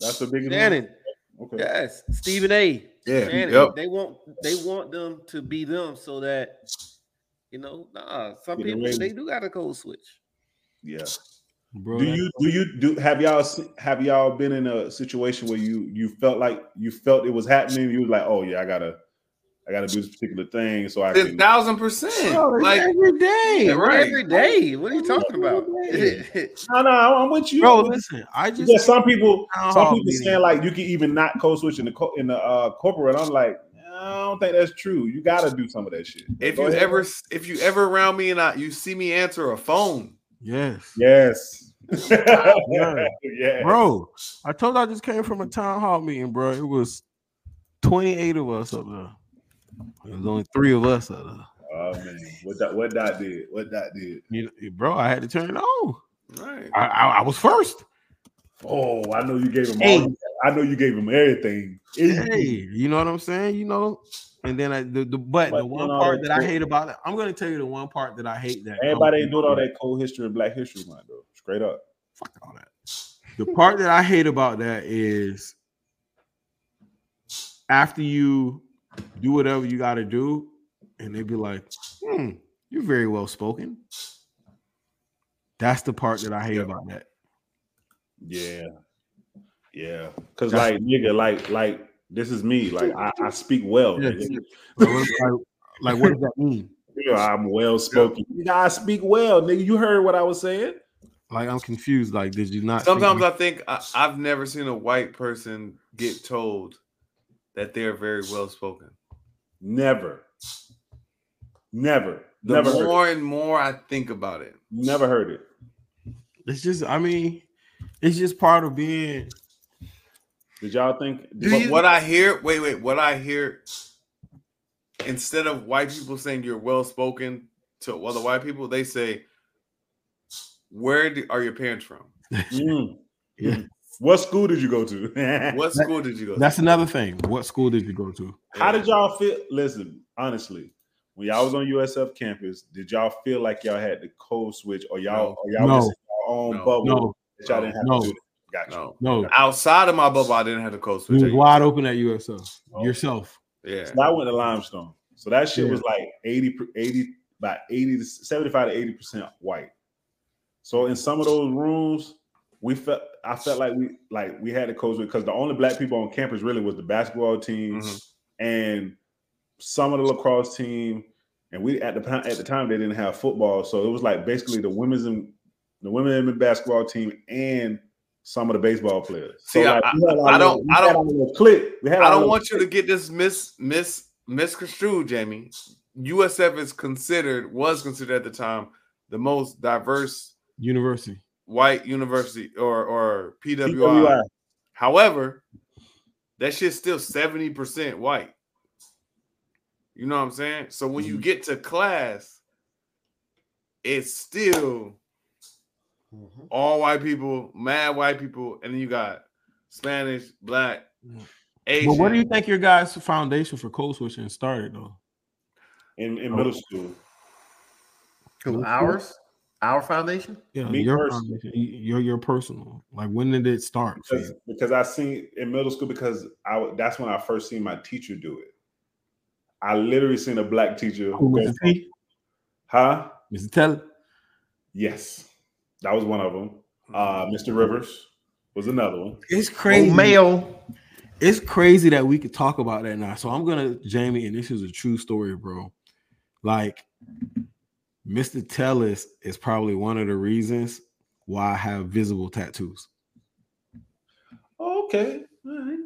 Speaker 1: That's the biggest
Speaker 2: Shannon.
Speaker 1: one. Okay.
Speaker 2: Yes, Stephen A.
Speaker 4: Yeah.
Speaker 2: Shannon.
Speaker 4: Yep.
Speaker 2: They want they want them to be them so that you know, nah, some
Speaker 1: Get
Speaker 2: people
Speaker 1: away
Speaker 2: they do got a code switch.
Speaker 1: Yeah.
Speaker 3: Bro,
Speaker 1: do
Speaker 3: that-
Speaker 1: you do you do have y'all se- have y'all been in a situation where you you felt like you felt it was happening? You was like, oh yeah, I gotta I gotta do this particular thing so I
Speaker 4: Ten
Speaker 1: can.
Speaker 4: thousand percent.
Speaker 3: Bro, it's
Speaker 4: Like
Speaker 3: every day.
Speaker 4: right.
Speaker 2: Every day. What are you talking about? [LAUGHS]
Speaker 1: No, no, I'm with you.
Speaker 3: Bro,
Speaker 1: I'm with
Speaker 3: listen, I
Speaker 1: you.
Speaker 3: just
Speaker 1: There's some people
Speaker 3: Town
Speaker 1: some
Speaker 3: hall
Speaker 1: people
Speaker 3: meeting.
Speaker 1: saying like you can even not code switch in the co- in the uh, corporate. I'm like, I don't think that's true. You gotta do some of that shit.
Speaker 4: if
Speaker 1: Go
Speaker 4: you
Speaker 1: ahead.
Speaker 4: ever if you ever around me and I you see me answer a phone,
Speaker 3: yes.
Speaker 1: [LAUGHS] yes,
Speaker 3: Yeah.
Speaker 1: yeah,
Speaker 3: Bro, I told you I just came from a town hall meeting, bro. It was 28 of us up there. It was only three of us up there.
Speaker 1: Oh man, what that what that did? What that did?
Speaker 3: You know, bro, I had to turn it on.
Speaker 4: right?
Speaker 3: I, I, I was first.
Speaker 1: Oh, I know you gave him.
Speaker 2: Hey.
Speaker 1: All, I know you gave him everything.
Speaker 3: Hey, you know what I'm saying? You know, and then I the, the but
Speaker 1: But
Speaker 3: the one
Speaker 1: then all
Speaker 3: part
Speaker 1: that
Speaker 3: that I
Speaker 1: shit.
Speaker 3: hate about it, I'm gonna tell you the one part that I hate that
Speaker 1: Everybody ain't
Speaker 3: company-
Speaker 1: doing all that cold history and Black History Month though. Straight up.
Speaker 3: Fuck all that. The part that I hate about that is after you do whatever you got to do, and they be like, "Hmm, you're very well spoken." That's the part that I hate about that.
Speaker 1: Yeah, yeah. Cause like nigga, like like this is me. Like I, I speak well. nigga.
Speaker 3: Yes. Like, what- like- like, what does that mean?
Speaker 1: You know, I'm well spoken. I speak well, nigga. You heard what I was saying.
Speaker 3: Like, I'm confused. Like, did you not? think
Speaker 4: Sometimes
Speaker 3: you-
Speaker 4: I think I, I've never seen a white person get told that they're very well spoken.
Speaker 1: Never, never,
Speaker 4: The
Speaker 1: never, heard it.
Speaker 4: more and more I think about it,
Speaker 1: never heard it.
Speaker 3: it's just. I mean, it's just part of being.
Speaker 1: Did y'all think?
Speaker 4: but what [LAUGHS] I hear, wait, wait, what I hear instead of white people saying you're well spoken to other white people, they say, "Where do, are your parents from?
Speaker 1: Mm.
Speaker 3: Yeah.
Speaker 1: What school did you go to?
Speaker 4: What school did you go?" to?
Speaker 3: That's another thing. What school did you go to?
Speaker 1: [LAUGHS] How did y'all feel? Listen, honestly, when y'all was on USF campus, did y'all feel like y'all had the code switch, or y'all, or y'all was
Speaker 3: No.
Speaker 1: in your own
Speaker 4: No.
Speaker 1: bubble
Speaker 3: No,
Speaker 1: that y'all didn't have
Speaker 3: No.
Speaker 1: to do? That? Gotcha.
Speaker 4: No.
Speaker 3: no,
Speaker 4: Outside of my bubble, I didn't have the code
Speaker 3: you
Speaker 4: switch.
Speaker 3: was wide open at USF
Speaker 1: Oh.
Speaker 3: yourself.
Speaker 4: Yeah,
Speaker 1: So I went to limestone, so that shit
Speaker 3: Yeah.
Speaker 1: was like 80, per- 80 by eighty to seventy-five to eighty percent white. So in some of those rooms, we felt I felt like we like we had the code switch because the only black people on campus really was the basketball team.
Speaker 4: Mhm.
Speaker 1: and some of the lacrosse team, and we at the time at the time they didn't have football, so it was like basically the women's and the women and basketball team and some of the baseball players.
Speaker 4: See,
Speaker 1: so like,
Speaker 4: I-
Speaker 1: we had our
Speaker 4: I don't-
Speaker 1: little- we
Speaker 4: I
Speaker 1: had
Speaker 4: don't-
Speaker 1: our little click. We had
Speaker 4: I
Speaker 1: our
Speaker 4: don't
Speaker 1: little
Speaker 4: want you to get this mis mis misconstrued, Jamie. USF is considered was considered at the time the most diverse
Speaker 3: University.
Speaker 4: white university or or PWI.
Speaker 1: PWI.
Speaker 4: However, that shit's still seventy percent white. You know what I'm saying? So when
Speaker 3: Mm-hmm.
Speaker 4: you get to class, it's still all white people, mad white people, and then you got Spanish, black,
Speaker 3: Yeah.
Speaker 4: Asian.
Speaker 3: But what do you think your guys' foundation for code switching started though?
Speaker 1: in,
Speaker 3: Oh,
Speaker 1: in middle school.
Speaker 6: Who, ours? Our foundation?
Speaker 3: Yeah,
Speaker 1: Me
Speaker 3: Uh, your
Speaker 1: personally.
Speaker 3: foundation, y- your your personal. Like when did it start? for
Speaker 1: because
Speaker 3: you?
Speaker 1: because I seen in middle school because I w- that's when I first seen my teacher do it. I literally seen a black teacher,
Speaker 3: Who
Speaker 1: who
Speaker 3: was
Speaker 1: goes,
Speaker 3: the T?
Speaker 1: huh?
Speaker 3: Mr. Tell.
Speaker 1: Yes, that was one of them.
Speaker 3: Hmm.
Speaker 1: Uh, Mr. Rivers was another one.
Speaker 3: It's crazy.
Speaker 6: Mail.
Speaker 3: It's crazy that we could talk about that now. So I'm gonna Jamie, and this is a true story, bro. Like Mr. Tellis is probably one of the reasons why I have visible tattoos.
Speaker 1: Oh, okay. All right.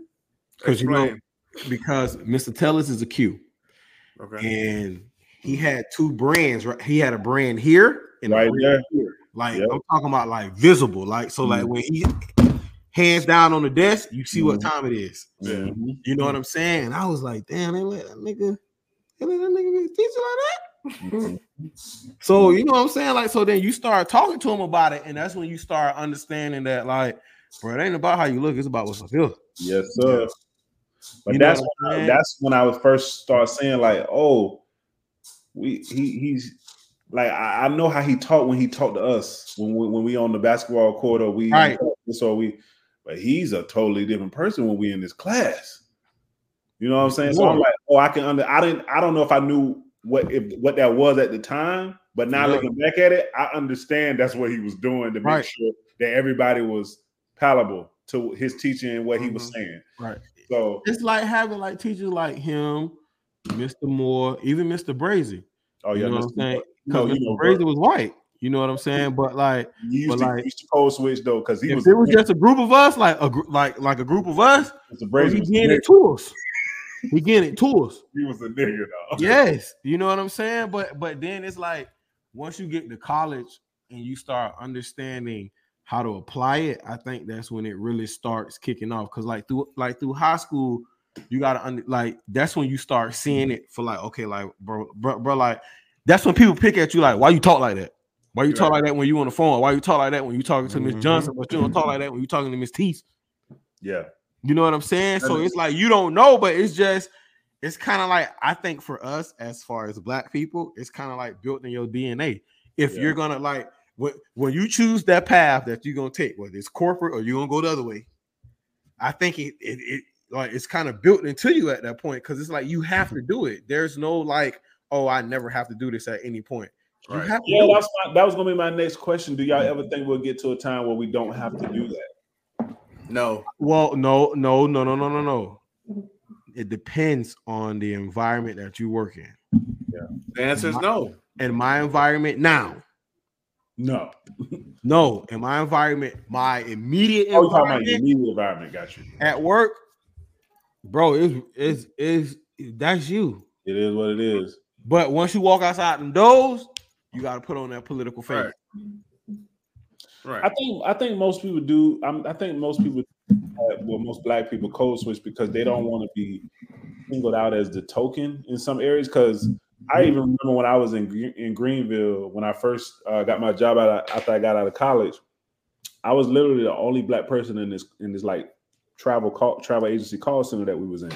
Speaker 3: Because you know,
Speaker 4: Explain.
Speaker 3: because Mr. Tellis is a Q
Speaker 4: Okay.
Speaker 3: and he had two brands, right? He had a brand here and a
Speaker 1: Right
Speaker 3: brand
Speaker 1: there.
Speaker 3: here. Like
Speaker 1: Yep. Mm-hmm.
Speaker 3: I'm talking about like visible. Like so, like when he hands down on the desk, you see what time it is.
Speaker 1: Yeah.
Speaker 3: You
Speaker 1: Mm-hmm.
Speaker 3: know what I'm saying? I was like, damn, they let that nigga, they let that nigga be teaching like
Speaker 1: Mm-hmm.
Speaker 3: [LAUGHS] that. so you know what I'm saying? Like, so then you start talking to him about it, and that's when you start understanding that, like, bro, it ain't about how you look, it's about what's fulfilled.
Speaker 1: Yes, sir. But
Speaker 3: You know
Speaker 1: that's
Speaker 3: what
Speaker 1: when
Speaker 3: I'm
Speaker 1: I,
Speaker 3: saying?
Speaker 1: that's when I was first start saying like, oh, we he he's like I, I know how he talked when he talked to us when we, when we on the basketball court or we
Speaker 3: Right.
Speaker 1: so we, but he's a totally different person when we in this class. You know what I'm saying? So I'm
Speaker 3: Yeah.
Speaker 1: like, oh, I can under I didn't I don't know if I knew what if what that was at the time, but now
Speaker 3: Yeah.
Speaker 1: looking back at it, I understand that's what he was doing to make
Speaker 3: Right.
Speaker 1: sure that everybody was palatable to his teaching and what he was
Speaker 4: Mhm.
Speaker 1: saying.
Speaker 3: Mm-hmm. Right.
Speaker 1: So
Speaker 3: It's like having like teachers like him, Mr. Moore, even Mr. Brazy.
Speaker 1: Oh
Speaker 3: You
Speaker 1: yeah,
Speaker 3: know
Speaker 1: Mr.
Speaker 3: what I'm saying?
Speaker 1: No,
Speaker 3: Because
Speaker 1: you
Speaker 3: Mr.
Speaker 1: know,
Speaker 3: Brazy
Speaker 1: bro.
Speaker 3: was white. You know what I'm saying? But like,
Speaker 1: You used,
Speaker 3: but
Speaker 1: to,
Speaker 3: like-
Speaker 1: you used to cold switch though, because he
Speaker 3: if
Speaker 1: was,
Speaker 3: it was just a group of us, like a gr- like like a group of us,
Speaker 1: Mr.
Speaker 3: well,
Speaker 1: Brazy
Speaker 3: he
Speaker 1: was
Speaker 3: getting
Speaker 1: a nigga.
Speaker 3: it to us. He getting it to us.
Speaker 1: He was a nigga
Speaker 3: [LAUGHS]
Speaker 1: though.
Speaker 3: yes you know what i'm saying but but then it's like once you get to college and you start understanding how to apply it i think that's when it really starts kicking off because like through like through high school you gotta under, like that's when you start seeing it for like okay like bro bro, bro like that's when people pick at you like why you talk like that why you talk like that when you on the phone why you talk like that when you talking to miss
Speaker 4: Mhm.
Speaker 3: johnson but you don't talk like that when you talking to miss teeth
Speaker 1: Yeah.
Speaker 3: you know what I'm saying? So it's like you don't know, but it's just it's kind of like I think for us as far as black people, it's kind of like built in your DNA. If
Speaker 1: Yeah.
Speaker 3: you're gonna like when when you choose that path that you're gonna take, whether it's corporate or you're gonna go the other way, I think it it, it like it's kind of built into you at that point because it's like you have to do it. There's no like, oh, I never have to do this at any point. You
Speaker 4: Right.
Speaker 3: have to
Speaker 1: Yeah,
Speaker 3: do it.
Speaker 1: that's my, that was gonna be my next question. Do y'all ever think we'll get to a time where we don't have to do that?
Speaker 4: No.
Speaker 3: Well, no, no, no, no, no, no, no. It depends on the environment that you work in.
Speaker 4: The answer is no.
Speaker 3: in my environment now.
Speaker 1: No.
Speaker 3: No, in my environment, my immediate
Speaker 1: Oh, you talking about your
Speaker 3: environment
Speaker 1: immediate environment? Got you.
Speaker 3: at work, bro, is is is that's you.
Speaker 1: It is what it is.
Speaker 3: But once you walk outside them doors, you got to put on that political face.
Speaker 4: Right.
Speaker 1: I
Speaker 4: Right.
Speaker 1: think I think most people do. I'm, I think most people, uh, well, most black people code switch because they don't want to be singled out as the token in some areas. Because I even remember when I was in Gre- in Greenville when I first uh, got my job out after I got out of college, I was literally the only black person in this in this like travel call travel agency call center that we was in.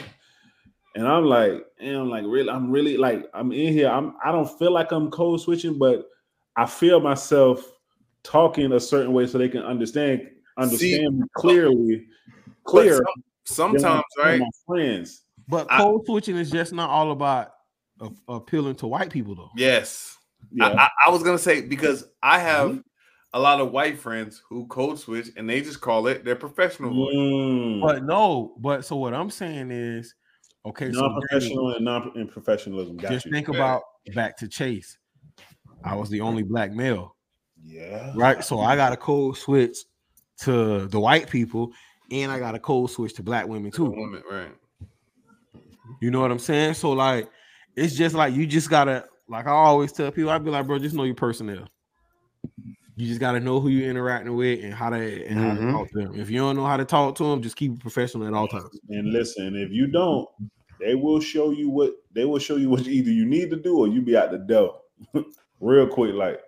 Speaker 1: And I'm like, and I'm like, really, I'm really like, I'm in here. I'm I don't feel like I'm code switching, but I feel myself talking a certain way so they can understand understand me clearly
Speaker 4: But
Speaker 1: clear
Speaker 4: some,
Speaker 1: than
Speaker 4: sometimes,
Speaker 1: my- than
Speaker 4: right?
Speaker 1: my friends
Speaker 3: But
Speaker 4: I-
Speaker 3: code switching is just not all about a- appealing to white people, though.
Speaker 4: Yes.
Speaker 1: yeah
Speaker 4: I, I, I was gonna say because I have
Speaker 3: Mm-hmm.
Speaker 4: a lot of white friends who code switch and they just call it their professional voice.
Speaker 1: Mm.
Speaker 3: But no, but so what I'm saying is, okay, so Jeremy,
Speaker 1: non-professional and non and professionalism got
Speaker 3: just
Speaker 1: you
Speaker 3: think
Speaker 4: Yeah.
Speaker 3: about back to Chase. I was the only black male.
Speaker 1: yeah
Speaker 3: right? So I got a cold switch to the white people, and I got a cold switch to black women too.
Speaker 6: Uh-huh.
Speaker 4: Woman, right?
Speaker 3: You know what I'm saying? So like, it's just like you just gotta like I always tell people, I'd be like, bro, just know your personnel. You just gotta know who you're interacting with and how to and how
Speaker 6: Mm-hmm.
Speaker 3: to
Speaker 4: Mhm.
Speaker 3: talk to them. If you don't know how to talk to them, just keep it professional at all times.
Speaker 1: and listen if you don't they will show you what they will show you what either you need to do or you be out the door [LAUGHS] real quick like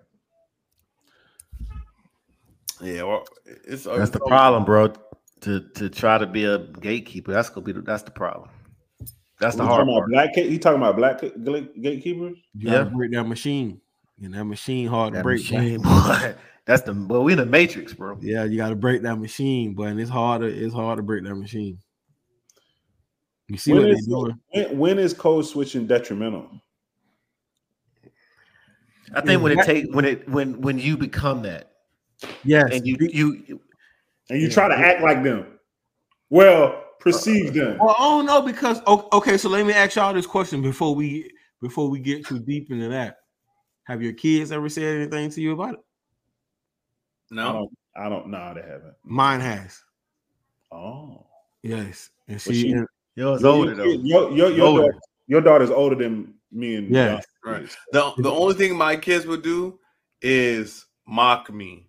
Speaker 4: Yeah. Well, it's
Speaker 6: That's the problem, bro. To to try to be a gatekeeper, that's gonna be the, that's the problem. That's the
Speaker 1: he
Speaker 6: hard
Speaker 1: talking about
Speaker 6: part.
Speaker 1: black gate- he talking about black gate- gatekeepers
Speaker 3: You gotta
Speaker 6: Yeah.
Speaker 3: break that machine, and that machine hard to
Speaker 6: That
Speaker 3: break. bro.
Speaker 6: machine, [LAUGHS] boy. That's the but we in the matrix, bro.
Speaker 3: [LAUGHS] Yeah, you gotta break that machine, but it's harder. It's hard to break that machine. You see
Speaker 1: When
Speaker 3: what
Speaker 1: is it-
Speaker 3: they're doing.
Speaker 1: when, when is code switching detrimental
Speaker 6: I think when it
Speaker 3: Exact-
Speaker 6: take when it when when you become that
Speaker 3: Yes,
Speaker 6: and you you, you
Speaker 1: and you try to act like them. Well, perceive them.
Speaker 6: Uh-uh.
Speaker 3: Well, I don't know because o- okay, so let me ask y'all this question before we before we get too deep into that, have your kids ever said anything to you about it?
Speaker 1: I
Speaker 4: No,
Speaker 1: don't. I don't. Nah, they haven't.
Speaker 3: Mine has.
Speaker 1: Oh,
Speaker 3: Yes. And
Speaker 1: Well,
Speaker 3: she,
Speaker 1: she-
Speaker 3: and-
Speaker 6: Yours older
Speaker 1: Your-
Speaker 6: though.
Speaker 1: Your your your,
Speaker 6: Older.
Speaker 1: daughter, your daughter's older than me and
Speaker 3: Yes.
Speaker 1: John.
Speaker 4: Right. the the only thing my kids would do is mock me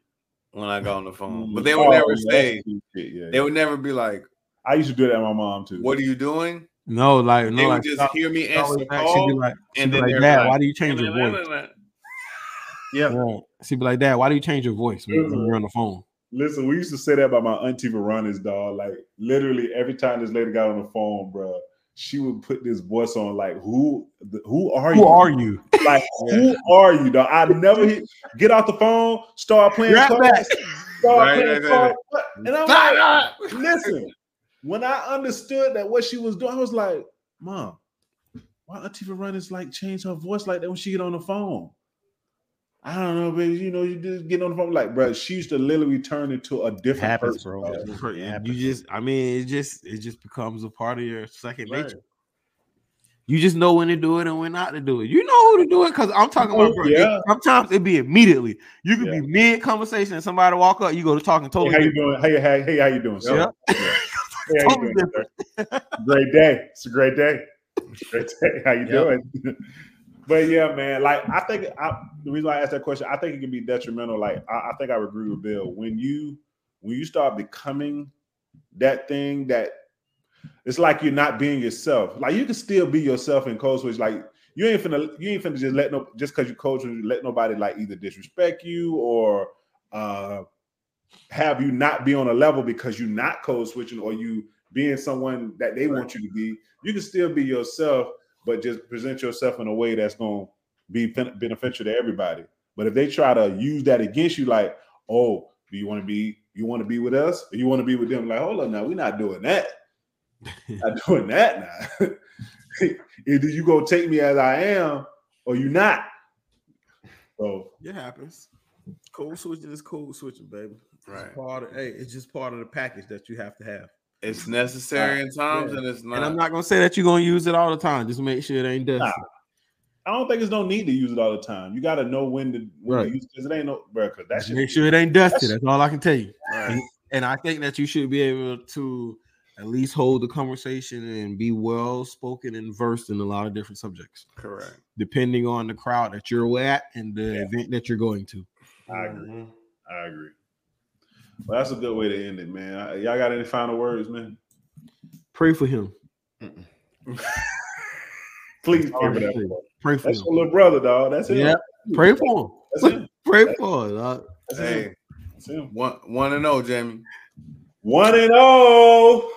Speaker 4: when I got on the phone, but they would
Speaker 1: Oh,
Speaker 4: never
Speaker 1: yeah,
Speaker 4: say.
Speaker 1: that's some shit, yeah,
Speaker 4: They
Speaker 1: yeah.
Speaker 4: would never be like,
Speaker 1: I used to do that to my mom too.
Speaker 4: "What are you doing?"
Speaker 3: no, like,
Speaker 4: They
Speaker 3: no, like,
Speaker 4: would just
Speaker 3: stop.
Speaker 4: hear me
Speaker 3: She always
Speaker 4: answer the
Speaker 3: ask- she'd be
Speaker 4: call,
Speaker 3: like,
Speaker 4: and
Speaker 3: she'd be
Speaker 4: then
Speaker 3: like,
Speaker 4: they're
Speaker 3: Dad, why
Speaker 4: like,
Speaker 3: do you change your voice?
Speaker 6: Yeah.
Speaker 3: Yeah. She'd be like, Dad, why do you change your voice when when you're on the phone?
Speaker 1: Listen, we used to say that about my auntie Veronica's dog. Like literally every time this lady got on the phone, bruh, she would put this voice on like, "Who, the, who are
Speaker 3: Who
Speaker 1: you?
Speaker 3: are you?
Speaker 4: [LAUGHS]
Speaker 1: Like, who are you, dog? I never hit, get off the phone, start playing
Speaker 3: Right
Speaker 1: cards, start
Speaker 4: Right,
Speaker 1: playing
Speaker 4: right, right,
Speaker 1: cards. And I'm
Speaker 4: Stop.
Speaker 1: like, listen, when I understood that what she was doing, I was like, Mom, why Auntie Veronica's like change her voice like that when she get on the phone? I don't know, baby. You know, you just get on the phone like, bruh. She used to literally turn into a different
Speaker 6: Happens,
Speaker 1: person.
Speaker 6: bro.
Speaker 1: dog.
Speaker 3: You just, I mean, it just, it just becomes a part of your second
Speaker 6: Right.
Speaker 3: nature. You just know when to do it and when not to do it. You know who to do it because I'm talking about. Bro, it-
Speaker 1: Yeah.
Speaker 3: sometimes it be immediately. You could
Speaker 1: Yeah.
Speaker 3: be mid conversation and somebody walk up. You go to talking
Speaker 1: Hey,
Speaker 3: totally.
Speaker 1: how you doing? Hey, hey, hey, how you doing, sir?
Speaker 3: Yeah.
Speaker 1: Yeah. Hey, how you
Speaker 3: Totally
Speaker 1: doing, sir? Great day. It's a great day. Great day. [LAUGHS] How you doing? but yeah, man. Like I think I, the reason why I asked that question, I think it can be detrimental. Like I, I think I would agree with Bill. When you when you start becoming that thing that it's like you're not being yourself. Like you can still be yourself in code switch. Like you ain't finna you ain't finna just let no just because you coach and let nobody like either disrespect you or uh have you not be on a level because you're not code switching or you being someone that they want you to be. You can still be yourself, but just present yourself in a way that's gonna be ben- beneficial to everybody. But if they try to use that against you, like, oh, do you want to be you want to be with us or you want to be with them? Like, hold on now, we're not doing
Speaker 3: [LAUGHS]
Speaker 1: that. not doing that now. [LAUGHS] Either you go take me as I am or you not. So
Speaker 3: It happens. Cold switching is cold switching, baby.
Speaker 4: Right.
Speaker 3: Part of, hey, it's just part of the package that you have to have.
Speaker 4: It's necessary in times, and it's not.
Speaker 3: And I'm not gonna say that you're gonna use it all the time. Just make sure it ain't dusty.
Speaker 1: Nah. I don't think it's no need to use it all the time. You got to know when to when
Speaker 3: Right.
Speaker 1: to use because it ain't no bro. Because that
Speaker 3: Just
Speaker 1: shit.
Speaker 3: make sure it ain't dusty. That's all I can tell you.
Speaker 4: Right.
Speaker 3: And I think that you should be able to at least hold the conversation and be well spoken and versed in a lot of different subjects,
Speaker 4: Correct.
Speaker 3: [LAUGHS] depending on the crowd that you're at and the
Speaker 1: Yeah.
Speaker 3: event that you're going to.
Speaker 1: I agree. I agree. Well, that's a good way to end it, man. I- Y'all got any final words, man?
Speaker 3: Pray for him.
Speaker 1: Please
Speaker 3: Oh,
Speaker 1: pray for that.
Speaker 3: shit.
Speaker 1: boy.
Speaker 3: Pray for
Speaker 1: That's
Speaker 3: him.
Speaker 1: your little brother, dog. That's him.
Speaker 3: Yeah. Pray for
Speaker 1: That's
Speaker 3: [LAUGHS] him.
Speaker 1: him.
Speaker 3: Pray for him. dog.
Speaker 1: That's him.
Speaker 4: Hey,
Speaker 1: That's him.
Speaker 4: one one and oh, Jamie.
Speaker 1: One and oh.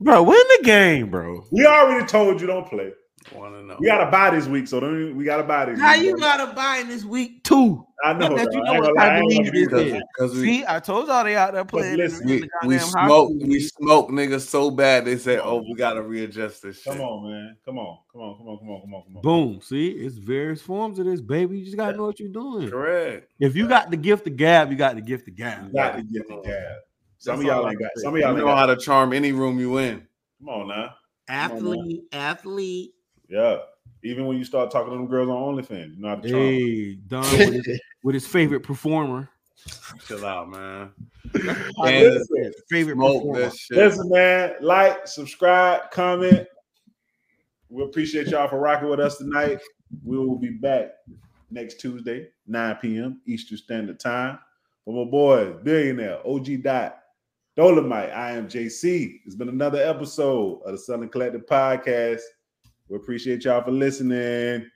Speaker 3: Bro, win the game, bro.
Speaker 1: We already told you don't play.
Speaker 4: One and oh.
Speaker 1: We got to buy this week, so don't even, we got to buy this.
Speaker 3: How
Speaker 1: week,
Speaker 3: you
Speaker 1: dog.
Speaker 3: gotta buy in this week too?
Speaker 1: I know.
Speaker 3: that
Speaker 1: dog.
Speaker 3: you know
Speaker 1: I ain't
Speaker 3: what
Speaker 1: gonna lie. I
Speaker 3: type of
Speaker 1: ain't
Speaker 3: league
Speaker 1: gonna
Speaker 3: this
Speaker 1: do
Speaker 3: is.
Speaker 1: that.
Speaker 4: because we
Speaker 3: See, I told y'all they out there playing. in
Speaker 1: listen,
Speaker 3: the- in
Speaker 4: we,
Speaker 3: the
Speaker 4: we
Speaker 3: goddamn hockey
Speaker 4: smoked we
Speaker 3: league.
Speaker 4: smoked niggas so bad they said, "Oh, we gotta readjust this shit."
Speaker 1: Come on, man. Come on. Come on. Come on. Come on. Come on. Come on.
Speaker 3: Boom. See, it's various forms of this, baby. You just gotta know what you're doing.
Speaker 4: Correct.
Speaker 3: If you got the gift of gab, you got the gift of gab.
Speaker 1: Got to get the gab. Some of
Speaker 3: That's all
Speaker 1: y'all
Speaker 3: I
Speaker 1: ain't
Speaker 3: can
Speaker 1: got.
Speaker 3: say.
Speaker 1: Some of
Speaker 4: You
Speaker 1: y'all ain't
Speaker 4: know how
Speaker 1: got.
Speaker 4: to charm any room you in.
Speaker 1: Come on now.
Speaker 6: Athlete, athlete.
Speaker 1: Yeah. Even when you start talking to them girls on OnlyFans, you know how to charm.
Speaker 3: Hey, Don with his, with his favorite performer.
Speaker 4: Chill out, man.
Speaker 3: His
Speaker 4: And
Speaker 1: Listen,
Speaker 3: favorite
Speaker 4: smoke
Speaker 3: performer.
Speaker 4: that shit.
Speaker 1: listen, man. Like, subscribe, comment. We appreciate y'all for rocking with us tonight. We will be back next Tuesday, 9 p.m. Eastern Standard Time. For my boy, billionaire, OG Dot, Dolomite, I am JC. It's been another episode of the Southern Collective Podcast. We appreciate y'all for listening.